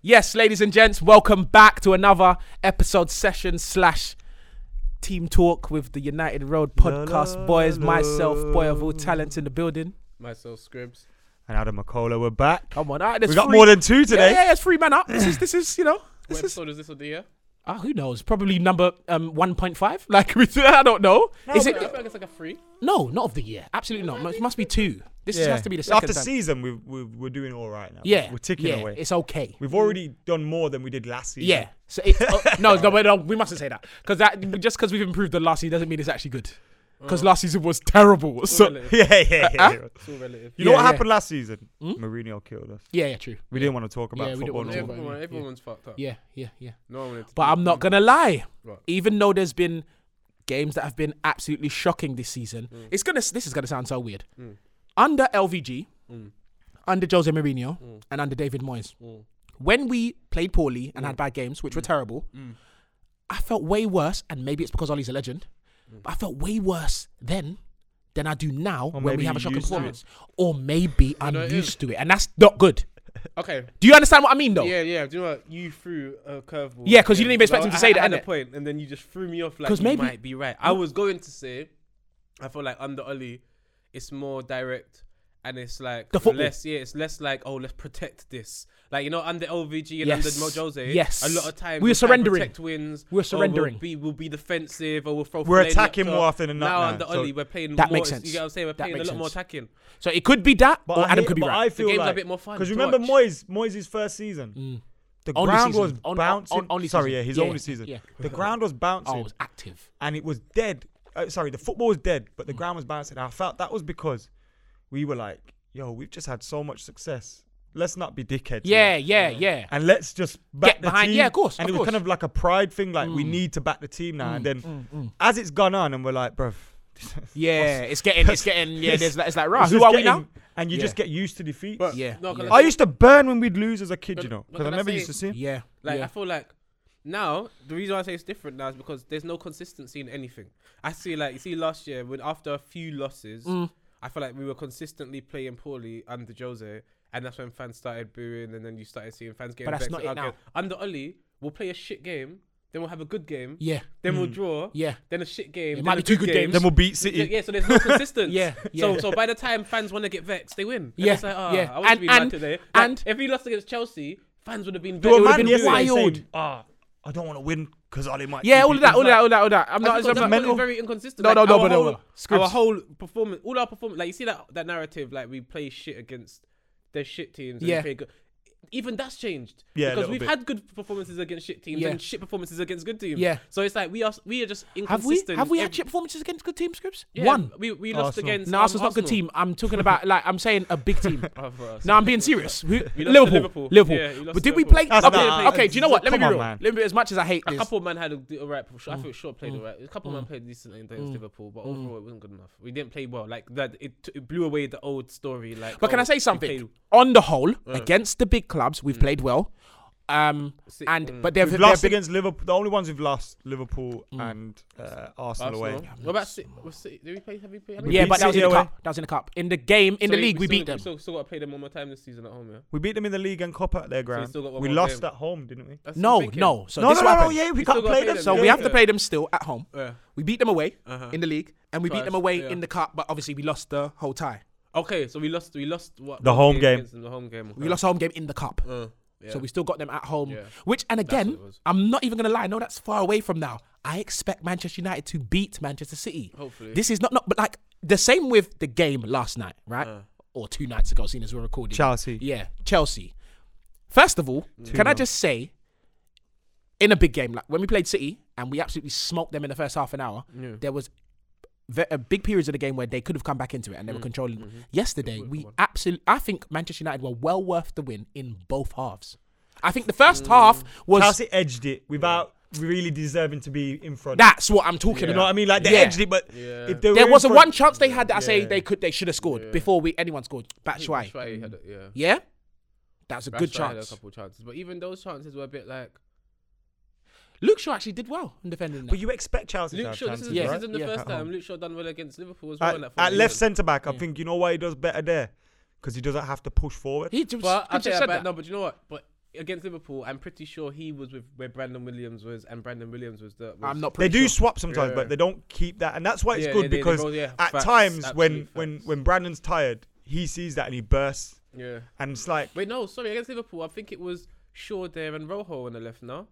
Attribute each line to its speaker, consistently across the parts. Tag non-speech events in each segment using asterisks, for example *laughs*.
Speaker 1: Yes, ladies and gents, welcome back to another episode session slash team talk with the United Road podcast
Speaker 2: la,
Speaker 1: boys.
Speaker 2: la.
Speaker 1: Myself, boy of all talents in the building.
Speaker 3: myself scribs.
Speaker 2: And Adam McCullough, we're back.
Speaker 1: Come on, all right,
Speaker 2: We
Speaker 1: there's
Speaker 2: got
Speaker 1: three-
Speaker 2: more than two
Speaker 1: Yeah,
Speaker 2: today.
Speaker 1: Yeah, yeah, it's three man up. This is this is you know
Speaker 3: What
Speaker 1: this is
Speaker 3: episode is this of the year?
Speaker 1: ah who knows probably number um one point five *laughs* like we- I don't know. is
Speaker 3: I
Speaker 1: it
Speaker 3: feel like it's like a free.
Speaker 1: no not of the year? Absolutely not. It must be two. This
Speaker 2: Yeah.
Speaker 1: has to be the second
Speaker 2: After
Speaker 1: time.
Speaker 2: season, we, we, we're doing all right now.
Speaker 1: yeah,
Speaker 2: We're ticking
Speaker 1: yeah,
Speaker 2: away.
Speaker 1: It's okay.
Speaker 2: We've already done more than we did last season.
Speaker 1: Yeah. So it, oh, no, no, wait, no, we mustn't say that because that just because we've improved the last season doesn't mean it's actually good. Because last season was terrible.
Speaker 3: It's all
Speaker 1: So
Speaker 2: *laughs*
Speaker 3: relative.
Speaker 2: Yeah, yeah, yeah.
Speaker 1: Uh-huh.
Speaker 2: You
Speaker 3: It's all relative.
Speaker 1: You
Speaker 2: know
Speaker 1: Yeah,
Speaker 2: what
Speaker 1: yeah.
Speaker 2: happened last season? Mourinho killed us.
Speaker 1: yeah, yeah, true.
Speaker 2: We didn't want to talk about
Speaker 1: Yeah, we don't
Speaker 2: football.
Speaker 1: wanna
Speaker 2: no
Speaker 1: talk
Speaker 2: more.
Speaker 1: about
Speaker 3: Everyone, everyone's fucked up.
Speaker 1: Yeah, yeah, yeah.
Speaker 3: No one wanted to
Speaker 1: But
Speaker 3: be-
Speaker 1: I'm not gonna lie.
Speaker 3: Right.
Speaker 1: Even though there's been games that have been absolutely shocking this season, it's gonna this is gonna sound so weird. Under LVG, under Jose Mourinho, and under David Moyes, when we played poorly
Speaker 3: Mm.
Speaker 1: and had bad games, which were terrible, I felt way worse. And maybe it's because Ollie's a legend,
Speaker 3: Mm.
Speaker 1: but I felt way worse then. Than I do now when we
Speaker 2: maybe
Speaker 1: have a
Speaker 2: you're
Speaker 1: shocking
Speaker 2: used to it.
Speaker 1: performance, or maybe I'm
Speaker 3: know it is.
Speaker 1: used to it, and that's not good.
Speaker 3: Okay.
Speaker 1: Do you understand what I mean, though?
Speaker 3: Yeah, yeah. Do you know what? You threw a curveball.
Speaker 1: Yeah, 'cause you didn't even expect
Speaker 3: I-
Speaker 1: him to
Speaker 3: I-
Speaker 1: say
Speaker 3: I
Speaker 1: that,
Speaker 3: had a
Speaker 1: innit?
Speaker 3: point, and then you just threw me off. Like,
Speaker 1: 'Cause
Speaker 3: you
Speaker 1: maybe-
Speaker 3: might be right. I was going to say, I feel like under Oli, it's more direct, and it's like
Speaker 1: The football.
Speaker 3: less. Yeah, it's less like oh, let's protect this. Like you know, under LVG and
Speaker 1: Yes.
Speaker 3: under Mo Jose,
Speaker 1: Yes.
Speaker 3: a lot of times
Speaker 1: We were
Speaker 3: we'll try and
Speaker 1: surrendering.
Speaker 3: Protect wins.
Speaker 1: We were
Speaker 3: or
Speaker 1: surrendering.
Speaker 3: We'll be, we'll be defensive, or we'll throw.
Speaker 2: We're
Speaker 3: flares left
Speaker 2: attacking
Speaker 3: or-
Speaker 2: more often than not
Speaker 3: Now
Speaker 2: now,
Speaker 3: under
Speaker 2: so-
Speaker 3: Oli, we're playing.
Speaker 1: That
Speaker 3: more,
Speaker 1: makes
Speaker 3: it's- You
Speaker 1: sense.
Speaker 3: get what I'm saying? We're
Speaker 1: That
Speaker 3: playing a lot
Speaker 1: makes
Speaker 3: more
Speaker 1: sense.
Speaker 3: attacking.
Speaker 1: So it could be that,
Speaker 2: But
Speaker 1: or
Speaker 2: I
Speaker 1: Adam
Speaker 2: hate-
Speaker 1: could be
Speaker 2: but
Speaker 1: right.
Speaker 2: I feel
Speaker 3: game's a
Speaker 2: like,
Speaker 3: bit more fun
Speaker 2: Because
Speaker 3: to
Speaker 2: remember
Speaker 3: watch.
Speaker 2: Moyes, Moyes' first season, the
Speaker 1: Hmm. Only
Speaker 2: ground
Speaker 1: season.
Speaker 2: was
Speaker 1: On- on-
Speaker 2: bouncing.
Speaker 1: on- only
Speaker 2: sorry,
Speaker 1: season.
Speaker 2: yeah, his
Speaker 1: Yeah,
Speaker 2: only season.
Speaker 1: yeah.
Speaker 2: The ground
Speaker 1: *laughs*
Speaker 2: was
Speaker 1: Oh,
Speaker 2: bouncing.
Speaker 1: it was active.
Speaker 2: and it was dead. Uh, sorry, the football was dead, but
Speaker 1: Mm.
Speaker 2: the ground was bouncing. I felt that was because we were like, yo, we've just had so much success. Let's not be dickheads.
Speaker 1: Yeah,
Speaker 2: here.
Speaker 1: yeah, yeah.
Speaker 2: And let's just back
Speaker 1: Get
Speaker 2: the
Speaker 1: behind-
Speaker 2: team.
Speaker 1: yeah, of course,
Speaker 2: And
Speaker 1: of
Speaker 2: it was
Speaker 1: course. Mm.
Speaker 2: kind of like a pride thing, like we need to back the team now. and then as it's gone on, and we're like, bruv.
Speaker 1: *laughs* Yeah, it's getting, it's getting,
Speaker 2: *laughs*
Speaker 1: yeah, there's, it's like, right,
Speaker 2: it's
Speaker 1: who
Speaker 2: just
Speaker 1: are we
Speaker 2: getting-
Speaker 1: now?
Speaker 2: And you
Speaker 1: Yeah.
Speaker 2: just get used to defeat.
Speaker 3: But
Speaker 1: Yeah,
Speaker 3: no, 'cause
Speaker 1: yeah.
Speaker 3: I
Speaker 2: I
Speaker 3: think-
Speaker 2: used to burn when we'd lose as a kid,
Speaker 3: But-
Speaker 2: you know,
Speaker 3: but
Speaker 2: because I
Speaker 3: can I
Speaker 2: never
Speaker 3: say-
Speaker 2: used to see him.
Speaker 1: Yeah.
Speaker 3: Like
Speaker 1: yeah.
Speaker 3: I feel like now the reason why I say it's different now is because there's no consistency in anything. I see like you see last year when after a few losses,
Speaker 1: Mm.
Speaker 3: I feel like we were consistently playing poorly under Jose, and that's when fans started booing, and then you started seeing fans getting.
Speaker 1: But that's
Speaker 3: vexed
Speaker 1: not
Speaker 3: at
Speaker 1: it
Speaker 3: our
Speaker 1: now.
Speaker 3: game. Under Oli, we'll play a shit game, then we'll have a good game,
Speaker 1: yeah, Mm.
Speaker 3: then we'll draw, *laughs*
Speaker 1: yeah.
Speaker 3: then a shit
Speaker 1: It
Speaker 3: game. then
Speaker 1: might
Speaker 3: a
Speaker 1: be two good
Speaker 3: game.
Speaker 1: games.
Speaker 2: Then we'll beat
Speaker 3: Yeah,
Speaker 2: City.
Speaker 3: yeah, so there's no
Speaker 1: *laughs*
Speaker 3: consistency.
Speaker 1: Yeah, yeah.
Speaker 3: So so by the time fans want to get vexed, they win. And
Speaker 1: Yeah,
Speaker 3: It's like, ah,
Speaker 1: yeah.
Speaker 3: I want
Speaker 1: And-
Speaker 3: to be mad
Speaker 1: and-
Speaker 3: today. Like,
Speaker 1: and-
Speaker 3: if he lost against Chelsea, fans would have been
Speaker 2: There
Speaker 1: it
Speaker 2: were
Speaker 1: would have
Speaker 3: vexed.
Speaker 2: man
Speaker 1: been
Speaker 2: yesterday
Speaker 1: wild.
Speaker 2: saying, Ah, I don't want to win because I might.
Speaker 1: Yeah,
Speaker 2: keep
Speaker 1: all
Speaker 2: it."
Speaker 1: of that,
Speaker 2: It's
Speaker 1: all of
Speaker 2: like-
Speaker 1: that, all of that, all of that. I'm not,
Speaker 3: That's
Speaker 1: it's
Speaker 3: because
Speaker 1: not
Speaker 3: that's
Speaker 1: mental.
Speaker 3: what is very inconsistent.
Speaker 1: No, no, no,
Speaker 3: our
Speaker 1: but no,
Speaker 3: whole,
Speaker 1: no. Scripts.
Speaker 3: Our whole performance, all our performance, like you see that that narrative, like we play shit against their shit teams. And
Speaker 1: Yeah.
Speaker 3: yeah. Play good. Even that's changed.
Speaker 2: Yeah, a
Speaker 3: because
Speaker 2: little
Speaker 3: we've
Speaker 2: bit.
Speaker 3: had good performances against shit teams
Speaker 1: Yeah.
Speaker 3: and shit performances against good teams.
Speaker 1: Yeah.
Speaker 3: So it's like we are we are just
Speaker 1: Have we,
Speaker 3: inconsistent.
Speaker 1: have we had
Speaker 3: Every-
Speaker 1: shit performances against good team scripts?
Speaker 3: Yeah,
Speaker 1: One.
Speaker 3: We we lost
Speaker 2: Arsenal.
Speaker 3: against.
Speaker 1: No,
Speaker 3: um,
Speaker 1: Arsenal's not a good
Speaker 3: Arsenal.
Speaker 1: team. I'm talking about, like, I'm saying a big team.
Speaker 3: Oh, for us.
Speaker 1: No, I'm being serious. We,
Speaker 3: You
Speaker 1: Liverpool,
Speaker 3: lost to
Speaker 1: Liverpool.
Speaker 3: Liverpool.
Speaker 1: Liverpool.
Speaker 3: Yeah, you lost
Speaker 1: but
Speaker 3: to
Speaker 1: did we play?
Speaker 3: Liverpool.
Speaker 2: That's
Speaker 1: Okay,
Speaker 2: not-
Speaker 1: okay, do you know what? Let me be
Speaker 2: come on,
Speaker 1: real.
Speaker 2: man.
Speaker 1: Let me be- As much as I hate
Speaker 3: A
Speaker 1: this,
Speaker 3: couple of man had a, d- a right. I feel short
Speaker 1: Mm.
Speaker 3: played all right. A couple of man played decent against Liverpool, but overall it wasn't good enough. We didn't play well. Like that, it, t- it blew away the old story. Like,
Speaker 1: But can
Speaker 3: oh,
Speaker 1: I say
Speaker 3: we
Speaker 1: something?
Speaker 3: played-
Speaker 1: On the whole, against the big clubs, we've played well. Um,
Speaker 3: See,
Speaker 1: and
Speaker 3: mm.
Speaker 1: but they've,
Speaker 2: We've
Speaker 1: they've
Speaker 2: lost
Speaker 1: been-
Speaker 2: against Liverpool. The only ones we've lost Liverpool
Speaker 1: Hmm.
Speaker 2: and uh, Arsenal,
Speaker 3: Arsenal.
Speaker 2: away.
Speaker 3: What about City? Was City? Did we play? Have we played? have we
Speaker 1: Yeah,
Speaker 2: beat
Speaker 1: but that was in
Speaker 2: City
Speaker 1: the
Speaker 2: away.
Speaker 1: cup. That was in the cup. In the game, in
Speaker 3: So
Speaker 1: the league, we
Speaker 3: still-
Speaker 1: beat them.
Speaker 3: Still, still got to play them one more time this season at home. Yeah.
Speaker 2: We beat them in the league and cup at their ground.
Speaker 3: still got one
Speaker 2: we
Speaker 3: more
Speaker 2: lost
Speaker 3: game.
Speaker 2: at home, didn't we?
Speaker 3: That's what I'm
Speaker 1: No,
Speaker 3: thinking.
Speaker 1: no. So
Speaker 2: no,
Speaker 1: this
Speaker 2: no, no, no,
Speaker 1: happened.
Speaker 2: yeah, we,
Speaker 3: We
Speaker 2: can't
Speaker 3: still
Speaker 2: play
Speaker 3: gotta
Speaker 2: them.
Speaker 3: play
Speaker 1: So
Speaker 3: them,
Speaker 1: we
Speaker 3: yeah.
Speaker 1: have to play them still at home.
Speaker 3: Yeah.
Speaker 1: We beat them away
Speaker 3: Uh-huh.
Speaker 1: in the league, and we beat them
Speaker 3: Twice,
Speaker 1: away
Speaker 3: yeah.
Speaker 1: in the cup. But obviously, we lost the whole tie.
Speaker 3: Okay, so we lost. We lost what?
Speaker 2: The
Speaker 3: what
Speaker 2: home game.
Speaker 3: against them, the home game.
Speaker 1: We lost a home game in the cup,
Speaker 3: Uh, yeah.
Speaker 1: so we still got them at home.
Speaker 3: Yeah.
Speaker 1: Which, and again,
Speaker 3: it was.
Speaker 1: I'm not even gonna lie. I know that's far away from now. I expect Manchester United to beat Manchester City.
Speaker 3: Hopefully.
Speaker 1: This is not not, but like the same with the game last night, right?
Speaker 3: Uh.
Speaker 1: Or two nights ago, seeing as we're recording.
Speaker 2: Chelsea.
Speaker 1: Yeah, Chelsea. First of all,
Speaker 3: Mm.
Speaker 1: can I just say, in a big game like when we played City and we absolutely smoked them in the first half an hour,
Speaker 3: Mm-hmm.
Speaker 1: there was ve- a big periods of the game where they could have come back into it and they were controlling. Yesterday, we absolutely. I think Manchester United were well worth the win in both halves. I think the first half was.
Speaker 2: Chelsea edged it without really deserving to be in front.
Speaker 1: That's what I'm talking
Speaker 2: you know
Speaker 1: about.
Speaker 2: what I mean? Like they
Speaker 1: Yeah.
Speaker 2: edged it, but
Speaker 3: Yeah.
Speaker 2: if they were
Speaker 1: There
Speaker 2: in
Speaker 1: was a
Speaker 2: front-
Speaker 1: one chance they had that I say
Speaker 2: Yeah.
Speaker 1: they could they should have scored
Speaker 3: Yeah.
Speaker 1: before we anyone scored.
Speaker 3: Batshuayi
Speaker 1: Batshuayi.
Speaker 3: had a- yeah.
Speaker 1: Yeah? That was a good
Speaker 3: Batshuayi had
Speaker 1: chance.
Speaker 3: A couple chances, but even those chances were a bit like.
Speaker 1: Luke Shaw actually did well in defending that.
Speaker 2: But you expect Chelsea to
Speaker 3: Luke
Speaker 2: have
Speaker 3: Shaw. This,
Speaker 2: chances,
Speaker 3: is,
Speaker 1: Yeah.
Speaker 3: this
Speaker 2: right?
Speaker 3: isn't the
Speaker 1: Yeah.
Speaker 2: At
Speaker 3: first time
Speaker 2: home.
Speaker 3: Luke Shaw done well against Liverpool as well. in
Speaker 2: At,
Speaker 3: that
Speaker 2: at
Speaker 3: form,
Speaker 2: left
Speaker 3: yeah.
Speaker 2: centre back, I think you know why he does better there because he doesn't have to push forward.
Speaker 1: he just,
Speaker 3: But I
Speaker 1: he just
Speaker 3: think
Speaker 1: said
Speaker 3: about
Speaker 1: that.
Speaker 3: no, but you know what? But against Liverpool, I'm pretty sure he was with where Brandon Williams was, and Brandon Williams was the. Was,
Speaker 1: I'm not.
Speaker 2: They
Speaker 1: Pretty
Speaker 2: do
Speaker 1: sure.
Speaker 2: swap sometimes,
Speaker 3: Yeah.
Speaker 2: but they don't keep that, and that's why it's
Speaker 3: Yeah,
Speaker 2: good
Speaker 3: they- they- they
Speaker 2: because
Speaker 3: both- yeah,
Speaker 2: at
Speaker 3: facts,
Speaker 2: times when
Speaker 3: absolute
Speaker 2: when
Speaker 3: facts.
Speaker 2: when Brandon's tired, he sees that and he bursts,
Speaker 3: Yeah.
Speaker 2: and it's like,
Speaker 3: Wait, no, sorry. Against Liverpool, I think it was Shaw there and Rojo on the left. No,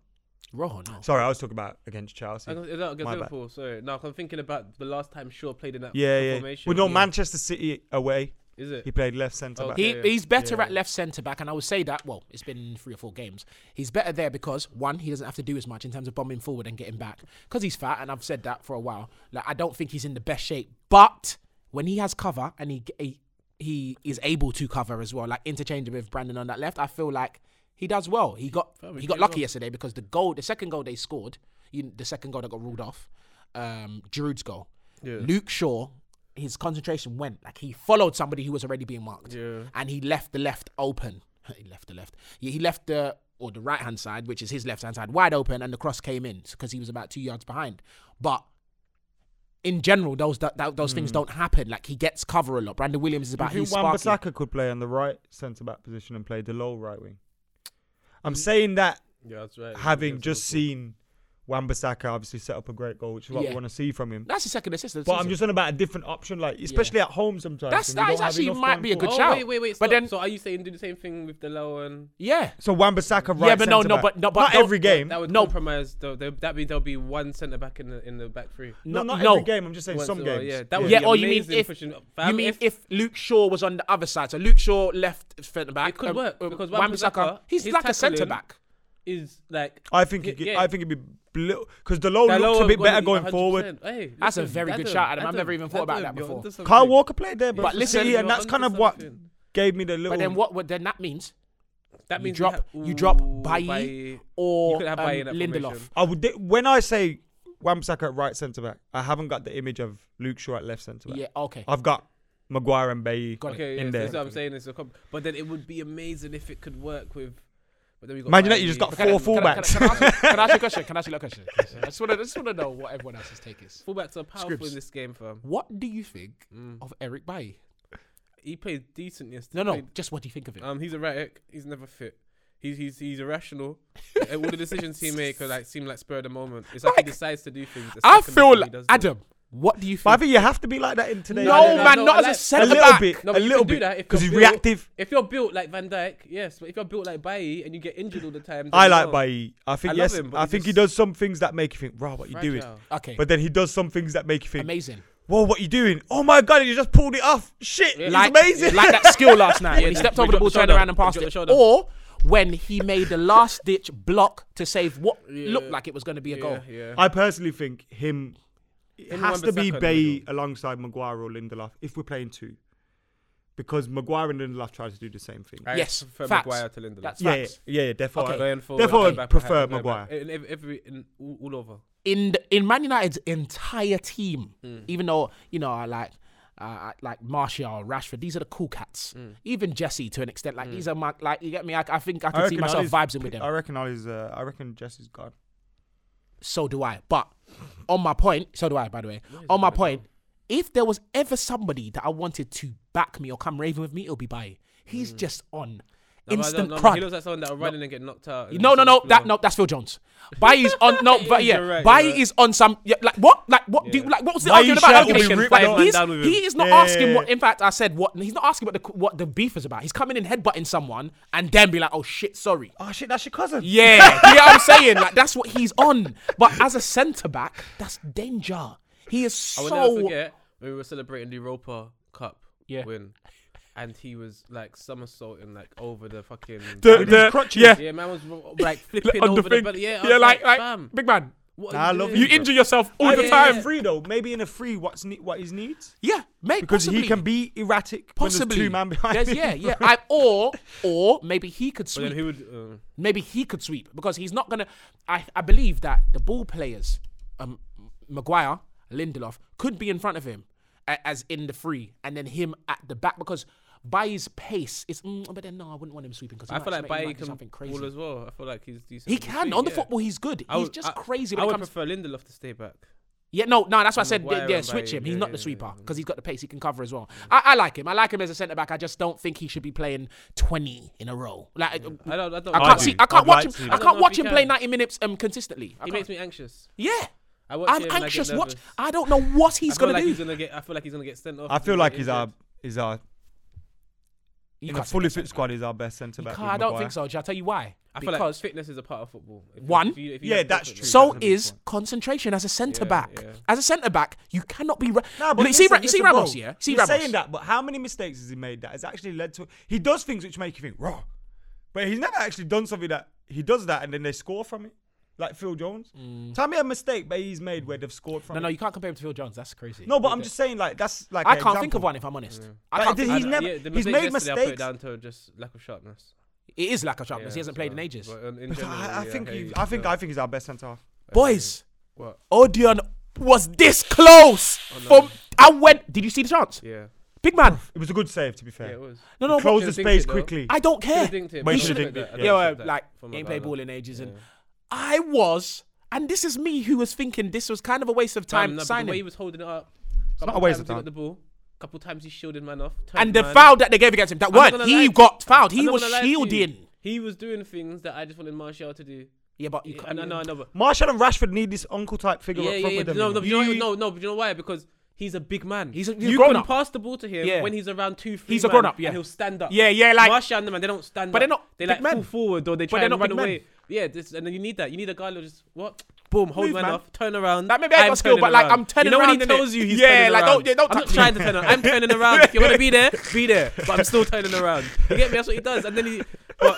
Speaker 1: Rojo, no.
Speaker 2: sorry, I was talking about against Chelsea.
Speaker 3: I can- no, against
Speaker 2: my bad.
Speaker 3: Liverpool. Sorry, no, 'cause I'm thinking about the last time Shaw played in that
Speaker 2: Yeah, yeah.
Speaker 3: formation.
Speaker 2: Well, no,
Speaker 3: Yeah.
Speaker 2: Manchester City away,
Speaker 3: Is it?
Speaker 2: he played left centre
Speaker 3: Oh,
Speaker 2: back.
Speaker 1: He,
Speaker 3: Yeah.
Speaker 1: he's better
Speaker 2: Yeah.
Speaker 1: at left centre back, and I would say that. Well, it's been three or four games. He's better there because one, he doesn't have to do as much in terms of bombing forward and getting back because he's fat, and I've said that for a while. Like I don't think he's in the best shape, but when he has cover and he he, he is able to cover as well, like interchanging with Brandon on that left, I feel like he does well. He got
Speaker 3: Fam, he
Speaker 1: he got
Speaker 3: did
Speaker 1: lucky
Speaker 3: well.
Speaker 1: yesterday because the goal, the second goal they scored, you, the second goal that got ruled off, um, Giroud's goal.
Speaker 3: Yeah.
Speaker 1: Luke Shaw, his concentration went like he followed somebody who was already being marked
Speaker 3: Yeah.
Speaker 1: and he left the left open. *laughs* he left the left. Yeah, he left the or the right hand side, which is his left hand side, wide open, and the cross came in because he was about two yards behind. But in general, those that, that- those
Speaker 2: Hmm.
Speaker 1: things don't happen. Like he gets cover a lot. Brandon Williams is
Speaker 2: I
Speaker 1: about
Speaker 2: think
Speaker 1: he's
Speaker 2: Wan
Speaker 1: sparky.
Speaker 2: Bissaka could play on the right centre back position and play the low right wing.
Speaker 1: Mm.
Speaker 2: I'm saying that
Speaker 3: Yeah, that's right.
Speaker 2: having
Speaker 3: Against
Speaker 2: just
Speaker 3: Liverpool.
Speaker 2: seen Wan Bissaka obviously set up a great goal, which is what
Speaker 1: Yeah.
Speaker 2: we want to see from him.
Speaker 1: That's his second assist. of the
Speaker 2: But I'm
Speaker 1: season.
Speaker 2: just on about a different option, like especially at home sometimes.
Speaker 1: That's-
Speaker 2: and
Speaker 1: that
Speaker 2: you
Speaker 1: is
Speaker 2: don't have
Speaker 1: actually
Speaker 2: enough
Speaker 1: might
Speaker 2: going
Speaker 1: be a
Speaker 2: forward.
Speaker 1: good
Speaker 3: Oh
Speaker 1: shout.
Speaker 3: wait, wait, wait.
Speaker 1: But
Speaker 3: But
Speaker 1: then-
Speaker 3: then, so are you saying do the same thing with Delao and
Speaker 1: yeah.
Speaker 2: So Wan Bissaka right.
Speaker 1: Yeah, but no, no,
Speaker 2: centre-back.
Speaker 1: but- no, but
Speaker 2: not
Speaker 1: don't-
Speaker 2: every game.
Speaker 3: that would
Speaker 1: No.
Speaker 3: compromise? Though there- that means there'll be one centre back in the in the back three.
Speaker 2: no,
Speaker 1: no,
Speaker 2: not
Speaker 1: no.
Speaker 2: every game. I'm just saying
Speaker 3: Once
Speaker 2: some
Speaker 3: in a while,
Speaker 2: games.
Speaker 3: yeah, that would
Speaker 1: Yeah,
Speaker 3: be
Speaker 1: or you mean
Speaker 3: amazing
Speaker 1: if-
Speaker 3: pushing,
Speaker 1: You
Speaker 3: fam,
Speaker 1: mean
Speaker 3: if,
Speaker 1: if, Luke Shaw was on the other side? So Luke Shaw left centre back.
Speaker 3: It could
Speaker 1: um,
Speaker 3: work,
Speaker 1: um,
Speaker 3: because
Speaker 1: Wan-Bissaka,
Speaker 3: Wan-Bissaka,
Speaker 1: he's
Speaker 3: his
Speaker 1: like a centre
Speaker 3: tackling-
Speaker 1: back.
Speaker 3: is like
Speaker 2: I think
Speaker 3: Yeah,
Speaker 2: it,
Speaker 3: yeah.
Speaker 2: I think it'd be because Delors Oh,
Speaker 3: Dalot
Speaker 2: looks a bit
Speaker 3: would-
Speaker 2: better
Speaker 3: would-
Speaker 2: going
Speaker 3: 100%.
Speaker 2: forward.
Speaker 3: Hey,
Speaker 1: That's a
Speaker 3: listen,
Speaker 1: very good
Speaker 3: Adam,
Speaker 1: shout, Adam. I've
Speaker 3: Adam,
Speaker 1: never even thought about
Speaker 3: Adam,
Speaker 1: that
Speaker 3: you're
Speaker 1: before.
Speaker 3: onto something.
Speaker 2: Kyle Walker played there, but,
Speaker 1: But
Speaker 2: for
Speaker 1: listen,
Speaker 2: City, and
Speaker 3: you're
Speaker 2: that's kind of
Speaker 3: onto
Speaker 2: what
Speaker 3: something.
Speaker 2: gave me the little.
Speaker 1: But then what? What then that means?
Speaker 3: That means we
Speaker 1: drop-
Speaker 3: have-
Speaker 1: you drop
Speaker 3: Ooh,
Speaker 1: Bailly
Speaker 3: Bailly.
Speaker 1: Or
Speaker 3: You could have
Speaker 1: um,
Speaker 3: Bailly in that
Speaker 1: Lindelof.
Speaker 3: formation.
Speaker 2: I would when I say Wan-Bissaka at right centre back, I haven't got the image of Luke Shaw at left centre back.
Speaker 1: Yeah. Okay.
Speaker 3: Uh,
Speaker 2: I've got Maguire and Bailly
Speaker 1: Got it.
Speaker 3: Okay, yeah,
Speaker 2: in
Speaker 3: so
Speaker 2: there.
Speaker 3: that's what I'm saying. It's a comp- but then it would be amazing if it could work with. But then we got
Speaker 2: Man United, you just
Speaker 3: Bailly.
Speaker 2: got four
Speaker 1: Can I-
Speaker 2: fullbacks.
Speaker 1: Can I, can, I
Speaker 2: *laughs*
Speaker 1: ask you, can I ask you a question? Can I ask you a question?
Speaker 3: *laughs*
Speaker 1: I just want to, just want to know what everyone else's take is.
Speaker 3: Fullbacks are powerful
Speaker 1: Scribs.
Speaker 3: in this game, fam.
Speaker 1: What do you think
Speaker 3: Mm.
Speaker 2: Oh.
Speaker 1: of Eric Bailly?
Speaker 3: He played decent yesterday.
Speaker 1: No, no, just what do you think of him?
Speaker 3: Um, he's erratic. He's never fit. He's he's he's irrational. Uh, All the
Speaker 2: *laughs*
Speaker 3: decisions he make are like seem like spur of the moment. It's like,
Speaker 1: Like,
Speaker 3: he decides to do things. the
Speaker 1: I
Speaker 3: second
Speaker 1: feel
Speaker 3: before he
Speaker 1: like
Speaker 3: does them.
Speaker 1: Adam. What do you
Speaker 2: But I
Speaker 1: think?
Speaker 2: think you have to be like that in
Speaker 1: No,
Speaker 2: today.
Speaker 3: No, no, no,
Speaker 1: man,
Speaker 3: no,
Speaker 1: not as a
Speaker 3: I like-
Speaker 2: a
Speaker 1: centre
Speaker 2: little
Speaker 1: back.
Speaker 2: bit,
Speaker 3: No,
Speaker 2: a
Speaker 3: but you
Speaker 2: little
Speaker 3: can do that
Speaker 2: bit,
Speaker 3: if
Speaker 2: because
Speaker 3: you're
Speaker 2: he's
Speaker 3: built.
Speaker 2: reactive.
Speaker 3: If you're built like Van Dyke, yes. But if you're built like Bailly and you get injured all the time, then
Speaker 2: I like
Speaker 3: no.
Speaker 2: Bailly. I think
Speaker 3: I love
Speaker 2: yes,
Speaker 3: him, but
Speaker 2: I
Speaker 3: he's
Speaker 2: think he
Speaker 3: just-
Speaker 2: does some things that make you think, "Bro, what you doing?"
Speaker 3: Fragile.
Speaker 1: Okay,
Speaker 2: But then he does some things that make you think,
Speaker 1: amazing.
Speaker 2: "Whoa, what you doing? Oh my god, you just pulled it off! Shit, it's
Speaker 1: Like,
Speaker 2: amazing!"
Speaker 1: like that skill last night.
Speaker 3: *laughs* Yeah,
Speaker 1: when he
Speaker 3: the-
Speaker 1: stepped
Speaker 3: we
Speaker 1: over the
Speaker 3: dropped
Speaker 1: ball,
Speaker 3: the
Speaker 1: turned
Speaker 3: shoulder.
Speaker 1: around and
Speaker 3: We
Speaker 1: passed
Speaker 3: dropped
Speaker 1: it.
Speaker 3: the shoulder.
Speaker 1: Or when he made the last ditch block to save what looked like it was going to be a
Speaker 3: Yeah,
Speaker 1: goal.
Speaker 3: yeah.
Speaker 2: I personally think him it
Speaker 3: Him
Speaker 2: has
Speaker 3: and
Speaker 2: to be
Speaker 3: Bissaka in the
Speaker 2: Bay
Speaker 3: middle.
Speaker 2: alongside Maguire or Lindelof if we're playing two, because Maguire and Lindelof try to do the same thing.
Speaker 3: I
Speaker 1: Yes,
Speaker 3: prefer
Speaker 1: facts.
Speaker 3: Maguire to Lindelof.
Speaker 1: That's
Speaker 2: yeah, yeah,
Speaker 1: facts.
Speaker 2: yeah, yeah, definitely.
Speaker 1: Okay.
Speaker 3: Going forward,
Speaker 2: Therefore,
Speaker 3: going
Speaker 2: I
Speaker 3: back,
Speaker 2: prefer
Speaker 3: going back.
Speaker 2: Maguire.
Speaker 3: In ev- every in all, all over.
Speaker 1: in the, in Man United's entire team, even though you know I like uh, I like Martial, Rashford, these are the cool cats. Even Jesse to an extent, like these are my like you get me. I, I think I can see myself
Speaker 2: Ollie's
Speaker 1: vibes in
Speaker 2: pi-
Speaker 1: with them.
Speaker 2: I reckon Ollie's. Uh, I reckon Jesse's gone.
Speaker 1: So do I. But on my point, so do I. By the way, on my point, if there was ever somebody that I wanted to back me or come raving with me, it'll be Baye. He's just on
Speaker 3: No, but I don't
Speaker 1: instant
Speaker 3: know, but
Speaker 1: crud.
Speaker 3: He looks like someone that will run in and get knocked out. and
Speaker 1: No,
Speaker 3: just
Speaker 1: no,
Speaker 3: sort of
Speaker 1: no. That
Speaker 3: floor.
Speaker 1: no, that's Phil Jones. Bailly's on no,
Speaker 3: Yeah, *laughs*
Speaker 1: but yeah,
Speaker 3: you're right,
Speaker 1: Bailly
Speaker 3: you're right.
Speaker 1: is on some yeah, like what, like what, do you,
Speaker 3: Yeah.
Speaker 1: like what was the
Speaker 2: Bailly
Speaker 1: argument about?
Speaker 2: shout
Speaker 1: I don't
Speaker 2: will
Speaker 1: give a
Speaker 2: be
Speaker 1: shit.
Speaker 2: ripped
Speaker 1: Like,
Speaker 2: off.
Speaker 1: he's-
Speaker 3: Man down with
Speaker 1: he
Speaker 3: him.
Speaker 1: is not
Speaker 2: Yeah,
Speaker 1: asking
Speaker 2: yeah,
Speaker 1: what.
Speaker 2: yeah.
Speaker 1: In fact, I said what he's not asking what the what the beef is about. He's coming in headbutting someone and then be like, oh shit, sorry.
Speaker 2: Oh shit, that's your cousin.
Speaker 1: Yeah,
Speaker 3: *laughs*
Speaker 1: you know what I'm saying? Like that's what he's on. But as a centre back, that's danger. He is
Speaker 3: I will
Speaker 1: so
Speaker 3: never forget when we were celebrating the Europa Cup
Speaker 1: Yeah.
Speaker 3: win, and he was like somersaulting like over the fucking.
Speaker 1: The-
Speaker 2: With his
Speaker 1: the-
Speaker 2: crutches.
Speaker 1: yeah.
Speaker 3: yeah, man was ro- like flipping
Speaker 1: on
Speaker 3: over
Speaker 1: the
Speaker 3: the,
Speaker 1: thing.
Speaker 3: belly. Yeah, I
Speaker 1: yeah,
Speaker 3: was
Speaker 1: like like
Speaker 3: fam,
Speaker 1: big man.
Speaker 3: what
Speaker 2: Nah, I
Speaker 3: are you
Speaker 2: love
Speaker 3: doing?
Speaker 1: You injure yourself all
Speaker 2: I
Speaker 1: the
Speaker 2: think
Speaker 1: time.
Speaker 2: in a free though. Maybe in a free, what's ne- what is needs
Speaker 1: Yeah, mate.
Speaker 2: because
Speaker 1: possibly.
Speaker 2: he can be erratic.
Speaker 1: possibly
Speaker 2: when there's two man behind
Speaker 1: There's-
Speaker 2: him.
Speaker 1: Yeah, yeah. I, or
Speaker 3: *laughs*
Speaker 1: or maybe he could
Speaker 3: But then
Speaker 1: sweep.
Speaker 3: who would? Uh,
Speaker 1: maybe he could sweep because he's not gonna. I I believe that the ball players, um, Maguire, Lindelof could be in front of him, a- as in the free, and then him at the back because by his pace, it's. Mm, but then no, I wouldn't want him sweeping because
Speaker 3: I feel like Bailly
Speaker 1: Baye
Speaker 3: can
Speaker 1: something crazy.
Speaker 3: ball as well. I feel like he's decent.
Speaker 1: he
Speaker 3: with his
Speaker 1: can
Speaker 3: feet,
Speaker 1: on the
Speaker 3: yeah.
Speaker 1: football. He's good.
Speaker 3: I
Speaker 1: he's
Speaker 3: would-
Speaker 1: just
Speaker 3: I-
Speaker 1: crazy
Speaker 3: I
Speaker 1: when it
Speaker 3: would
Speaker 1: comes.
Speaker 3: prefer Lindelof to stay back.
Speaker 1: Yeah, no, no, that's what I said.
Speaker 3: Maguire
Speaker 1: yeah,
Speaker 3: and
Speaker 1: switch
Speaker 3: Bailly.
Speaker 1: him. He's
Speaker 3: Yeah,
Speaker 1: not
Speaker 3: yeah,
Speaker 1: the
Speaker 3: yeah,
Speaker 1: sweeper
Speaker 3: yeah.
Speaker 1: because he's got the pace. He can cover as well. I, I like him. I like him as a centre back. I just don't think he should be playing twenty in a row. Like,
Speaker 3: I don't. I, don't
Speaker 1: I
Speaker 2: I
Speaker 1: can't
Speaker 2: do.
Speaker 1: see. I can't
Speaker 2: I'd
Speaker 1: watch
Speaker 2: like to.
Speaker 1: him.
Speaker 2: I
Speaker 1: I
Speaker 3: don't know
Speaker 1: can't
Speaker 3: if
Speaker 1: watch
Speaker 3: he
Speaker 1: him play
Speaker 3: can.
Speaker 1: ninety minutes um consistently. I
Speaker 3: He
Speaker 1: can't-
Speaker 3: makes me anxious.
Speaker 1: yeah,
Speaker 3: I watch
Speaker 1: I'm
Speaker 3: him and
Speaker 1: anxious.
Speaker 3: I get
Speaker 1: What?
Speaker 3: nervous.
Speaker 1: I don't know what
Speaker 3: I
Speaker 1: he's
Speaker 3: feel
Speaker 1: gonna
Speaker 3: like
Speaker 1: do.
Speaker 3: He's gonna get. I feel like he's gonna get sent
Speaker 2: *laughs*
Speaker 3: off.
Speaker 2: I
Speaker 3: if
Speaker 2: feel
Speaker 3: he
Speaker 2: like
Speaker 3: gets
Speaker 2: he's our
Speaker 3: injured.
Speaker 2: is our
Speaker 1: You
Speaker 2: in a
Speaker 1: can't say
Speaker 2: fully
Speaker 1: that.
Speaker 2: fit squad is our best centre
Speaker 1: You
Speaker 2: back.
Speaker 1: can't- I don't think so. Shall I tell you why?
Speaker 3: I feel like
Speaker 1: Because
Speaker 3: fitness is a part of football. If you-
Speaker 1: One.
Speaker 3: if you- if you
Speaker 2: Yeah,
Speaker 3: have
Speaker 2: that's
Speaker 3: confidence.
Speaker 2: true.
Speaker 1: so
Speaker 2: That's a big
Speaker 1: is
Speaker 2: point.
Speaker 1: concentration as a centre
Speaker 3: Yeah,
Speaker 1: back.
Speaker 3: yeah.
Speaker 1: As a centre back, you cannot be. Ra-
Speaker 2: No,
Speaker 1: you see, Ra- you see Ramos, yeah. You See
Speaker 2: You're
Speaker 1: Ramos.
Speaker 2: saying that, but how many mistakes has he made that has actually led to? He does things which make you think, raw, but he's never actually done something that he does that and then they score from it, like Phil Jones. Tell me a mistake that he's made where they've scored from.
Speaker 1: Mm. No, no,
Speaker 2: it.
Speaker 1: you can't compare him to Phil Jones. That's crazy.
Speaker 2: no. But I'm just saying, like that's like
Speaker 1: I
Speaker 2: an
Speaker 1: can't think of
Speaker 2: example. Mm.
Speaker 1: one if I'm honest. I
Speaker 2: Like,
Speaker 1: can't.
Speaker 2: did
Speaker 1: think of
Speaker 2: he he's
Speaker 3: I-
Speaker 1: one.
Speaker 2: never-
Speaker 3: yeah, the
Speaker 2: he's
Speaker 3: mistake
Speaker 2: made
Speaker 3: yesterday, I put it
Speaker 2: mistakes.
Speaker 3: down to just lack of sharpness.
Speaker 1: It is lack of sharpness.
Speaker 3: Yeah,
Speaker 1: he hasn't played
Speaker 3: so-
Speaker 1: in ages.
Speaker 3: but in- in
Speaker 2: But
Speaker 3: general,
Speaker 2: I, I
Speaker 3: yeah,
Speaker 2: think
Speaker 3: hate
Speaker 2: he,
Speaker 3: it,
Speaker 2: I think
Speaker 3: yeah.
Speaker 2: I think he's our best centre half.
Speaker 1: Boys,
Speaker 3: What?
Speaker 1: Odion was this close.
Speaker 2: Oh,
Speaker 1: From I went. Did you see the chance,
Speaker 3: Yeah.
Speaker 1: big man?
Speaker 2: It was a good save, to be
Speaker 3: Yeah,
Speaker 2: fair.
Speaker 3: it was.
Speaker 1: No, no,
Speaker 2: Oh, Close
Speaker 1: but-
Speaker 2: the
Speaker 3: Should've
Speaker 2: space
Speaker 3: dinked it, though.
Speaker 2: quickly.
Speaker 1: I don't
Speaker 3: Should've
Speaker 1: care.
Speaker 3: dinked it,
Speaker 2: But
Speaker 3: but
Speaker 2: he
Speaker 3: I
Speaker 2: should've
Speaker 3: said
Speaker 2: dinked
Speaker 3: that.
Speaker 2: it,
Speaker 3: I
Speaker 1: yeah,
Speaker 3: said
Speaker 1: well,
Speaker 3: that
Speaker 1: like
Speaker 3: from
Speaker 1: he ain't
Speaker 3: Maguire.
Speaker 1: played ball in ages, and
Speaker 3: Yeah.
Speaker 1: I was. And this is me who was thinking this was kind of a waste of
Speaker 3: Fam,
Speaker 1: time
Speaker 3: no, but The way he
Speaker 1: signing.
Speaker 3: was holding it up.
Speaker 2: not
Speaker 3: couple
Speaker 2: a waste
Speaker 3: times
Speaker 2: of
Speaker 3: he got
Speaker 2: time.
Speaker 3: The ball. Couple times he shielded man off. turned
Speaker 1: And the
Speaker 3: man.
Speaker 1: foul that they gave against him, that
Speaker 3: I'm not
Speaker 1: word,
Speaker 3: gonna lie
Speaker 1: he
Speaker 3: to
Speaker 1: got
Speaker 3: you.
Speaker 1: fouled.
Speaker 3: I'm
Speaker 1: He
Speaker 3: not
Speaker 1: was
Speaker 3: gonna lie to you.
Speaker 1: shielding.
Speaker 3: He was doing things that I just wanted Martial to do.
Speaker 1: Yeah, but you
Speaker 3: Yeah, I
Speaker 1: can't.
Speaker 3: know, I know, but
Speaker 2: Marshall and Rashford need this uncle type figure
Speaker 3: yeah,
Speaker 2: up
Speaker 3: yeah,
Speaker 2: front
Speaker 3: yeah.
Speaker 2: with them. you
Speaker 3: No, no,
Speaker 2: know?
Speaker 3: but you know,
Speaker 2: You-
Speaker 3: no, no. But you know why? Because he's a big man.
Speaker 1: He's a- he's
Speaker 3: you
Speaker 1: grown
Speaker 3: can
Speaker 1: up.
Speaker 3: pass the ball to him
Speaker 1: Yeah.
Speaker 3: when he's around two, three.
Speaker 1: He's a
Speaker 3: man,
Speaker 1: grown up, yeah.
Speaker 3: and he'll stand up.
Speaker 1: Yeah, yeah, like-
Speaker 3: Martial and the man, they don't stand
Speaker 1: But
Speaker 3: up.
Speaker 1: they're not
Speaker 3: They
Speaker 1: big
Speaker 3: like
Speaker 1: men.
Speaker 3: pull forward or they try
Speaker 1: they're
Speaker 3: and
Speaker 1: not
Speaker 3: run
Speaker 1: big men.
Speaker 3: away. Yeah, this, and then you need that. You need a guy who's just what? Boom, hold
Speaker 2: Move,
Speaker 3: man,
Speaker 2: man.
Speaker 3: off, turn around.
Speaker 1: Like, maybe I
Speaker 3: I'm
Speaker 1: got skill,
Speaker 3: turning
Speaker 1: but, like,
Speaker 3: around.
Speaker 1: I'm turning
Speaker 3: You know when
Speaker 1: around,
Speaker 3: he
Speaker 1: innit?
Speaker 3: tells you he's
Speaker 1: Yeah,
Speaker 3: turning
Speaker 1: like,
Speaker 3: around.
Speaker 1: don't- yeah, don't
Speaker 3: I'm not
Speaker 1: touch me.
Speaker 3: trying to turn around.
Speaker 1: *laughs*
Speaker 3: I'm turning around. If you want to be there, be there. But I'm still turning around. You get me? That's what he does. And then he,
Speaker 1: *laughs*
Speaker 3: but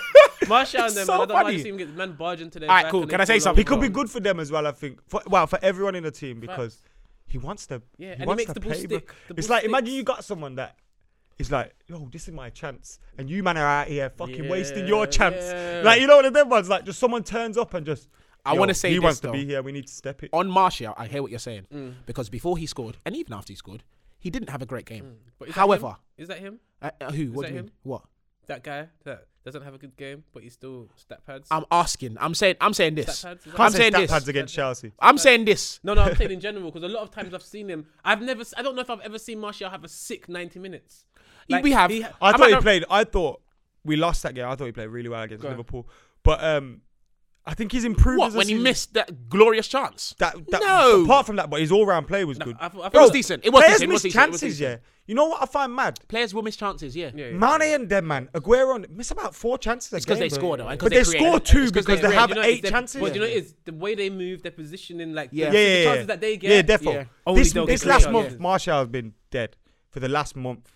Speaker 3: Martial and
Speaker 1: It's
Speaker 3: them,
Speaker 1: so
Speaker 3: man, I don't
Speaker 1: funny.
Speaker 3: mind seeing him man barging to their
Speaker 1: Alright,
Speaker 3: back
Speaker 1: cool.
Speaker 3: and
Speaker 1: Can
Speaker 3: they
Speaker 1: I say
Speaker 3: pull
Speaker 1: something?
Speaker 2: He could be
Speaker 3: over.
Speaker 2: good for them as well, I think. For, well, for everyone in the team because he wants to.
Speaker 3: Yeah,
Speaker 2: he
Speaker 3: and he
Speaker 2: wants
Speaker 3: makes
Speaker 2: to
Speaker 3: the ball
Speaker 2: play, bro.
Speaker 3: stick. The
Speaker 2: it's
Speaker 3: ball
Speaker 2: like imagine
Speaker 3: sticks.
Speaker 2: you got someone that is like, yo, this is my chance, and you man are out here fucking wasting your
Speaker 3: Yeah,
Speaker 2: chance.
Speaker 3: yeah.
Speaker 2: Like you know what the them ones like, just someone turns up and just.
Speaker 1: I
Speaker 2: yo,
Speaker 1: want to say
Speaker 2: he
Speaker 1: this
Speaker 2: wants
Speaker 1: though.
Speaker 2: to be here. We need to step it.
Speaker 1: on Martial, I hear what you're saying
Speaker 3: Mm.
Speaker 1: because before he scored, and even after he scored, he didn't have a great game.
Speaker 3: But is that him?
Speaker 1: However,
Speaker 3: Hmm. Is that him?
Speaker 1: uh, uh, who? What
Speaker 3: that
Speaker 1: do you
Speaker 3: him?
Speaker 1: mean? What?
Speaker 3: That guy that doesn't have a good game, but he's still stat pads.
Speaker 1: I'm asking. I'm saying. I'm saying this.
Speaker 3: Stat pads, is that
Speaker 1: I'm
Speaker 3: it?
Speaker 2: Say
Speaker 1: saying
Speaker 2: stat
Speaker 1: this.
Speaker 2: pads against Chelsea.
Speaker 1: I'm saying this.
Speaker 3: no, no, I'm saying in general because a lot of times I've seen him. I've never. s- I don't know if I've ever seen Martial have a sick 90 minutes.
Speaker 1: we have.
Speaker 3: he-
Speaker 2: I
Speaker 1: I'm
Speaker 2: thought he
Speaker 1: not-
Speaker 2: played. I thought we lost that game. I thought he played really well against
Speaker 3: Go on.
Speaker 2: Liverpool, but um, I think he's improved.
Speaker 1: What?
Speaker 2: as a
Speaker 1: When he
Speaker 2: season-
Speaker 1: missed that glorious chance?
Speaker 2: That, that
Speaker 1: No.
Speaker 2: Apart from that, but his all-round play was
Speaker 3: No,
Speaker 2: good.
Speaker 3: I thought- I
Speaker 1: It
Speaker 3: thought
Speaker 1: was
Speaker 3: that-
Speaker 1: decent. It was
Speaker 2: Players
Speaker 1: decent. It was
Speaker 2: miss
Speaker 1: decent. It was
Speaker 2: chances,
Speaker 1: decent.
Speaker 2: yeah. You know what I find mad?
Speaker 1: Players will miss chances. Yeah.
Speaker 3: Yeah, yeah.
Speaker 2: Mane and them man, Aguero and miss about four chances
Speaker 1: It's because they
Speaker 2: scored,
Speaker 1: score though, and 'cause
Speaker 2: but they,
Speaker 1: create.
Speaker 2: score
Speaker 1: It's
Speaker 2: two
Speaker 1: 'cause
Speaker 2: because
Speaker 1: create.
Speaker 2: they have
Speaker 3: You know, it's
Speaker 2: eight
Speaker 3: their-
Speaker 2: chances.
Speaker 3: But you know, it's the way they move, their positioning, like
Speaker 1: Yeah.
Speaker 2: yeah,
Speaker 3: yeah, the,
Speaker 2: yeah, yeah.
Speaker 3: chances that they get.
Speaker 2: yeah, definitely.
Speaker 1: Oh,
Speaker 3: Only
Speaker 2: This,
Speaker 3: they'll
Speaker 2: this
Speaker 3: get
Speaker 2: last
Speaker 3: great
Speaker 2: month,
Speaker 3: chances.
Speaker 2: Martial's been dead for the last month.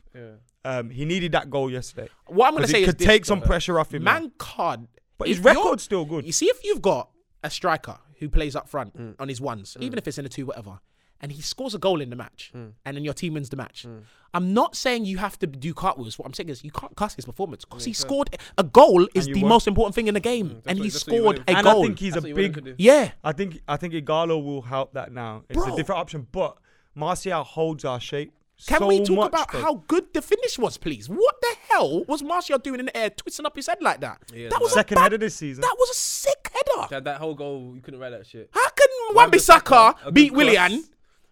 Speaker 2: Um, he needed that goal yesterday.
Speaker 1: What I'm gonna
Speaker 2: 'Cause
Speaker 1: say
Speaker 2: it
Speaker 1: is
Speaker 2: could
Speaker 1: this,
Speaker 2: take some
Speaker 1: though.
Speaker 2: pressure off him. Man,
Speaker 1: Mancard.
Speaker 2: But his
Speaker 1: if you're-
Speaker 2: record's still good.
Speaker 1: You see, if you've got a striker who plays up front
Speaker 3: Mm.
Speaker 1: on his ones, even if it's in a two, whatever, and he scores a goal in the match,
Speaker 3: Mm.
Speaker 1: and then your team wins the match. I'm not saying you have to do cartwheels. What I'm saying is you can't cuss his performance because he scored a goal is
Speaker 2: And
Speaker 1: the
Speaker 2: you won.
Speaker 1: most important thing in the game, and
Speaker 3: what-
Speaker 1: he
Speaker 3: Mm, that's what you
Speaker 1: scored
Speaker 3: wanted.
Speaker 1: a
Speaker 2: and
Speaker 1: goal.
Speaker 2: I think he's
Speaker 3: That's what
Speaker 2: a
Speaker 3: you wanted to
Speaker 2: big.
Speaker 3: do.
Speaker 1: yeah,
Speaker 2: I think I think Igalo will help that now. It's
Speaker 1: Bro.
Speaker 2: a different option, but Martial holds our shape.
Speaker 1: Can
Speaker 2: so
Speaker 1: we talk
Speaker 2: much,
Speaker 1: about
Speaker 2: bro.
Speaker 1: how good the finish was, please? What the hell was Martial doing in the air, twisting up his head like that? that was
Speaker 2: second
Speaker 1: a bad,
Speaker 2: header this season?
Speaker 1: That was a sick header.
Speaker 3: That, that whole goal, you couldn't write that shit.
Speaker 1: How can
Speaker 3: Wan-Bissaka, a
Speaker 1: Wan-Bissaka
Speaker 3: good
Speaker 1: beat
Speaker 3: cross.
Speaker 1: Willian?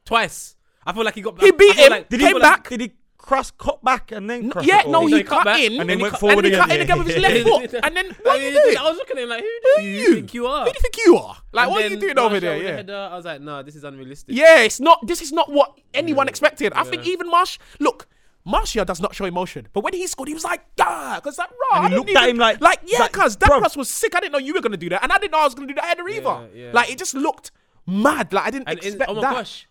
Speaker 3: twice. I feel like he got.
Speaker 1: He
Speaker 3: I- I
Speaker 1: beat
Speaker 3: feel
Speaker 1: him,
Speaker 3: like-
Speaker 2: Did
Speaker 1: came
Speaker 2: he
Speaker 1: back.
Speaker 2: Did he cross cut back and then? Cross
Speaker 1: yeah,
Speaker 2: it, or-
Speaker 1: no,
Speaker 3: So
Speaker 1: he,
Speaker 3: he cut
Speaker 1: cut
Speaker 3: back,
Speaker 1: in
Speaker 2: and then
Speaker 1: he
Speaker 2: went
Speaker 1: cut-
Speaker 2: forward
Speaker 1: and then he
Speaker 2: again.
Speaker 1: cut in again with his *laughs*
Speaker 3: *laughs*
Speaker 1: left foot, and then what are you
Speaker 3: I
Speaker 1: doing?
Speaker 3: was looking at him like, who
Speaker 1: Who
Speaker 3: do you think you are?
Speaker 1: Who do you think you are? Like,
Speaker 3: And
Speaker 1: what are you
Speaker 3: then
Speaker 1: doing over
Speaker 3: Martial
Speaker 1: there?
Speaker 3: with the
Speaker 1: Yeah.
Speaker 3: header, I was like, nah, this is unrealistic.
Speaker 1: Yeah, it's not. This is not what anyone expected. I think even Marsh. Look, Martial does not show emotion, but when he scored, he was like, "Ah!" Because like, rah,
Speaker 2: And he
Speaker 1: I didn't
Speaker 2: looked at
Speaker 1: even-
Speaker 2: him like-
Speaker 1: like, yeah,
Speaker 2: like,
Speaker 1: cuz that
Speaker 2: bruv.
Speaker 1: cross was sick. I didn't know you were gonna do that, and I didn't know I was gonna do that header either.
Speaker 3: yeah.
Speaker 1: Like, it just looked mad. Like, I didn't
Speaker 3: And in,
Speaker 1: expect
Speaker 3: oh my
Speaker 1: that.
Speaker 3: gosh,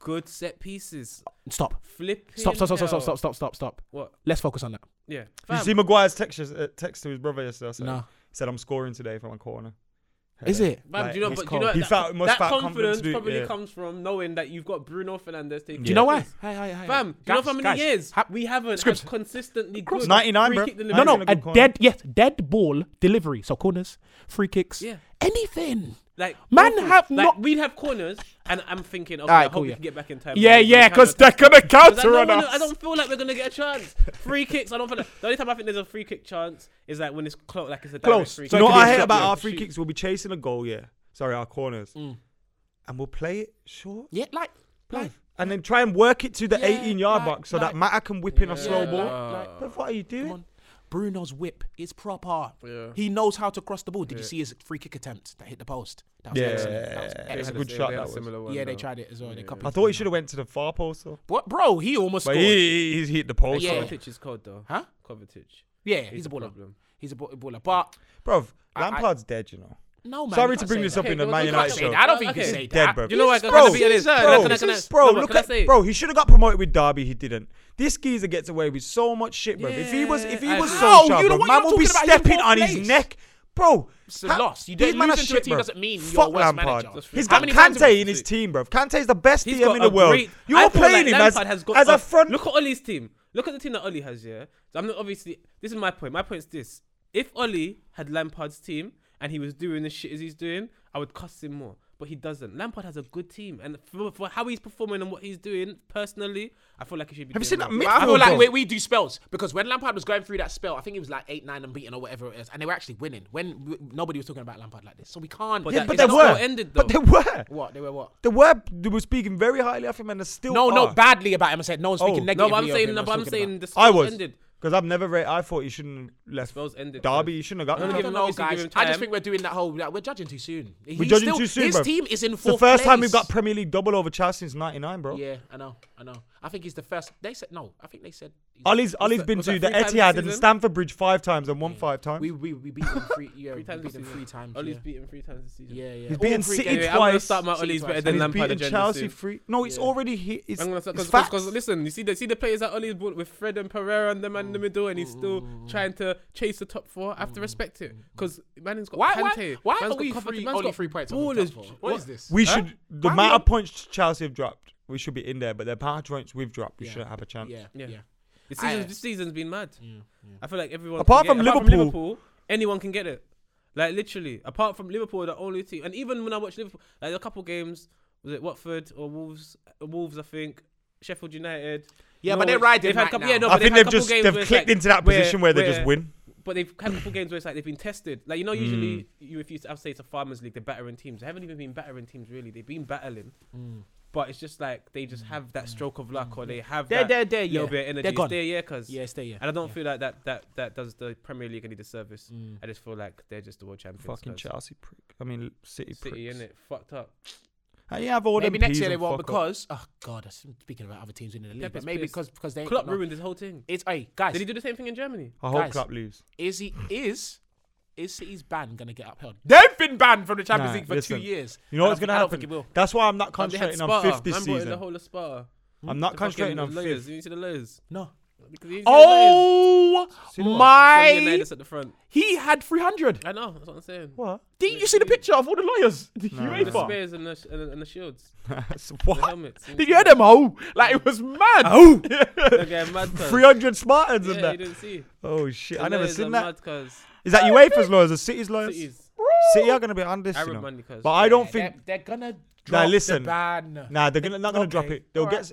Speaker 3: good set pieces.
Speaker 1: Stop.
Speaker 3: Flipping.
Speaker 1: Stop. Stop. Stop. Stop. Stop.
Speaker 3: hell.
Speaker 1: Stop. Stop. Stop. Stop.
Speaker 3: What?
Speaker 1: Let's focus on that.
Speaker 3: Yeah.
Speaker 2: You
Speaker 3: Fam,
Speaker 2: see Maguire's text, uh, text to his brother yesterday. I said-
Speaker 1: Nah.
Speaker 2: He said, I'm scoring today from a corner.
Speaker 1: Is it?
Speaker 3: fam,
Speaker 2: like,
Speaker 3: do you know,
Speaker 1: it's
Speaker 3: but do you know
Speaker 1: cold.
Speaker 2: He
Speaker 3: that,
Speaker 2: felt- must
Speaker 3: that
Speaker 2: felt confident
Speaker 3: confidence
Speaker 2: to do it,
Speaker 3: probably
Speaker 2: yeah.
Speaker 3: comes from knowing that you've got Bruno Fernandez taking.
Speaker 1: Do you know why? Hey, hey, hey.
Speaker 3: Fam, do you know
Speaker 1: Guys,
Speaker 3: for how many
Speaker 1: guys,
Speaker 3: years
Speaker 1: ha-
Speaker 3: we haven't
Speaker 1: Scribs.
Speaker 3: had consistently
Speaker 1: Scribs.
Speaker 3: good
Speaker 2: 99,
Speaker 3: free
Speaker 2: bro.
Speaker 3: kick
Speaker 1: No,
Speaker 3: delivery?
Speaker 1: no,
Speaker 2: Nine's in a
Speaker 1: a
Speaker 2: good corner.
Speaker 1: dead yes, dead ball delivery. So corners, free kicks,
Speaker 3: Yeah.
Speaker 1: anything.
Speaker 3: Like
Speaker 1: Man
Speaker 3: awful.
Speaker 1: have
Speaker 3: like,
Speaker 1: not-
Speaker 3: We'd have corners, and I'm thinking, okay,
Speaker 1: Alright,
Speaker 3: I hope
Speaker 1: cool,
Speaker 3: we
Speaker 1: yeah.
Speaker 3: can get back in time.
Speaker 1: Yeah,
Speaker 3: We can
Speaker 1: yeah,
Speaker 3: counter
Speaker 1: because they're
Speaker 3: *laughs*
Speaker 1: gonna
Speaker 3: Because I,
Speaker 1: counter
Speaker 3: don't
Speaker 1: on
Speaker 3: wanna-
Speaker 1: us.
Speaker 3: I don't feel like we're gonna get a chance. Free kicks. I don't feel like the only time I think there's a free kick chance is like when it's close, like it's a direct
Speaker 1: Close.
Speaker 3: free
Speaker 1: So
Speaker 2: You
Speaker 1: it
Speaker 2: know
Speaker 1: could be
Speaker 2: what
Speaker 1: a
Speaker 2: I hate
Speaker 1: shot,
Speaker 2: about
Speaker 1: yeah. Mm.
Speaker 2: our free kicks? We'll be chasing a goal, yeah. Sorry, our corners. and we'll play it short.
Speaker 1: Yeah, like, like,
Speaker 2: And then try and work it to the
Speaker 1: Yeah,
Speaker 2: 18 yard
Speaker 1: like-
Speaker 2: box so
Speaker 1: like-
Speaker 2: that Mata can whip in a
Speaker 3: Yeah,
Speaker 2: slow
Speaker 1: like-
Speaker 2: ball.
Speaker 1: like-
Speaker 2: but what are you
Speaker 1: come
Speaker 2: doing?
Speaker 1: on. Bruno's whip is proper.
Speaker 3: Yeah.
Speaker 1: He knows how to cross the ball. Did you
Speaker 3: Yeah.
Speaker 1: see his free kick attempt that hit the post? That was
Speaker 2: Yeah.
Speaker 1: excellent. That was
Speaker 2: It was
Speaker 3: They had
Speaker 1: excellent.
Speaker 2: good
Speaker 3: they
Speaker 2: shot,
Speaker 3: had
Speaker 2: that
Speaker 3: a
Speaker 2: was.
Speaker 3: similar one,
Speaker 1: Yeah, they
Speaker 3: though.
Speaker 1: tried it as well. They
Speaker 3: Yeah.
Speaker 1: coupled
Speaker 2: I
Speaker 1: it.
Speaker 2: thought he should have went to the far post though.
Speaker 1: What, bro? He almost
Speaker 2: But
Speaker 1: scored.
Speaker 2: he, he's hit the post.
Speaker 1: Yeah.
Speaker 2: Yeah.
Speaker 3: Kovacic is cold though.
Speaker 1: Huh?
Speaker 3: Kovacic.
Speaker 1: yeah, he's, a baller.
Speaker 3: problem.
Speaker 1: He's a ba- baller. But
Speaker 2: Bro,
Speaker 1: I- I-
Speaker 2: Lampard's dead, you know.
Speaker 1: no, Oh, man.
Speaker 2: Sorry
Speaker 1: you
Speaker 2: to
Speaker 1: can't
Speaker 2: bring
Speaker 1: say
Speaker 2: this
Speaker 1: that.
Speaker 2: up in the
Speaker 3: Okay,
Speaker 2: Man
Speaker 3: you can't
Speaker 2: United
Speaker 3: say
Speaker 2: show.
Speaker 1: I don't
Speaker 3: that.
Speaker 1: think you
Speaker 3: Okay.
Speaker 1: say
Speaker 2: Dead,
Speaker 1: that.
Speaker 2: bro.
Speaker 3: You know what? Can
Speaker 2: Bro,
Speaker 3: I be honest?
Speaker 2: bro,
Speaker 3: Can I- can I-
Speaker 2: this
Speaker 3: can I-
Speaker 2: is- bro,
Speaker 3: no, but
Speaker 2: look
Speaker 3: can I
Speaker 2: at-
Speaker 3: say-
Speaker 2: bro, he should have got promoted with Derby. He didn't. This geezer gets away with so much shit, bro. If he was, if he
Speaker 3: Yeah,
Speaker 2: was
Speaker 3: I-
Speaker 1: How?
Speaker 2: so sharp,
Speaker 1: You know
Speaker 2: bro,
Speaker 1: what
Speaker 2: man
Speaker 1: you're
Speaker 2: will be
Speaker 1: talking about? He's
Speaker 2: stepping
Speaker 1: fourth
Speaker 2: on his
Speaker 1: place.
Speaker 2: neck, bro.
Speaker 1: It's a
Speaker 2: ha-
Speaker 1: loss. You
Speaker 2: these
Speaker 1: don't-
Speaker 2: man are
Speaker 1: losing to a
Speaker 2: shit,
Speaker 1: team
Speaker 2: bro.
Speaker 1: doesn't mean you're a
Speaker 2: Fuck
Speaker 1: worse
Speaker 2: Lampard.
Speaker 1: manager.
Speaker 2: He's
Speaker 1: How
Speaker 2: got
Speaker 1: many times have
Speaker 2: Kante
Speaker 1: we
Speaker 2: in his
Speaker 3: seen-
Speaker 2: team, bro. Kante's the best
Speaker 3: He's
Speaker 2: DM
Speaker 3: got
Speaker 2: in
Speaker 3: a
Speaker 2: the world.
Speaker 3: great- I
Speaker 2: You're
Speaker 3: feel
Speaker 2: playing
Speaker 3: like
Speaker 2: him as
Speaker 3: Lampard has got
Speaker 2: as
Speaker 3: a-
Speaker 2: a front.
Speaker 3: Look at Ollie's team. Look at the team that Ollie has. Yeah, so I'm not obviously. This is my point. My point is this: if Ollie had Lampard's team and he was doing the shit as he's doing, I would cuss him more. But he doesn't. Lampard has a good team, and for, for how he's performing and what he's doing personally, I feel like he should be.
Speaker 2: Have you seen
Speaker 3: doing
Speaker 2: that
Speaker 3: well.
Speaker 1: I
Speaker 2: midfield,
Speaker 1: feel
Speaker 2: bro?
Speaker 1: like we, we do spells because when Lampard was going through that spell, I think it was like eight, nine unbeaten or whatever it is, and they were actually winning when w- nobody was talking about Lampard like this. So we can't.
Speaker 3: But
Speaker 2: Yeah,
Speaker 3: that-
Speaker 2: but
Speaker 3: it's
Speaker 2: they
Speaker 3: not
Speaker 2: were.
Speaker 3: well-ended,
Speaker 2: But they
Speaker 3: though.
Speaker 2: were.
Speaker 1: what they were what?
Speaker 2: They were. They were speaking very highly of him, and they still
Speaker 1: No, no,
Speaker 2: are.
Speaker 1: badly about him. I said no one's speaking
Speaker 2: Oh.
Speaker 1: negatively.
Speaker 3: No, but I'm
Speaker 1: of
Speaker 3: saying.
Speaker 1: him,
Speaker 3: No,
Speaker 1: I was
Speaker 3: but I'm
Speaker 1: talking
Speaker 3: saying
Speaker 1: about-
Speaker 3: the
Speaker 2: I
Speaker 3: spells
Speaker 2: was
Speaker 3: ended.
Speaker 2: because I've never rated. I thought he shouldn't have left
Speaker 3: Spells ended.
Speaker 2: Derby. He shouldn't have got.
Speaker 3: I'm
Speaker 1: I
Speaker 3: gonna
Speaker 1: don't
Speaker 3: give
Speaker 1: know,
Speaker 3: him- give
Speaker 1: guys.
Speaker 3: him
Speaker 1: I just
Speaker 3: time.
Speaker 1: think we're doing that whole. Like, we're judging too soon.
Speaker 2: We're judging
Speaker 1: still,
Speaker 2: too soon,
Speaker 1: His
Speaker 2: bro.
Speaker 1: team is in
Speaker 2: It's the
Speaker 1: fourth.
Speaker 2: first time we've
Speaker 1: place.
Speaker 2: got Premier League double over Chelsea since '99, bro.
Speaker 1: Yeah, I know, I know. I think he's the first. They said no. I think they said he's-
Speaker 2: Ollie's Ollie's
Speaker 3: that-
Speaker 2: been
Speaker 3: was
Speaker 2: to
Speaker 3: that
Speaker 2: the
Speaker 3: three
Speaker 2: Etihad
Speaker 3: times this
Speaker 2: and
Speaker 3: season?
Speaker 2: Stamford Bridge five times and won five times.
Speaker 1: we we we beat him three. Yeah,
Speaker 3: Three times
Speaker 1: we beat
Speaker 3: this
Speaker 1: him
Speaker 3: season.
Speaker 1: three times.
Speaker 3: Ollie's
Speaker 1: yeah.
Speaker 3: beaten three times this season.
Speaker 1: yeah, yeah.
Speaker 2: He's
Speaker 1: All
Speaker 2: beaten
Speaker 1: three
Speaker 2: City
Speaker 1: games.
Speaker 3: Anyway, I'm gonna
Speaker 2: twice.
Speaker 3: start my
Speaker 1: City
Speaker 3: Ollie's
Speaker 1: twice.
Speaker 3: better
Speaker 1: And
Speaker 2: and
Speaker 3: than
Speaker 2: he's
Speaker 3: Lampard
Speaker 2: beaten
Speaker 3: agenda
Speaker 2: Chelsea
Speaker 3: soon.
Speaker 2: free. No, it's
Speaker 1: Yeah.
Speaker 2: already hit. It's,
Speaker 3: I'm gonna start
Speaker 2: it's
Speaker 3: because
Speaker 2: facts.
Speaker 3: listen, you see the see the players that Ollie's brought with Fred and Pereira and the man in the middle, and he's still trying to chase the top four. I have to respect it because man's got
Speaker 1: Mm. Why, why,
Speaker 3: Kante.
Speaker 1: why
Speaker 3: man's
Speaker 1: are
Speaker 3: got
Speaker 1: we
Speaker 3: Kovacic,
Speaker 1: three,
Speaker 3: man's
Speaker 1: only
Speaker 3: got
Speaker 1: three points?
Speaker 3: ballers.
Speaker 1: What is What is this?
Speaker 2: We
Speaker 1: Huh?
Speaker 2: should the
Speaker 1: Why are we
Speaker 2: amount
Speaker 1: on-
Speaker 2: of points Chelsea have dropped. We should be in there, but the amount of points we've dropped, we
Speaker 1: Yeah.
Speaker 2: shouldn't have a chance.
Speaker 1: Yeah, yeah,
Speaker 3: Yeah.
Speaker 1: yeah.
Speaker 3: This
Speaker 1: I-
Speaker 3: season's, this season's been mad. I feel like everyone.
Speaker 2: Apart
Speaker 3: can
Speaker 2: from
Speaker 3: get-
Speaker 2: Liverpool-
Speaker 3: anyone can get it. Like literally, apart from Liverpool, are the only team. And even when I watch Liverpool, like a couple games, was it Watford or Wolves? Wolves, I think. Sheffield United.
Speaker 1: Yeah, but they're
Speaker 3: Norwich.
Speaker 1: riding
Speaker 3: They've had
Speaker 1: right
Speaker 3: couple-
Speaker 1: now.
Speaker 3: yeah, no,
Speaker 2: I
Speaker 3: but
Speaker 2: think
Speaker 3: had
Speaker 2: they've
Speaker 3: couple
Speaker 2: just
Speaker 3: games
Speaker 2: they've
Speaker 3: where it's
Speaker 2: clicked
Speaker 3: like-
Speaker 2: into that position where, they just win.
Speaker 3: But they've had a couple games where it's like they've been tested. Like you know, usually
Speaker 1: Hmm.
Speaker 3: you if you I would say it's a farmers league, they're battering teams. They haven't even been battering teams really. They've been battling, but it's just like they just have that stroke of luck or they have
Speaker 1: They're-
Speaker 3: that
Speaker 1: they're- they're,
Speaker 3: little
Speaker 1: yeah.
Speaker 3: bit of energy.
Speaker 1: They're
Speaker 3: It's
Speaker 1: gone.
Speaker 3: there, yeah, cause
Speaker 1: Yeah, stay here.
Speaker 3: And I don't feel like that that that does the Premier League any disservice. I just feel like they're just the world champions.
Speaker 2: Fucking
Speaker 3: cause
Speaker 2: Chelsea prick. I mean City prick.
Speaker 3: City in it fucked up.
Speaker 2: you have all
Speaker 1: Maybe
Speaker 2: them
Speaker 1: next
Speaker 2: peas
Speaker 1: year they
Speaker 2: and
Speaker 1: won't
Speaker 2: fuck up.
Speaker 1: because oh god, I'm speaking about other teams winning the league,
Speaker 3: Pep
Speaker 1: but
Speaker 3: is
Speaker 1: maybe
Speaker 3: pissed.
Speaker 1: because because they ain't
Speaker 3: Klopp
Speaker 1: got no-
Speaker 3: ruined his whole thing.
Speaker 1: It's hey guys,
Speaker 3: Did he do the same thing in Germany?
Speaker 2: I hope
Speaker 1: Guys.
Speaker 2: Klopp lose.
Speaker 1: is he is is City's ban gonna get upheld? They've been banned from the Champions
Speaker 2: Nah,
Speaker 1: League for
Speaker 2: listen.
Speaker 1: two years.
Speaker 2: You know
Speaker 1: And I
Speaker 2: what's
Speaker 1: think-
Speaker 2: gonna
Speaker 1: I don't think it
Speaker 2: happen?
Speaker 1: will.
Speaker 2: That's why I'm not
Speaker 3: Um, they had
Speaker 2: concentrating on
Speaker 3: Sparta.
Speaker 2: fifth this
Speaker 3: Man brought in The
Speaker 2: season.
Speaker 3: whole of Sparta.
Speaker 2: I'm not
Speaker 3: The
Speaker 2: concentrating on
Speaker 3: fucking lawyers.
Speaker 2: fifth.
Speaker 3: You see the lawyers.
Speaker 1: No.
Speaker 3: Look, you see the lawyers.
Speaker 1: Oh
Speaker 3: Johnny
Speaker 1: my!
Speaker 3: Unitas at the front.
Speaker 1: He had 300.
Speaker 3: I know. That's what I'm saying.
Speaker 2: What?
Speaker 1: Did you see the picture of all the lawyers?
Speaker 3: The
Speaker 1: UEFA.
Speaker 3: spears and the, sh- and, the, and the shields,
Speaker 1: *laughs*
Speaker 3: the
Speaker 2: what?
Speaker 3: helmets.
Speaker 1: Did you hear them? Oh, like it was mad.
Speaker 3: *laughs*
Speaker 2: Oh,
Speaker 3: They're
Speaker 1: *laughs*
Speaker 3: getting mad. cuz.
Speaker 2: 300 Spartans in
Speaker 3: Yeah, you
Speaker 2: that.
Speaker 3: didn't see.
Speaker 2: Oh shit,
Speaker 3: The
Speaker 2: I never
Speaker 3: lawyers are
Speaker 2: seen that.
Speaker 3: mad 'cause
Speaker 2: Is that UEFA's lawyers or City's lawyers?
Speaker 3: cities,
Speaker 2: City are gonna be on this, you
Speaker 3: Arab
Speaker 2: know.
Speaker 3: money, cuz.
Speaker 2: But I don't
Speaker 1: Yeah,
Speaker 2: think.
Speaker 1: they're, they're gonna
Speaker 2: Nah,
Speaker 1: drop
Speaker 2: listen.
Speaker 1: the ban.
Speaker 2: Nah, they're gonna, not gonna drop
Speaker 1: Okay,
Speaker 2: it. They'll
Speaker 1: alright.
Speaker 2: get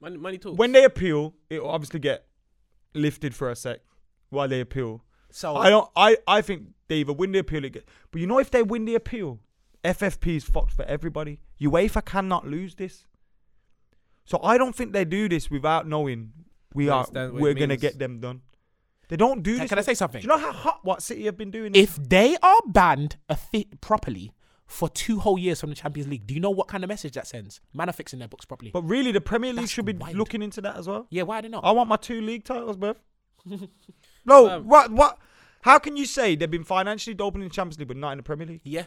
Speaker 3: money, money talks.
Speaker 2: when they appeal. It'll obviously get lifted for a sec while they appeal.
Speaker 3: Oh.
Speaker 1: So
Speaker 2: I don't. I, I think they either win the appeal. It get, but you know, if they win the appeal, FFP is fucked for everybody. UEFA cannot lose this. So I don't think they do this without knowing we
Speaker 3: They
Speaker 2: are
Speaker 3: understand what it
Speaker 2: we're gonna
Speaker 3: means.
Speaker 2: get them done. They don't do
Speaker 1: can,
Speaker 2: this.
Speaker 1: can I say
Speaker 2: do
Speaker 1: something?
Speaker 2: you know how hot what City have been doing?
Speaker 1: if they are banned a fit properly for two whole years from the Champions League, do you know what kind of message that sends? Man are fixing their books properly.
Speaker 2: But Oh. really, the Premier League
Speaker 1: That's
Speaker 2: should be
Speaker 1: wild.
Speaker 2: looking into that as well.
Speaker 1: yeah, why are they not?
Speaker 2: I want my two league
Speaker 1: *laughs*
Speaker 2: titles, bruv. no,
Speaker 3: Um,
Speaker 2: what? What? How can you say they've been financially doping in the Champions League but not in the Premier League?
Speaker 1: Yeah,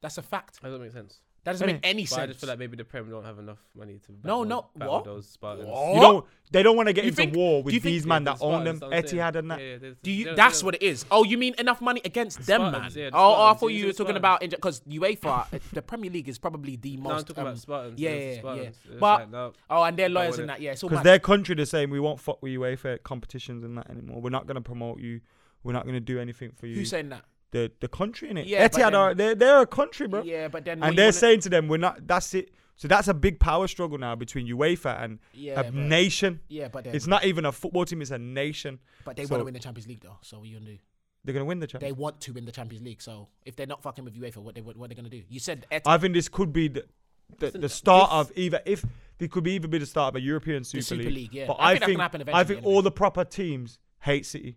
Speaker 1: that's a fact.
Speaker 3: that doesn't make sense.
Speaker 1: That doesn't
Speaker 2: Innit?
Speaker 1: make any
Speaker 3: But I just
Speaker 1: sense.
Speaker 3: feel like maybe the Prem don't have enough money to
Speaker 1: No,
Speaker 3: battle,
Speaker 1: no,
Speaker 3: battle
Speaker 1: what?
Speaker 3: those Spartans.
Speaker 1: What?
Speaker 2: You don't. They don't want to get
Speaker 1: You
Speaker 2: into
Speaker 1: think-
Speaker 2: war
Speaker 1: do you
Speaker 2: with
Speaker 1: think-
Speaker 2: these
Speaker 1: Yeah,
Speaker 2: man
Speaker 3: The
Speaker 2: that own
Speaker 3: Spartans,
Speaker 2: them,
Speaker 3: that's what I'm
Speaker 2: Etihad
Speaker 3: saying.
Speaker 2: and that.
Speaker 3: Yeah, yeah, there's-
Speaker 1: Do you?
Speaker 3: there's-
Speaker 1: that's
Speaker 3: there's-
Speaker 1: what it is. Oh, you mean enough money against them, man?
Speaker 3: Spartans, yeah, the
Speaker 1: oh, I
Speaker 3: Spartans.
Speaker 1: thought
Speaker 3: You
Speaker 1: you
Speaker 3: see
Speaker 1: were
Speaker 3: the
Speaker 1: talking about
Speaker 3: Spartans?
Speaker 1: because
Speaker 3: *laughs*
Speaker 1: UEFA, uh, the Premier League is probably the most.
Speaker 3: No, I'm talking
Speaker 1: um,
Speaker 3: about Spartans.
Speaker 1: yeah,
Speaker 3: there's
Speaker 1: yeah,
Speaker 3: Spartans.
Speaker 1: yeah.
Speaker 3: It's
Speaker 1: But-
Speaker 3: like, no.
Speaker 1: Oh, and their
Speaker 3: Don't
Speaker 1: lawyers
Speaker 3: want
Speaker 1: and
Speaker 3: it.
Speaker 1: that. Yeah, it's all
Speaker 2: Because
Speaker 1: mad.
Speaker 2: their country the same. We won't fuck with UEFA competitions and that anymore. We're not going to promote you. We're not going to do anything for you.
Speaker 1: Who's saying that?
Speaker 2: the the country in it?
Speaker 1: Yeah, but
Speaker 2: Etihad
Speaker 1: then-
Speaker 2: are they're, they're a country, bro.
Speaker 1: Yeah, but then. what
Speaker 2: and
Speaker 1: you
Speaker 2: they're
Speaker 1: wanna-
Speaker 2: saying to them, we're not. That's it. So that's a big power struggle now between UEFA and
Speaker 1: Yeah,
Speaker 2: a
Speaker 1: but-
Speaker 2: nation.
Speaker 1: Yeah, but then.
Speaker 2: It's not even a football team. It's a nation.
Speaker 1: But they
Speaker 2: so-
Speaker 1: want to win the Champions League though, so what you gonna do?
Speaker 2: They're gonna win the
Speaker 1: They
Speaker 2: championship.
Speaker 1: want to win the Champions League, so if they're not fucking with UEFA, what they what, what are they gonna do? You said Etihad.
Speaker 2: I think this could be the, the,
Speaker 1: Listen,
Speaker 2: the start
Speaker 1: this-
Speaker 2: of either if it could be either be the start of a European Super,
Speaker 1: Super League, yeah.
Speaker 2: But
Speaker 1: I
Speaker 2: I,
Speaker 1: think that can
Speaker 2: think
Speaker 1: happen
Speaker 2: I
Speaker 1: eventually
Speaker 2: think
Speaker 1: anyway.
Speaker 2: all the proper teams hate City.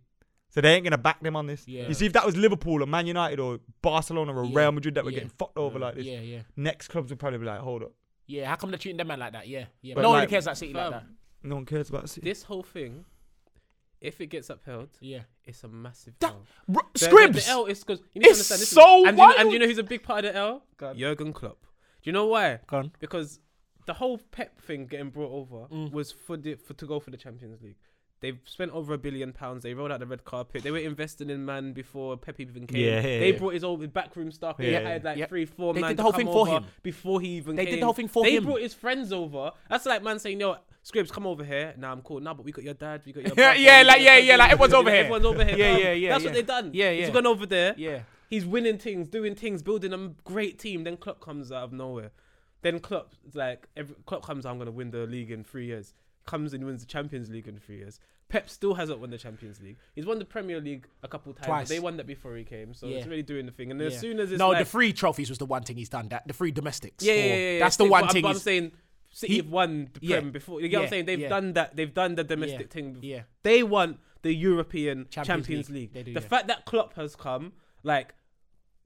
Speaker 2: So they ain't gonna back them on this.
Speaker 1: Yeah.
Speaker 2: You see, if that was Liverpool or Man United or Barcelona or
Speaker 1: Yeah,
Speaker 2: Real Madrid that were
Speaker 1: yeah. Mm,
Speaker 2: getting fucked over like this,
Speaker 1: Yeah, yeah.
Speaker 2: next clubs would probably be like, "Hold up,
Speaker 1: Yeah, how come they're treating them man like that? Yeah, yeah.
Speaker 2: But
Speaker 1: no one
Speaker 2: like-
Speaker 1: really cares that City like
Speaker 3: Fam,
Speaker 1: that.
Speaker 2: no one cares about City."
Speaker 3: This whole thing, if it gets upheld,
Speaker 1: Yeah.
Speaker 3: it's a massive. L.
Speaker 1: R-
Speaker 3: The- The,
Speaker 1: Scribs!
Speaker 3: the L is because you need to
Speaker 1: It's
Speaker 3: understand this. is-
Speaker 1: so
Speaker 3: and, you know, and
Speaker 1: wild.
Speaker 3: you know who's a big part of the L? Jurgen Klopp. Do you know why?
Speaker 1: Go on.
Speaker 3: Because the whole Pep thing getting brought over
Speaker 1: Mm.
Speaker 3: was for, the, for to go for the Champions League. They've spent over a billion pounds. They rolled out the red carpet. They were investing in man before Pep even came.
Speaker 2: Yeah, yeah,
Speaker 3: they
Speaker 2: yeah.
Speaker 3: brought his old backroom stuff.
Speaker 2: Yeah,
Speaker 3: They
Speaker 2: yeah.
Speaker 3: had like
Speaker 1: Yep.
Speaker 3: three, four
Speaker 1: They
Speaker 3: man
Speaker 1: did the
Speaker 3: to
Speaker 1: whole
Speaker 3: come
Speaker 1: thing for
Speaker 3: over
Speaker 1: him.
Speaker 3: before he even
Speaker 1: They
Speaker 3: came.
Speaker 1: did the whole thing for
Speaker 3: They
Speaker 1: him.
Speaker 3: brought his friends over. That's like man saying, "Yo, Scribs, come over here." Nah, I'm cool. Nah, but we got your dad. We
Speaker 1: *laughs*
Speaker 3: got your
Speaker 1: Yeah,
Speaker 3: brother,
Speaker 1: yeah,
Speaker 3: we
Speaker 1: like,
Speaker 3: got
Speaker 1: yeah,
Speaker 3: your
Speaker 1: yeah, like,
Speaker 3: cousin,
Speaker 1: everyone's over here.
Speaker 3: Everyone's over here.
Speaker 1: Yeah,
Speaker 3: come.
Speaker 1: yeah, yeah,
Speaker 3: That's
Speaker 1: yeah.
Speaker 3: what they done.
Speaker 1: Yeah, yeah.
Speaker 3: He's gone over there.
Speaker 1: Yeah.
Speaker 3: He's winning things, doing things, building a m- great team. Then Klopp comes out of nowhere. Then Klopp's like, every, Klopp comes out, I'm going to win the league in three years. Comes and wins the Champions League in three years. Pep still hasn't won the Champions League. He's won the Premier League a couple times.
Speaker 1: Twice.
Speaker 3: They won that before he came, so
Speaker 1: Yeah.
Speaker 3: it's really doing the thing. And
Speaker 1: Yeah.
Speaker 3: as soon as it's
Speaker 1: no,
Speaker 3: like,
Speaker 1: the free trophies was the one thing he's done. That the free domestics.
Speaker 3: yeah,
Speaker 1: Or-
Speaker 3: yeah, yeah, yeah,
Speaker 1: That's
Speaker 3: yeah,
Speaker 1: the
Speaker 3: but
Speaker 1: one
Speaker 3: I'm-
Speaker 1: thing.
Speaker 3: but I'm
Speaker 1: he's-
Speaker 3: saying. City
Speaker 1: He-
Speaker 3: have won the
Speaker 1: Yeah.
Speaker 3: Prem before. You get what
Speaker 1: Yeah,
Speaker 3: I'm saying? They've
Speaker 1: yeah.
Speaker 3: done that. They've done the domestic thing. before.
Speaker 1: yeah.
Speaker 3: They won the European
Speaker 1: Champions
Speaker 3: Champions,
Speaker 1: League.
Speaker 3: League.
Speaker 1: They do,
Speaker 3: the
Speaker 1: yeah.
Speaker 3: fact that Klopp has come like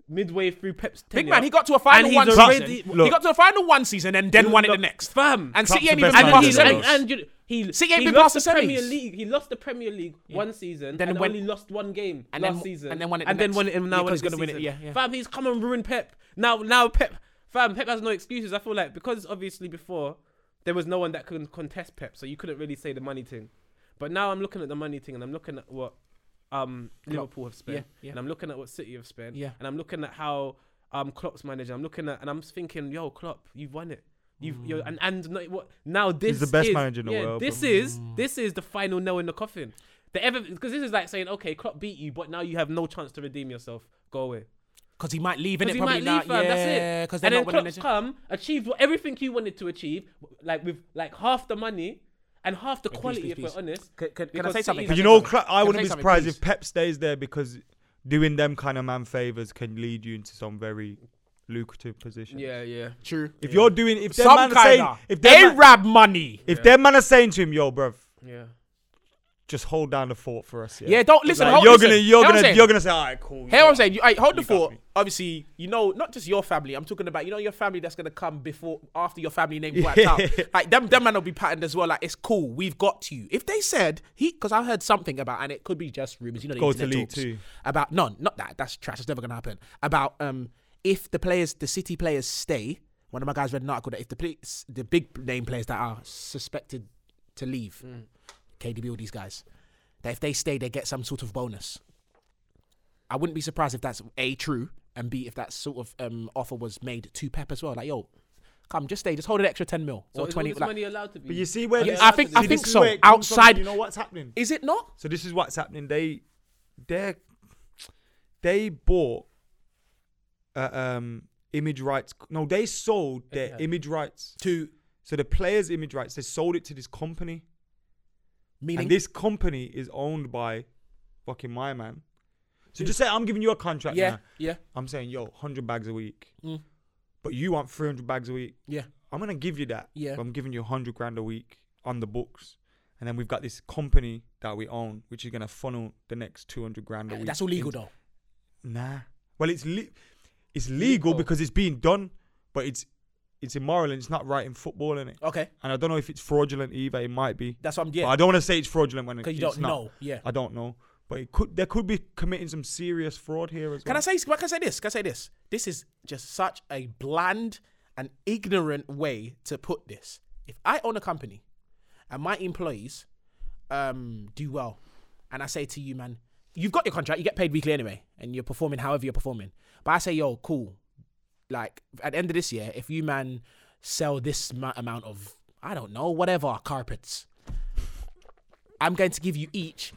Speaker 3: midway through Pep's tenure,
Speaker 1: Big man, he got to a final
Speaker 3: he's
Speaker 1: one
Speaker 3: already-
Speaker 1: season.
Speaker 2: look.
Speaker 1: he got to a final one season and then won it the
Speaker 3: Look,
Speaker 1: next.
Speaker 3: fam.
Speaker 1: And
Speaker 2: Klopp's
Speaker 1: City ain't
Speaker 2: the
Speaker 1: even
Speaker 2: best
Speaker 1: passed
Speaker 2: man
Speaker 1: the
Speaker 3: and
Speaker 2: in
Speaker 3: he,
Speaker 2: the
Speaker 1: semis.
Speaker 3: and,
Speaker 2: world.
Speaker 3: and you, he,
Speaker 1: City ain't
Speaker 3: he
Speaker 1: been
Speaker 3: lost
Speaker 1: past
Speaker 3: the
Speaker 1: the
Speaker 3: Premier
Speaker 1: semis.
Speaker 3: League. He lost the Premier League one season,
Speaker 1: Then
Speaker 3: then and
Speaker 1: went-
Speaker 3: only lost one game
Speaker 1: and
Speaker 3: last
Speaker 1: then-
Speaker 3: season,
Speaker 1: and then won it the
Speaker 3: and then
Speaker 1: next.
Speaker 3: won it, and now
Speaker 1: Yeah, 'cause he's
Speaker 3: he's
Speaker 1: gonna
Speaker 3: gonna
Speaker 1: win it,
Speaker 3: win it.
Speaker 1: yeah, yeah.
Speaker 3: fam, he's come and ruined Pep. Now, now Pep, fam, Pep has no excuses. I feel like because obviously before there was no one that could contest Pep, so you couldn't really say the money thing. But now I'm looking at the money thing, and I'm looking at what um, Liverpool have spent,
Speaker 1: Yeah, yeah.
Speaker 3: and I'm looking at what City have spent,
Speaker 1: Yeah.
Speaker 3: and I'm looking at how um, Klopp's manager. I'm looking at, and I'm thinking, yo, Klopp, you've won it. You've,
Speaker 1: Mm.
Speaker 3: you're, and and not, what now? This
Speaker 2: the best
Speaker 3: is-
Speaker 2: manager in the
Speaker 3: yeah,
Speaker 2: world,
Speaker 3: This
Speaker 2: bro.
Speaker 3: is this is the final nail in the coffin. The ever because this is like saying, okay, Klopp beat you, but now you have no chance to redeem yourself. Go away.
Speaker 1: Because he might leave in
Speaker 3: Because
Speaker 1: it.
Speaker 3: he
Speaker 1: Probably
Speaker 3: might
Speaker 1: not.
Speaker 3: leave, fam.
Speaker 1: yeah,
Speaker 3: That's it.
Speaker 1: they're
Speaker 3: And then
Speaker 1: not winning
Speaker 3: Klopp's
Speaker 1: the-
Speaker 3: come, achieved what- everything you wanted to achieve, like with like half the money and half the quality.
Speaker 1: please,
Speaker 3: if
Speaker 1: please.
Speaker 3: we're honest,
Speaker 1: Can- can- can I
Speaker 3: Because
Speaker 1: say something?
Speaker 3: City-
Speaker 1: Can
Speaker 2: But
Speaker 1: say
Speaker 2: you know,
Speaker 1: something?
Speaker 2: Cla- I
Speaker 1: Can
Speaker 2: wouldn't
Speaker 1: say
Speaker 2: be
Speaker 1: something,
Speaker 2: surprised
Speaker 1: please?
Speaker 2: if Pep stays there because doing them kind of man favors can lead you into some very lucrative position.
Speaker 3: yeah, yeah.
Speaker 1: True.
Speaker 2: If you're doing, if them
Speaker 1: Some
Speaker 2: man are saying,
Speaker 1: kind
Speaker 2: if
Speaker 1: of
Speaker 2: them man,
Speaker 1: Arab money.
Speaker 2: if them man are saying to him, "Yo, bruv,
Speaker 3: Yeah.
Speaker 2: just hold down the fort for us," yeah,
Speaker 1: Yeah, don't listen.
Speaker 2: Like,
Speaker 1: hold-
Speaker 2: you're
Speaker 1: listen,
Speaker 2: gonna,
Speaker 1: hear
Speaker 2: you're
Speaker 1: what I'm
Speaker 2: gonna,
Speaker 1: saying?
Speaker 2: you're gonna say, "All right, cool."
Speaker 1: Here I'm saying, you, I hold the
Speaker 2: You got
Speaker 1: thought.
Speaker 2: me.
Speaker 1: Obviously, you know, not just your family. I'm talking about, you know, your family that's gonna come before, after your family name wiped
Speaker 2: *laughs*
Speaker 1: out.
Speaker 2: Yeah.
Speaker 1: Like them, them man will be patterned as well. Like it's cool. We've got you. If they said he, because I heard something about, and it could be just rumors. You know, the
Speaker 2: Go to
Speaker 1: internet
Speaker 2: League
Speaker 1: talks,
Speaker 2: Two.
Speaker 1: About no, not that. That's trash. It's never gonna happen. About um, if the players, the city players stay. One of my guys read an article that if the play, the big name players that are suspected to leave,
Speaker 2: Mm.
Speaker 1: KDB, all these guys, that if they stay, they get some sort of bonus. I wouldn't be surprised if that's a true and b if that sort of um, offer was made to Pep as well. Like, yo, come, just stay, just hold an extra ten mil
Speaker 3: So
Speaker 1: or
Speaker 3: is all
Speaker 1: twenty.
Speaker 3: this
Speaker 1: like-
Speaker 3: money allowed to be?
Speaker 2: But you see where
Speaker 3: Yeah,
Speaker 2: this-
Speaker 1: I think- I
Speaker 2: see,
Speaker 1: think
Speaker 2: this is
Speaker 1: so.
Speaker 2: where it comes from.
Speaker 1: Outside-
Speaker 2: you know what's happening.
Speaker 1: is it not?
Speaker 2: So this is what's happening. They, they, they bought, uh, um, image rights. No, they sold their
Speaker 3: Etihad.
Speaker 2: image rights.
Speaker 1: To
Speaker 2: So the players' image rights, they sold it to this company,
Speaker 1: meaning
Speaker 2: and this company is owned by fucking my man. So just say I'm giving you a contract.
Speaker 1: yeah,
Speaker 2: now.
Speaker 1: yeah,
Speaker 2: I'm saying yo, hundred bags a week,
Speaker 1: Mm.
Speaker 2: but you want three hundred bags a week.
Speaker 1: yeah,
Speaker 2: I'm gonna give you that.
Speaker 1: Yeah.
Speaker 2: But I'm giving you hundred grand a week on the books, and then we've got this company that we own, which is gonna funnel the next two hundred grand a week.
Speaker 1: That's all legal
Speaker 2: into-
Speaker 1: though.
Speaker 2: Nah. Well, it's le- it's legal
Speaker 3: Legal.
Speaker 2: because it's being done, but it's it's immoral and it's not right in football, innit?
Speaker 1: Okay,
Speaker 2: And I don't know if it's fraudulent either. It might be.
Speaker 1: that's what I'm
Speaker 2: But
Speaker 1: yeah.
Speaker 2: I don't want to say it's fraudulent when it-
Speaker 1: Because you
Speaker 2: it's
Speaker 1: don't
Speaker 2: not.
Speaker 1: know. Yeah.
Speaker 2: I don't know, but it could there could be committing some serious fraud here as
Speaker 1: Can I
Speaker 2: well.
Speaker 1: say? Can I say this? Can I say this? This is just such a bland and ignorant way to put this. If I own a company and my employees um, do well, and I say to you, man, you've got your contract, you get paid weekly anyway, and you're performing however you're performing. But I say, yo, cool. Like at the end of this year, if you man sell this ma- amount of, I don't know, whatever carpets, I'm going to give you each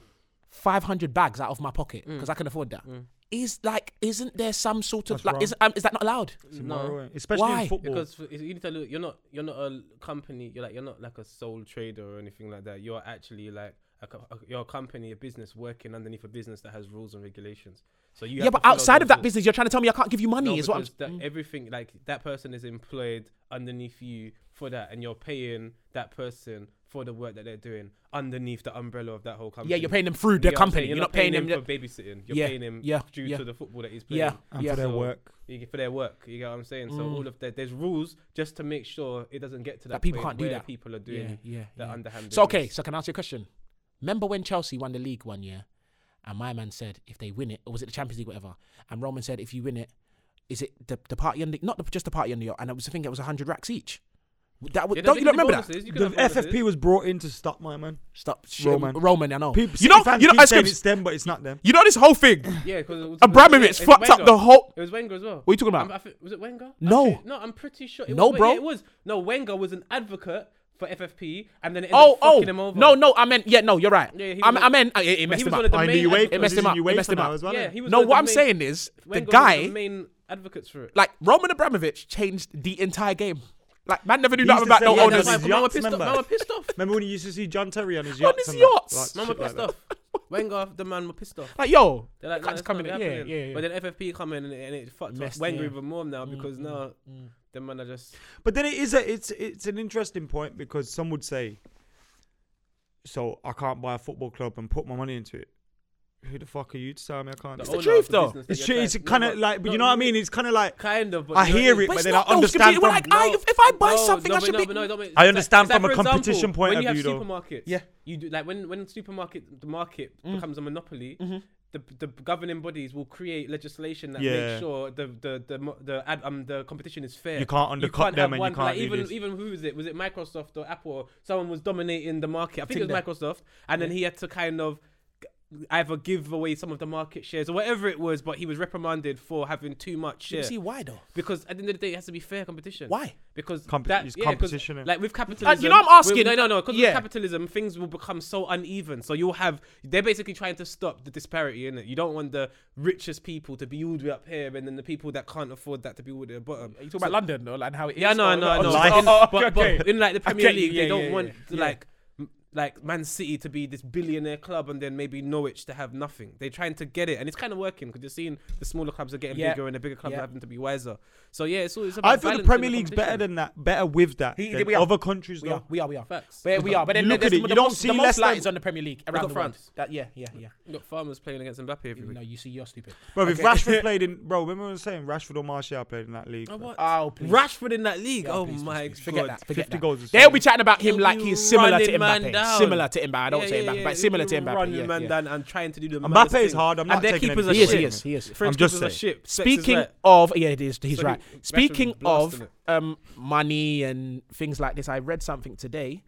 Speaker 1: 500 bags out of my pocket because I can afford that. Is like, isn't there some sort of
Speaker 2: That's
Speaker 1: like,
Speaker 2: wrong.
Speaker 1: is, um, is that not allowed?
Speaker 2: It's immoral, innit? especially
Speaker 1: Why?
Speaker 2: in football.
Speaker 3: Because f- you need to look, you're not you're not a l- company. You're like you're not like a sole trader or anything like that. You're actually like a, co- a- you're a company, a business working underneath a business that has rules and regulations. So you
Speaker 1: Yeah,
Speaker 3: have
Speaker 1: but
Speaker 3: to follow
Speaker 1: outside
Speaker 3: those
Speaker 1: of that
Speaker 3: rules.
Speaker 1: business, you're trying to tell me I can't give you money,
Speaker 3: No,
Speaker 1: is what I'm. Mm.
Speaker 3: because that everything like that person is employed underneath you for that, and you're paying that person for the work that they're doing underneath the umbrella of that whole company.
Speaker 1: Yeah, you're paying them through the
Speaker 3: You know what I'm
Speaker 1: company.
Speaker 3: saying?
Speaker 1: You're, not paying, them.
Speaker 3: for babysitting. You're
Speaker 1: Yeah,
Speaker 3: paying him
Speaker 1: yeah,
Speaker 3: due
Speaker 1: yeah.
Speaker 3: to the football that he's playing.
Speaker 1: yeah,
Speaker 2: And
Speaker 1: yeah.
Speaker 2: for their
Speaker 3: So-
Speaker 2: work.
Speaker 3: You get for their work. You get what I'm saying. So
Speaker 1: Mm.
Speaker 3: all of that, there's rules just to make sure it doesn't get to that,
Speaker 1: That people
Speaker 3: point
Speaker 1: can't do
Speaker 3: where
Speaker 1: that.
Speaker 3: People are doing
Speaker 1: yeah, yeah,
Speaker 3: that
Speaker 1: yeah.
Speaker 3: underhand.
Speaker 1: So okay,
Speaker 3: business.
Speaker 1: so can I ask you a question? Remember when Chelsea won the league one year, and my man said if they win it, or was it the Champions League, whatever? And Roman said if you win it, is it the, the party under not the, just the party under your? And I was thinking it was hundred racks each. That would
Speaker 3: Yeah,
Speaker 1: don't you
Speaker 3: there's
Speaker 1: lot remember that?
Speaker 3: bonuses. You can
Speaker 2: The
Speaker 3: have bonuses.
Speaker 2: FFP was brought in to stop my man.
Speaker 1: Stop, shit, Roman.
Speaker 2: Roman.
Speaker 1: I know.
Speaker 2: People,
Speaker 1: Oh. you know,
Speaker 2: fans
Speaker 1: you know,
Speaker 2: keep
Speaker 1: Ice
Speaker 2: saying
Speaker 1: Cubes,
Speaker 2: it's them, but it's not them.
Speaker 1: you know this whole
Speaker 2: *laughs*
Speaker 1: thing. *laughs*
Speaker 3: Yeah, because
Speaker 1: Abramovich fucked up the whole.
Speaker 3: It was Wenger as well.
Speaker 1: What are you talking about?
Speaker 3: Um, I thi- was it Wenger? I'm
Speaker 1: No.
Speaker 3: pretty- no, I'm pretty sure. It
Speaker 1: No,
Speaker 3: was,
Speaker 1: bro.
Speaker 3: yeah, it was no Wenger was an advocate for FFP, and then it ended
Speaker 1: Oh,
Speaker 3: up
Speaker 1: oh,
Speaker 3: fucking him over.
Speaker 1: no, no, I meant, yeah, no, you're right.
Speaker 3: Yeah, he
Speaker 1: I,
Speaker 3: was
Speaker 1: me-
Speaker 3: a-
Speaker 1: I meant, uh, it, it
Speaker 3: but
Speaker 1: messed
Speaker 3: he
Speaker 1: him
Speaker 3: was
Speaker 1: up.
Speaker 3: one of the
Speaker 2: Oh, in
Speaker 3: main.
Speaker 2: the UEFA,
Speaker 1: It
Speaker 3: advocates-
Speaker 1: messed him
Speaker 2: this
Speaker 1: up.
Speaker 2: is
Speaker 1: It
Speaker 2: UEFA
Speaker 1: messed him
Speaker 2: now
Speaker 1: up.
Speaker 2: as well,
Speaker 3: Yeah,
Speaker 2: innit?
Speaker 3: he was
Speaker 1: No,
Speaker 3: one of
Speaker 1: what
Speaker 3: the
Speaker 1: I'm
Speaker 3: main-
Speaker 1: saying is the
Speaker 3: Wenger was
Speaker 1: guy,
Speaker 3: main advocates for it.
Speaker 1: like Roman Abramovich, changed the entire game. Like man never knew
Speaker 2: He
Speaker 1: nothing
Speaker 2: used
Speaker 1: about
Speaker 2: to
Speaker 1: no
Speaker 2: say, yeah, that's
Speaker 1: owners.
Speaker 2: why-
Speaker 3: Mama
Speaker 2: his yachts,
Speaker 3: pissed off.
Speaker 2: remember?
Speaker 3: Mama
Speaker 2: *laughs*
Speaker 3: pissed off.
Speaker 2: Remember when you used to see John Terry on his
Speaker 1: On
Speaker 2: yachts?
Speaker 1: his
Speaker 2: and that?
Speaker 1: yachts.
Speaker 2: Like, shit
Speaker 3: Mama
Speaker 2: like
Speaker 3: pissed
Speaker 2: that.
Speaker 3: off. Wenger, the man, were pissed off.
Speaker 1: Like yo,
Speaker 3: They're like,
Speaker 1: Cunts
Speaker 3: that's
Speaker 1: coming
Speaker 3: not
Speaker 1: in, yeah,
Speaker 3: happening.
Speaker 1: yeah, yeah.
Speaker 3: But then FFP come in and, and it fucked
Speaker 1: Messed,
Speaker 3: up Wenger
Speaker 1: yeah.
Speaker 3: even more now because
Speaker 2: Mm,
Speaker 3: now the man are just
Speaker 2: But then it is a it's it's an interesting point because some would say, so I can't buy a football club and put my money into it. Who the fuck are you to tell me I can't?
Speaker 3: the
Speaker 2: do
Speaker 1: the
Speaker 2: it?
Speaker 3: owner
Speaker 1: truth,
Speaker 3: of the
Speaker 1: though.
Speaker 3: business that
Speaker 2: It's
Speaker 3: you're
Speaker 2: true. It's
Speaker 3: trying-
Speaker 2: kind
Speaker 3: No,
Speaker 2: of
Speaker 3: but-
Speaker 2: like, but
Speaker 3: no,
Speaker 2: you know what I mean. It's kind of like
Speaker 3: Kind of. But
Speaker 2: I
Speaker 3: you know
Speaker 2: hear
Speaker 3: what
Speaker 2: it,
Speaker 1: But
Speaker 2: but
Speaker 1: it's
Speaker 2: then
Speaker 1: not
Speaker 2: I
Speaker 1: those
Speaker 2: understand.
Speaker 1: computer- well,
Speaker 2: from-
Speaker 1: like, I- if- if I buy something, I should
Speaker 3: no,
Speaker 1: be-
Speaker 3: but No, don't make-
Speaker 2: I
Speaker 3: it's
Speaker 2: understand
Speaker 3: like- it's
Speaker 2: from
Speaker 3: like,
Speaker 2: a
Speaker 3: for
Speaker 2: competition
Speaker 3: example,
Speaker 2: point
Speaker 3: when
Speaker 2: of
Speaker 3: you have
Speaker 2: view, though.
Speaker 3: Supermarkets,
Speaker 1: Yeah.
Speaker 3: you do like when when supermarket the market
Speaker 2: Mm.
Speaker 3: becomes a monopoly.
Speaker 2: Mm-hmm.
Speaker 3: The, the governing bodies will create legislation that
Speaker 2: Yeah.
Speaker 3: makes sure the the the mo- the, ad, um, the competition is fair.
Speaker 2: You can't undercut
Speaker 3: have
Speaker 2: them and you
Speaker 3: one-
Speaker 2: can't
Speaker 3: like,
Speaker 2: do
Speaker 3: even
Speaker 2: this.
Speaker 3: even who was it? Was it Microsoft or Apple? Or someone was dominating the market. I think it was
Speaker 1: Tinder.
Speaker 3: Microsoft, and then he had to kind of either give away some of the market shares or whatever it was. But he was reprimanded for having too much
Speaker 1: you
Speaker 3: share
Speaker 1: see why though?
Speaker 3: because at the end of the day, it has to be fair competition.
Speaker 1: Why?
Speaker 3: Because
Speaker 2: Compe-
Speaker 3: that,
Speaker 2: it's
Speaker 3: yeah, 'cause,
Speaker 2: competition, innit?
Speaker 3: Like with capitalism,
Speaker 1: Uh, know I'm asking?
Speaker 3: with- no, no, no. Because
Speaker 1: Yeah.
Speaker 3: with capitalism, things will become so uneven. So you'll have they're basically trying to stop the disparity in it. You don't want the richest people to be all the way up here, and then the people that can't afford that to be all the way at the bottom.
Speaker 1: You talk about London or like how it is.
Speaker 3: Yeah, no, no, no.
Speaker 2: life.
Speaker 1: *laughs*
Speaker 3: In,
Speaker 2: Oh,
Speaker 3: but,
Speaker 2: okay.
Speaker 3: but in like the
Speaker 1: I
Speaker 3: Premier
Speaker 1: get you.
Speaker 3: League,
Speaker 1: Yeah,
Speaker 3: they don't
Speaker 1: yeah,
Speaker 3: want
Speaker 1: yeah.
Speaker 3: like m- like Man City to be this billionaire club and then maybe Norwich to have nothing. They're trying to get it, and it's kind of working because you're seeing the smaller clubs are getting
Speaker 1: Yeah.
Speaker 3: bigger and the bigger clubs
Speaker 1: Yeah.
Speaker 3: are having to be wiser. So yeah, it's always. About
Speaker 2: I feel the
Speaker 3: balancing
Speaker 2: Premier League's better
Speaker 3: competition.
Speaker 2: than that, better with that
Speaker 1: He-
Speaker 2: than
Speaker 1: we are.
Speaker 2: other countries.
Speaker 1: We
Speaker 2: though.
Speaker 1: are, we are, we are.
Speaker 3: Facts.
Speaker 1: But we are. But then
Speaker 2: Look
Speaker 1: there's-
Speaker 2: at it,
Speaker 1: the
Speaker 2: you don't
Speaker 1: most-
Speaker 2: see
Speaker 1: the most
Speaker 2: less than-
Speaker 1: lights on the Premier League around
Speaker 3: got
Speaker 1: the world.
Speaker 3: France.
Speaker 1: That, yeah, yeah, yeah.
Speaker 3: You got farmers playing against Mbappe every week.
Speaker 1: No, you see, you're stupid.
Speaker 2: Bro, if
Speaker 1: Okay.
Speaker 2: Rashford played in, bro, remember when I was saying Rashford or Martial played in that league? bro?
Speaker 1: Oh, please.
Speaker 3: Rashford in that league.
Speaker 1: Yeah,
Speaker 3: oh
Speaker 1: please, please,
Speaker 3: my
Speaker 1: please. Forget
Speaker 3: god.
Speaker 1: that. Forget
Speaker 2: 50
Speaker 1: that.
Speaker 2: goals this
Speaker 1: They'll
Speaker 2: season.
Speaker 1: be chatting about him
Speaker 3: He'll
Speaker 1: like
Speaker 3: be
Speaker 1: he's similar to
Speaker 3: running man
Speaker 1: Mbappe.
Speaker 3: down.
Speaker 1: Similar to Mbappe. I don't say Mbappe, but similar to Mbappe.
Speaker 3: Running
Speaker 1: Yeah,
Speaker 3: man
Speaker 1: yeah.
Speaker 3: down and trying to do the
Speaker 2: Mbappe
Speaker 3: maddest
Speaker 2: is
Speaker 3: thing.
Speaker 2: hard, I'm
Speaker 3: and
Speaker 2: not
Speaker 3: their
Speaker 2: taking
Speaker 3: keepers are
Speaker 1: He
Speaker 2: anything
Speaker 1: is,
Speaker 3: shit.
Speaker 2: away
Speaker 1: he is, he is.
Speaker 3: French
Speaker 2: I'm just
Speaker 3: keepers are
Speaker 2: saying.
Speaker 3: shit. Specs is
Speaker 1: Speaking
Speaker 3: right.
Speaker 1: of, yeah, it is. He's
Speaker 3: So he-
Speaker 1: right.
Speaker 3: Beckham
Speaker 1: Speaking
Speaker 3: blasted
Speaker 1: of
Speaker 3: it.
Speaker 1: um, money and things like this, I read something today.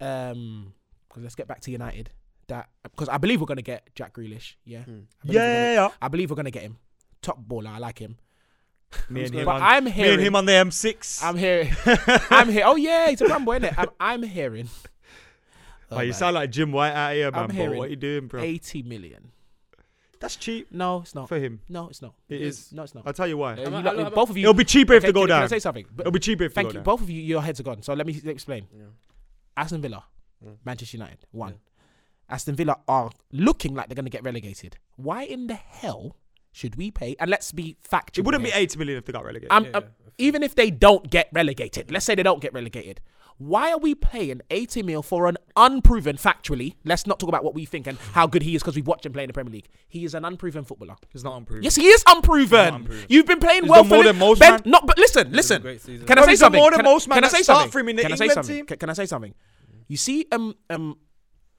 Speaker 1: Um, 'cause let's get back to United. That because I believe we're gonna get Jack Grealish. Yeah, I
Speaker 3: Hmm.
Speaker 1: believe we're gonna-
Speaker 2: Yeah, yeah,
Speaker 1: I believe we're gonna get him. Top baller. I like him.
Speaker 2: yeah. Me and him
Speaker 1: But
Speaker 2: on-
Speaker 1: I'm
Speaker 2: me
Speaker 1: hearing.
Speaker 2: and him on the M6.
Speaker 1: I'm hearing. I'm here. Oh yeah, he's a Rambo, isn't it? I'm, I'm
Speaker 2: *laughs*
Speaker 1: hearing.
Speaker 2: Oh, you
Speaker 1: man.
Speaker 2: sound like Jim White out here,
Speaker 1: I'm
Speaker 2: man. But
Speaker 1: hearing
Speaker 2: what are you doing, bro?
Speaker 1: eighty million.
Speaker 2: That's cheap
Speaker 1: No, it's not.
Speaker 2: for him.
Speaker 1: No, it's not.
Speaker 2: It is.
Speaker 1: No, it's not.
Speaker 2: I'll tell you
Speaker 1: Uh,
Speaker 2: why.
Speaker 1: you
Speaker 3: I-
Speaker 1: lot-
Speaker 3: I- I-
Speaker 1: both of you.
Speaker 2: It'll be cheaper if
Speaker 1: Okay,
Speaker 2: they go
Speaker 1: can- Can I
Speaker 2: down.
Speaker 1: say something? But-
Speaker 2: It'll be cheaper if they
Speaker 1: Thank
Speaker 2: go
Speaker 1: you.
Speaker 2: down.
Speaker 1: Both of you, your heads are gone. So let me explain.
Speaker 3: Yeah.
Speaker 1: Aston Villa,
Speaker 3: Yeah.
Speaker 1: Manchester United, one.
Speaker 3: Yeah.
Speaker 1: Aston Villa are looking like they're going to get relegated. Why in the hell should we pay? And let's be factual.
Speaker 2: It wouldn't be
Speaker 1: here.
Speaker 2: 80 million if they got relegated.
Speaker 1: Um,
Speaker 3: Yeah,
Speaker 1: um,
Speaker 3: yeah.
Speaker 1: even if they don't get relegated, let's say they don't get relegated. Why are we paying 80 mil for an unproven, factually? Let's not talk about what we think and how good he is because we've watched him play in the Premier League. He is an unproven footballer.
Speaker 2: It's not unproven.
Speaker 1: Yes, he is unproven.
Speaker 2: He's not unproven.
Speaker 1: You've been playing
Speaker 2: He's
Speaker 1: well
Speaker 2: done
Speaker 1: for
Speaker 2: more
Speaker 1: Li-
Speaker 2: than most,
Speaker 1: Ben-
Speaker 2: man.
Speaker 1: No, but listen, listen.
Speaker 3: great season.
Speaker 1: Can I
Speaker 2: Bro,
Speaker 1: say
Speaker 2: he's done
Speaker 1: something?
Speaker 2: more than
Speaker 1: Can,
Speaker 2: most, man,
Speaker 1: can I
Speaker 2: that
Speaker 1: say
Speaker 2: start
Speaker 1: something?
Speaker 2: for him in the
Speaker 1: can I say
Speaker 2: England
Speaker 1: something?
Speaker 2: team.
Speaker 1: Can, can I say something? You see, um, um,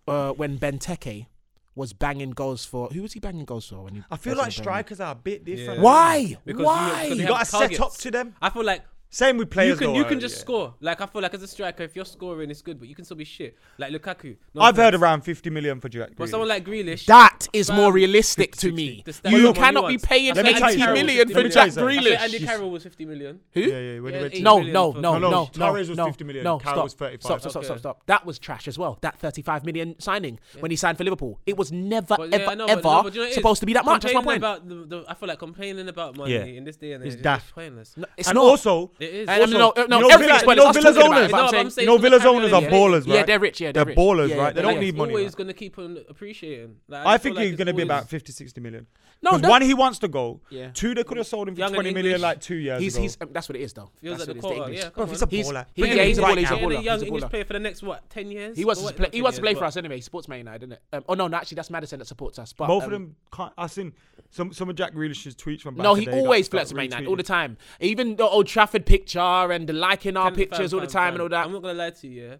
Speaker 1: uh, when Benteke was banging goals for who was he banging goals for when he?
Speaker 2: I feel
Speaker 1: first in the
Speaker 2: like
Speaker 1: Premier
Speaker 2: strikers are a bit different.
Speaker 3: Yeah.
Speaker 1: Why?
Speaker 3: Because you-
Speaker 1: Why?
Speaker 3: because they
Speaker 2: You
Speaker 3: have
Speaker 2: got to set
Speaker 3: targets.
Speaker 2: up to them.
Speaker 3: I feel like
Speaker 2: Same with
Speaker 3: you
Speaker 2: players.
Speaker 3: can
Speaker 2: though,
Speaker 3: you
Speaker 2: uh,
Speaker 3: can just
Speaker 2: yeah.
Speaker 3: score. Like I feel like as a striker, if you're scoring, it's good, but you can still be shit. Like Lukaku. No
Speaker 2: I've heard
Speaker 3: offense.
Speaker 2: around 50 million for Jack.
Speaker 3: But someone like Grealish.
Speaker 1: League? That is more
Speaker 3: Fam,
Speaker 1: realistic to me.
Speaker 3: the stats
Speaker 1: You
Speaker 3: are more
Speaker 1: cannot be
Speaker 3: nuanced.
Speaker 1: paying
Speaker 3: I
Speaker 2: Let me
Speaker 3: said
Speaker 2: tell
Speaker 1: 80
Speaker 2: you something.
Speaker 1: million
Speaker 2: Let
Speaker 1: for
Speaker 2: me
Speaker 1: Jack
Speaker 2: tell you
Speaker 3: I said
Speaker 1: Grealish.
Speaker 3: Andy Carroll was 50 million.
Speaker 1: Who?
Speaker 2: Yeah, yeah. When
Speaker 3: Yeah,
Speaker 2: he went
Speaker 3: eight
Speaker 2: to
Speaker 1: No,
Speaker 3: million
Speaker 1: no,
Speaker 3: for-
Speaker 1: no, no,
Speaker 2: No, no,
Speaker 1: no.
Speaker 2: Torres was
Speaker 1: no,
Speaker 2: 50 million,
Speaker 1: No,
Speaker 2: Carroll
Speaker 1: stop,
Speaker 2: was 35.
Speaker 1: Stop, stop, stop, stop,
Speaker 3: Okay.
Speaker 1: stop. That was trash as well. That 35 million signing when he signed for Liverpool. It was never,
Speaker 3: But yeah,
Speaker 1: ever,
Speaker 3: I know,
Speaker 1: ever
Speaker 3: but no, but you know what it is?
Speaker 1: supposed to be that much. That's my
Speaker 3: Complaining
Speaker 1: point.
Speaker 3: About the, the, I feel like complaining about money
Speaker 2: Yeah.
Speaker 3: in this day and
Speaker 2: It's
Speaker 3: age is
Speaker 2: daft.
Speaker 3: pointless.
Speaker 1: No, it's
Speaker 2: and
Speaker 1: not.
Speaker 2: also,
Speaker 3: It It
Speaker 1: And,
Speaker 3: is.
Speaker 1: um,
Speaker 2: Also,
Speaker 1: no, no,
Speaker 2: you know
Speaker 1: everything's
Speaker 2: Villa-
Speaker 1: spoiled.
Speaker 2: you
Speaker 1: Us
Speaker 2: know
Speaker 1: talking
Speaker 2: Villa's
Speaker 1: about it,
Speaker 2: owners-
Speaker 1: but
Speaker 2: No,
Speaker 1: I'm
Speaker 3: but
Speaker 1: saying-
Speaker 3: I'm saying-
Speaker 2: You know, Villa's
Speaker 3: Premier
Speaker 2: owners are
Speaker 3: League,
Speaker 2: ballers, right?
Speaker 1: yeah, they're rich. Yeah, they're,
Speaker 2: They're
Speaker 1: rich.
Speaker 2: ballers,
Speaker 1: Yeah,
Speaker 2: right?
Speaker 1: yeah,
Speaker 2: They
Speaker 1: they're
Speaker 2: don't
Speaker 1: rich.
Speaker 2: need money,
Speaker 3: Always
Speaker 2: man.
Speaker 3: gonna keep on appreciating. Like,
Speaker 2: I
Speaker 3: just
Speaker 2: think
Speaker 3: feel
Speaker 2: he's
Speaker 3: like
Speaker 2: going to
Speaker 3: it's
Speaker 2: be about
Speaker 3: always-
Speaker 2: 50, 60 million.
Speaker 1: No,
Speaker 2: Because
Speaker 1: that-
Speaker 2: one, he wants to go.
Speaker 1: Yeah.
Speaker 2: Two, they could have sold him for
Speaker 3: Young and
Speaker 2: 20 million
Speaker 3: English.
Speaker 2: like two years
Speaker 1: He's,
Speaker 2: ago.
Speaker 1: he's, um, that's what it is, though.
Speaker 3: Feels
Speaker 1: that's
Speaker 3: like
Speaker 1: what it is,
Speaker 3: the
Speaker 1: the
Speaker 3: quarter,
Speaker 1: English.
Speaker 3: yeah.
Speaker 2: Bro,
Speaker 3: Come
Speaker 2: he's
Speaker 3: on.
Speaker 2: a
Speaker 1: He's-
Speaker 2: baller.
Speaker 1: he-
Speaker 2: Bring
Speaker 1: yeah,
Speaker 2: him
Speaker 1: he's a
Speaker 2: in
Speaker 1: baller,
Speaker 2: right
Speaker 1: he's a
Speaker 2: now.
Speaker 1: baller.
Speaker 3: Getting a young
Speaker 1: a
Speaker 3: English
Speaker 1: baller.
Speaker 3: player for the next what ten years?
Speaker 1: He wants
Speaker 3: Well,
Speaker 1: to
Speaker 3: what,
Speaker 1: play.
Speaker 3: not
Speaker 1: He
Speaker 3: 10
Speaker 1: wants to
Speaker 3: years,
Speaker 1: play for
Speaker 3: but-
Speaker 1: us anyway. Sports Man United, isn't it? Um, oh no, no, actually, that's Madison that supports us. But
Speaker 2: Both of
Speaker 1: um,
Speaker 2: them can't. I seen some some of Jack Grealish's tweets from back
Speaker 1: No, he
Speaker 2: today that-
Speaker 1: always
Speaker 2: that
Speaker 1: flirts with Man
Speaker 2: retweeted.
Speaker 1: United all the time. Even the old Trafford picture and the liking our
Speaker 3: Fam,
Speaker 1: pictures
Speaker 3: fam,
Speaker 1: all the
Speaker 3: fam,
Speaker 1: time and
Speaker 3: fam.
Speaker 1: all that.
Speaker 3: I'm not gonna lie to you. Yeah?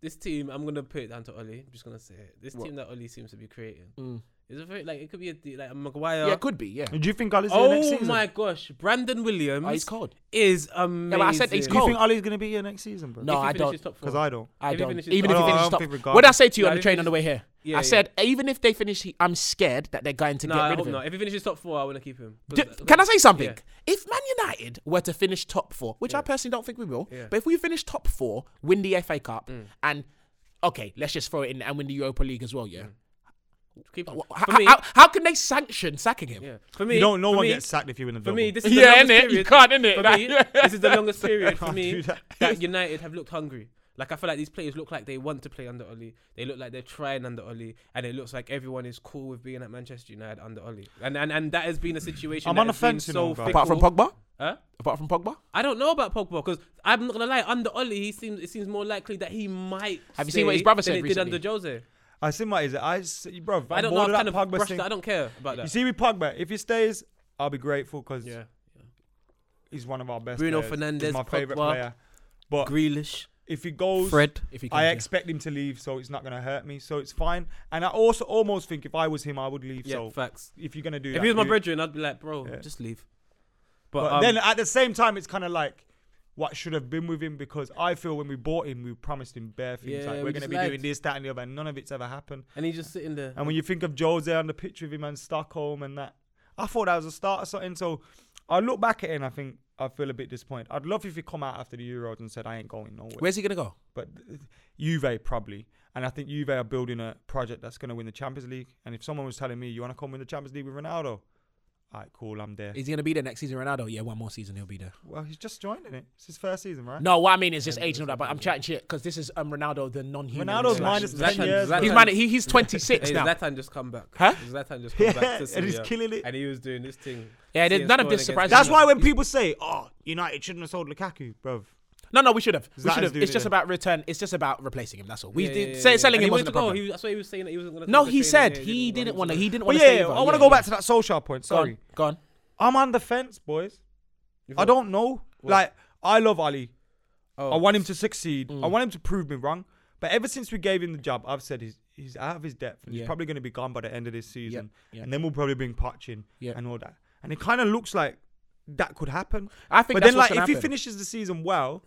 Speaker 3: This team, I'm gonna put it down to Oli. I'm just gonna say it. This
Speaker 1: What?
Speaker 3: team that Oli seems to be creating
Speaker 1: Mm.
Speaker 3: is a very like it could be a d- like a Maguire.
Speaker 1: Yeah, it could be. Yeah,
Speaker 2: And Do you think Ali's here next
Speaker 3: oh
Speaker 2: season?
Speaker 3: my gosh, Brandon Williams
Speaker 1: oh, he's cold.
Speaker 3: is amazing.
Speaker 1: but I said he's
Speaker 2: Do you
Speaker 1: cold.
Speaker 2: think Ali's going to be here next season, bro?
Speaker 1: No,
Speaker 3: If he
Speaker 1: I
Speaker 3: finishes
Speaker 1: don't.
Speaker 3: top four.
Speaker 2: Because I don't.
Speaker 1: I
Speaker 3: If he
Speaker 1: don't.
Speaker 3: finishes
Speaker 1: Even if
Speaker 3: top
Speaker 1: he
Speaker 2: four. I
Speaker 1: finishes
Speaker 2: don't
Speaker 1: top,
Speaker 2: think
Speaker 1: what did I
Speaker 2: regardless.
Speaker 1: say to you
Speaker 3: Yeah,
Speaker 1: on the
Speaker 3: if
Speaker 1: train
Speaker 3: he
Speaker 1: on the way here?
Speaker 3: Yeah,
Speaker 1: I
Speaker 3: yeah.
Speaker 1: said even if they finish, he- I'm scared that they're going to
Speaker 3: No,
Speaker 1: get
Speaker 3: I
Speaker 1: rid
Speaker 3: hope
Speaker 1: of him.
Speaker 3: not. If he finishes top four, I want to keep him. 'Cause
Speaker 1: Do-
Speaker 3: that-
Speaker 1: can I say something?
Speaker 3: Yeah.
Speaker 1: If Man United were to finish top four, which I personally don't think we will,
Speaker 3: Yeah. Mm.
Speaker 1: but if we finish top four, win the FA Cup, and okay, let's just throw it in and win the Europa League as well, yeah.
Speaker 3: keep him.
Speaker 1: Wh-
Speaker 3: Mm. For
Speaker 1: How,
Speaker 3: me,
Speaker 1: how, how can they sanction sacking *laughs* him?
Speaker 3: yeah. For me,
Speaker 2: You don't. No
Speaker 3: for
Speaker 2: one
Speaker 3: me,
Speaker 2: gets sacked if you win the
Speaker 3: For
Speaker 2: double.
Speaker 3: me, this
Speaker 1: *laughs*
Speaker 3: is
Speaker 1: Yeah,
Speaker 3: the longest
Speaker 1: innit? You
Speaker 3: period.
Speaker 1: can't, innit?
Speaker 3: For
Speaker 1: Like-
Speaker 3: me, this is the longest period for
Speaker 2: Can't
Speaker 3: me
Speaker 2: do that.
Speaker 3: that. United have looked hungry. Like I feel like these players look like they want to play under Oli. They look like they're trying under Oli, and it looks like everyone is cool with being at Manchester United under Oli. And and, and that has been a situation.
Speaker 2: I'm
Speaker 3: that
Speaker 2: on the
Speaker 3: has been
Speaker 2: fence, you
Speaker 3: so
Speaker 2: know, bro.
Speaker 1: Apart from
Speaker 3: fickle.
Speaker 1: Pogba?
Speaker 3: Huh?
Speaker 1: Apart from Pogba?
Speaker 3: I don't know about Pogba because I'm not gonna lie. Under Oli, he seems it seems more likely that he might.
Speaker 1: Have you seen what his brother said
Speaker 3: He did
Speaker 1: recently?
Speaker 3: under Jose.
Speaker 2: I see my is it. I see, bro.
Speaker 3: But I don't know. I've kind of brushed it. I don't care about
Speaker 2: You
Speaker 3: that.
Speaker 2: see with Pogba, if he stays, I'll be grateful because
Speaker 3: Yeah.
Speaker 2: he's one of our best.
Speaker 3: Bruno
Speaker 2: players.
Speaker 3: Fernandes,
Speaker 2: he's my favorite
Speaker 3: Pogba,
Speaker 2: player. But
Speaker 3: Grealish.
Speaker 2: if he goes,
Speaker 1: If he
Speaker 2: I
Speaker 1: yeah.
Speaker 2: expect him to leave, so it's not going to hurt me. So it's fine. And I also almost think if I was him, I would leave.
Speaker 3: Yeah.
Speaker 2: so
Speaker 3: Facts.
Speaker 2: if you're going to do
Speaker 3: If
Speaker 2: that,
Speaker 3: he was my
Speaker 2: do it.
Speaker 3: brethren, I'd be like, bro,
Speaker 2: Yeah.
Speaker 3: just leave. But,
Speaker 2: But
Speaker 3: um,
Speaker 2: then at the same time, it's kind of like what should have been with him because I feel when we bought him, we promised him bare things
Speaker 3: Yeah,
Speaker 2: like
Speaker 3: we
Speaker 2: we're going to
Speaker 3: just
Speaker 2: be doing
Speaker 3: lied.
Speaker 2: this, that, and the other, and none of it's ever happened.
Speaker 3: and he's just sitting there.
Speaker 2: And when you think of Jose on the picture of him and Stockholm and that, I thought that was a start or something. So I look back at it and I think I feel a bit disappointed. I'd love if he come out after the Euros and said I ain't going nowhere.
Speaker 1: Where's he going to go?
Speaker 2: But uh, Juve probably. And I think Juve are building a project that's going to win the Champions League. And if someone was telling me, you want to come win the Champions League with Ronaldo? All right, cool, I'm there.
Speaker 1: Is he going to be there next season, Ronaldo? Yeah, one more season, he'll be there.
Speaker 2: well, he's just joined in it. It's his first season, right?
Speaker 1: No, what I mean is just age and all that, but I'm chatting shit because this is um, Ronaldo, the non human.
Speaker 2: Ronaldo's
Speaker 3: slash
Speaker 2: minus
Speaker 3: Zlatan.
Speaker 2: 10 years.
Speaker 3: Zlatan.
Speaker 1: He's,
Speaker 2: bro.
Speaker 1: minus, he,
Speaker 2: *laughs*
Speaker 1: he's 26
Speaker 3: Hey,
Speaker 1: now.
Speaker 3: Zlatan just come back.
Speaker 1: Huh?
Speaker 3: Zlatan just come
Speaker 2: Yeah,
Speaker 3: back to
Speaker 2: and he's
Speaker 3: Syria.
Speaker 2: killing it.
Speaker 3: And he was doing this thing.
Speaker 1: Yeah, there's-
Speaker 3: Seeing
Speaker 1: none of this
Speaker 3: scoring
Speaker 1: surprises
Speaker 3: against-
Speaker 2: That's why when people say, "Oh, United shouldn't have sold Lukaku," bruv. Oh,
Speaker 1: No, no, we should have. We
Speaker 2: Zlatan's
Speaker 1: should have.
Speaker 2: doing
Speaker 1: It's
Speaker 2: it
Speaker 1: just
Speaker 2: then.
Speaker 1: about return. It's just about replacing him. That's all. We
Speaker 3: Yeah,
Speaker 1: did
Speaker 3: yeah,
Speaker 1: say
Speaker 3: yeah.
Speaker 1: selling
Speaker 3: And
Speaker 1: him
Speaker 3: he wanted
Speaker 1: wasn't
Speaker 3: to
Speaker 1: a
Speaker 3: go.
Speaker 1: problem.
Speaker 3: He was, that's why he was saying that he wasn't going to.
Speaker 1: no, he said he didn't want to. He didn't
Speaker 2: But
Speaker 1: want to.
Speaker 2: Oh, yeah, I want to go back to that Solskjaer point.
Speaker 1: Go
Speaker 2: Sorry,
Speaker 1: on. Go on.
Speaker 2: I'm on the fence, boys.
Speaker 3: You've
Speaker 2: I
Speaker 3: got-
Speaker 2: don't know. Like, I love Ali.
Speaker 3: Oh.
Speaker 2: I want him to succeed.
Speaker 1: Mm.
Speaker 2: I want him to prove me wrong. But ever since we gave him the job, I've said he's he's out of his depth. And
Speaker 1: Yeah.
Speaker 2: He's probably going to be gone by the end of this season,
Speaker 1: yeah.
Speaker 2: and then we'll probably bring Poch in
Speaker 1: Yeah.
Speaker 2: and all that. And it kind of looks like that could happen.
Speaker 1: I think
Speaker 2: But
Speaker 1: that's
Speaker 2: then,
Speaker 1: what's
Speaker 2: like, if
Speaker 1: gonna
Speaker 2: he
Speaker 1: happen. Mm.
Speaker 2: finishes the season well,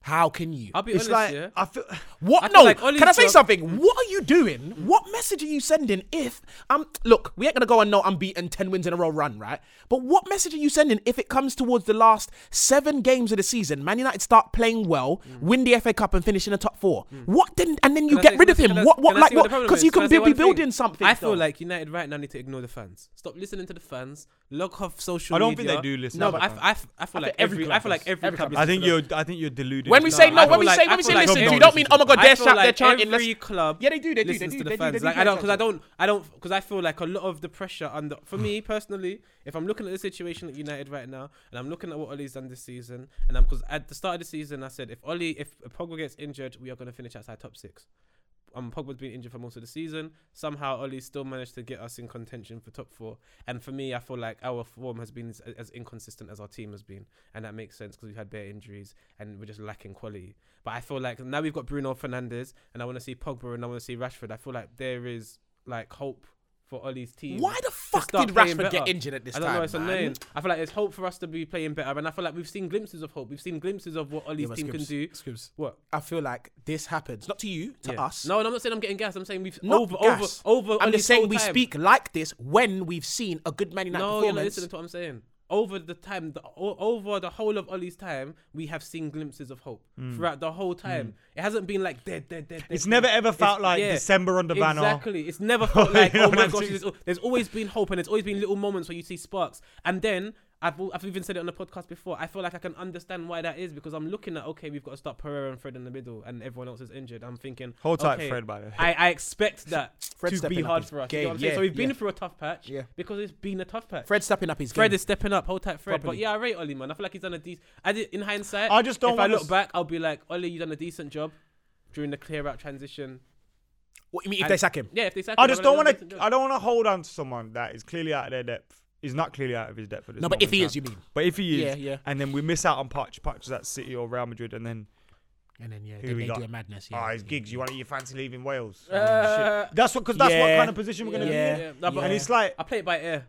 Speaker 1: How can you?
Speaker 3: I'll be
Speaker 2: it's like
Speaker 3: honest. yeah.
Speaker 2: I
Speaker 1: *laughs*
Speaker 2: feel.
Speaker 1: What?
Speaker 3: I feel
Speaker 1: no.
Speaker 3: like Mm. Ollie's
Speaker 1: Can I say
Speaker 3: job-
Speaker 1: something? What are you doing? What message are you sending? If um, look, we ain't gonna go on no unbeaten ten wins in a row run, right? But what message are you sending if it comes towards the last seven games of the season? Man United start playing well, win the FA Cup, and finish in the top four. What then? And then you
Speaker 3: Mm. Can I
Speaker 1: get
Speaker 3: say-
Speaker 1: rid of
Speaker 3: can I-
Speaker 1: him.
Speaker 3: can I-
Speaker 1: what? What?
Speaker 3: can I
Speaker 1: Like
Speaker 3: say
Speaker 1: what?
Speaker 3: what the problem
Speaker 1: Because
Speaker 3: is?
Speaker 1: you
Speaker 3: Can I
Speaker 1: could
Speaker 3: say
Speaker 1: be
Speaker 3: one thing?
Speaker 1: building something.
Speaker 3: I feel
Speaker 1: though.
Speaker 3: like United right now need to ignore the fans. Stop listening to the fans. Log off social.
Speaker 2: I don't think
Speaker 3: media.
Speaker 2: they do listen
Speaker 3: No,
Speaker 2: to
Speaker 3: but
Speaker 2: the
Speaker 3: I, f- I, f- I feel like
Speaker 1: every
Speaker 3: every,
Speaker 1: club
Speaker 3: I feel like
Speaker 1: does.
Speaker 3: every,
Speaker 1: Every
Speaker 3: club.
Speaker 1: club
Speaker 2: I
Speaker 3: listens
Speaker 2: think
Speaker 3: to them.
Speaker 2: you're. I think you're deluded.
Speaker 1: When we
Speaker 2: No,
Speaker 1: say
Speaker 2: I
Speaker 1: no,
Speaker 2: feel
Speaker 1: when we
Speaker 2: like-
Speaker 1: say
Speaker 3: I
Speaker 1: when we
Speaker 3: feel
Speaker 1: say
Speaker 3: like
Speaker 1: listen
Speaker 2: some
Speaker 1: to, you
Speaker 2: don't
Speaker 1: don't mean oh my god
Speaker 3: I
Speaker 1: they're
Speaker 3: feel
Speaker 1: shout, they're
Speaker 3: like
Speaker 1: chanting.
Speaker 3: Every club.
Speaker 1: Yeah, they do. They do.
Speaker 3: listens
Speaker 1: they do.
Speaker 3: to the
Speaker 1: they do,
Speaker 3: fans.
Speaker 1: they do,
Speaker 3: like
Speaker 1: they
Speaker 3: I
Speaker 1: do
Speaker 3: don't, because I
Speaker 1: shout it.
Speaker 3: don't, I don't, because I feel like a lot of the pressure under for me personally, if I'm looking at the situation at United right now, and I'm looking at what Ollie's done this season, and I'm because at the start of the season I said if Ollie, if Pogba gets injured, we are going to finish outside top six. Um, Pogba's been injured for most of the season. Somehow, Ollie still managed to get us in contention for top four. And for me, I feel like our form has been as, as inconsistent as our team has been, and that makes sense because we've had bare injuries and we're just lacking quality. But I feel like now we've got Bruno Fernandes, and I want to see Pogba and I want to see Rashford. I feel like there is like hope for Ollie's team.
Speaker 1: Why the fuck
Speaker 3: start
Speaker 1: did
Speaker 3: playing
Speaker 1: Rashford get
Speaker 3: better.
Speaker 1: injured at this
Speaker 3: I don't know.
Speaker 1: time?
Speaker 3: It's
Speaker 1: man?
Speaker 3: annoying. I feel like there's hope for us to be playing better, and I feel like we've seen glimpses of hope. We've seen glimpses of what
Speaker 1: Yeah,
Speaker 3: Ollie's
Speaker 1: but
Speaker 3: team can
Speaker 1: Scribs-
Speaker 3: do.
Speaker 1: Scribs,
Speaker 3: What?
Speaker 1: I feel like this happens not to you, to
Speaker 3: Yeah.
Speaker 1: us.
Speaker 3: No, and I'm not saying I'm getting gas. I'm saying we've
Speaker 1: Not
Speaker 3: over,
Speaker 1: gas.
Speaker 3: over, over.
Speaker 1: I'm
Speaker 3: Ollie's
Speaker 1: just saying
Speaker 3: whole
Speaker 1: we
Speaker 3: time.
Speaker 1: speak like this when we've seen a good Man United
Speaker 3: No, you're not
Speaker 1: performance.
Speaker 3: listening to what I'm saying. Over the time, the, o- over the whole of Ollie's time, we have seen glimpses of hope throughout the whole time. It hasn't been like dead, dead, dead.
Speaker 2: Mm. It's never ever felt like December under Van Gaal.
Speaker 3: Exactly.
Speaker 2: *laughs*
Speaker 3: It's never felt like
Speaker 2: You know
Speaker 3: oh my
Speaker 2: what I'm
Speaker 3: gosh.
Speaker 2: saying?
Speaker 3: There's, al- there's always been hope, and there's always been little moments where you see sparks, and then I've al- I've even said it on the podcast before. I feel like I can understand why that is because I'm looking at okay, we've got to start Pereira and Fred in the middle, and everyone else is injured. I'm thinking,
Speaker 2: Hold tight,
Speaker 3: okay,
Speaker 2: Fred, by the way.
Speaker 3: I, I
Speaker 2: *laughs*
Speaker 3: expect that
Speaker 1: Fred's
Speaker 3: to be
Speaker 1: stepping up
Speaker 3: hard
Speaker 1: his
Speaker 3: for us. You
Speaker 1: game.
Speaker 3: know what I'm saying?
Speaker 1: Yeah,
Speaker 3: so we've been
Speaker 1: yeah.
Speaker 3: through a tough patch
Speaker 1: Yeah.
Speaker 3: because it's been a tough patch.
Speaker 1: Fred's stepping up his
Speaker 3: Fred
Speaker 1: game.
Speaker 3: is stepping up. Hold tight, Fred.
Speaker 1: Properly.
Speaker 3: But yeah, I rate Oli, man. I feel like he's done a decent. I did in hindsight.
Speaker 2: I just don't
Speaker 3: If I
Speaker 2: wanna
Speaker 3: look
Speaker 2: s-
Speaker 3: back, I'll be like, Oli, you done a decent job during the clear out transition.
Speaker 1: what you mean if
Speaker 3: I-
Speaker 1: they sack him?
Speaker 3: Yeah, if they sack
Speaker 2: I
Speaker 3: him,
Speaker 2: just
Speaker 3: I'll
Speaker 2: don't
Speaker 3: be
Speaker 2: want
Speaker 3: like, "You've
Speaker 2: to.
Speaker 3: done a decent
Speaker 2: I
Speaker 3: job."
Speaker 2: don't want to hold on to someone that is clearly out of their depth. Is not clearly out of his depth. At this
Speaker 1: No, but
Speaker 2: moment
Speaker 1: if he
Speaker 2: in
Speaker 1: is,
Speaker 2: time.
Speaker 1: you mean?
Speaker 2: But if he is,
Speaker 1: Yeah, yeah.
Speaker 2: and then we miss out on Poch. Poch is at City or Real Madrid, and then
Speaker 1: And then yeah,
Speaker 2: Who
Speaker 1: then
Speaker 2: we
Speaker 1: they
Speaker 2: got?
Speaker 1: do a madness. Yeah,
Speaker 2: ah, his
Speaker 1: yeah.
Speaker 2: gigs. You want you fancy leaving Wales?
Speaker 3: Uh,
Speaker 2: Shit. That's what because that's what
Speaker 1: yeah.
Speaker 2: kind of position we're gonna
Speaker 1: Yeah.
Speaker 2: be in.
Speaker 1: Yeah.
Speaker 3: No, but
Speaker 2: And it's like
Speaker 3: I play it by ear.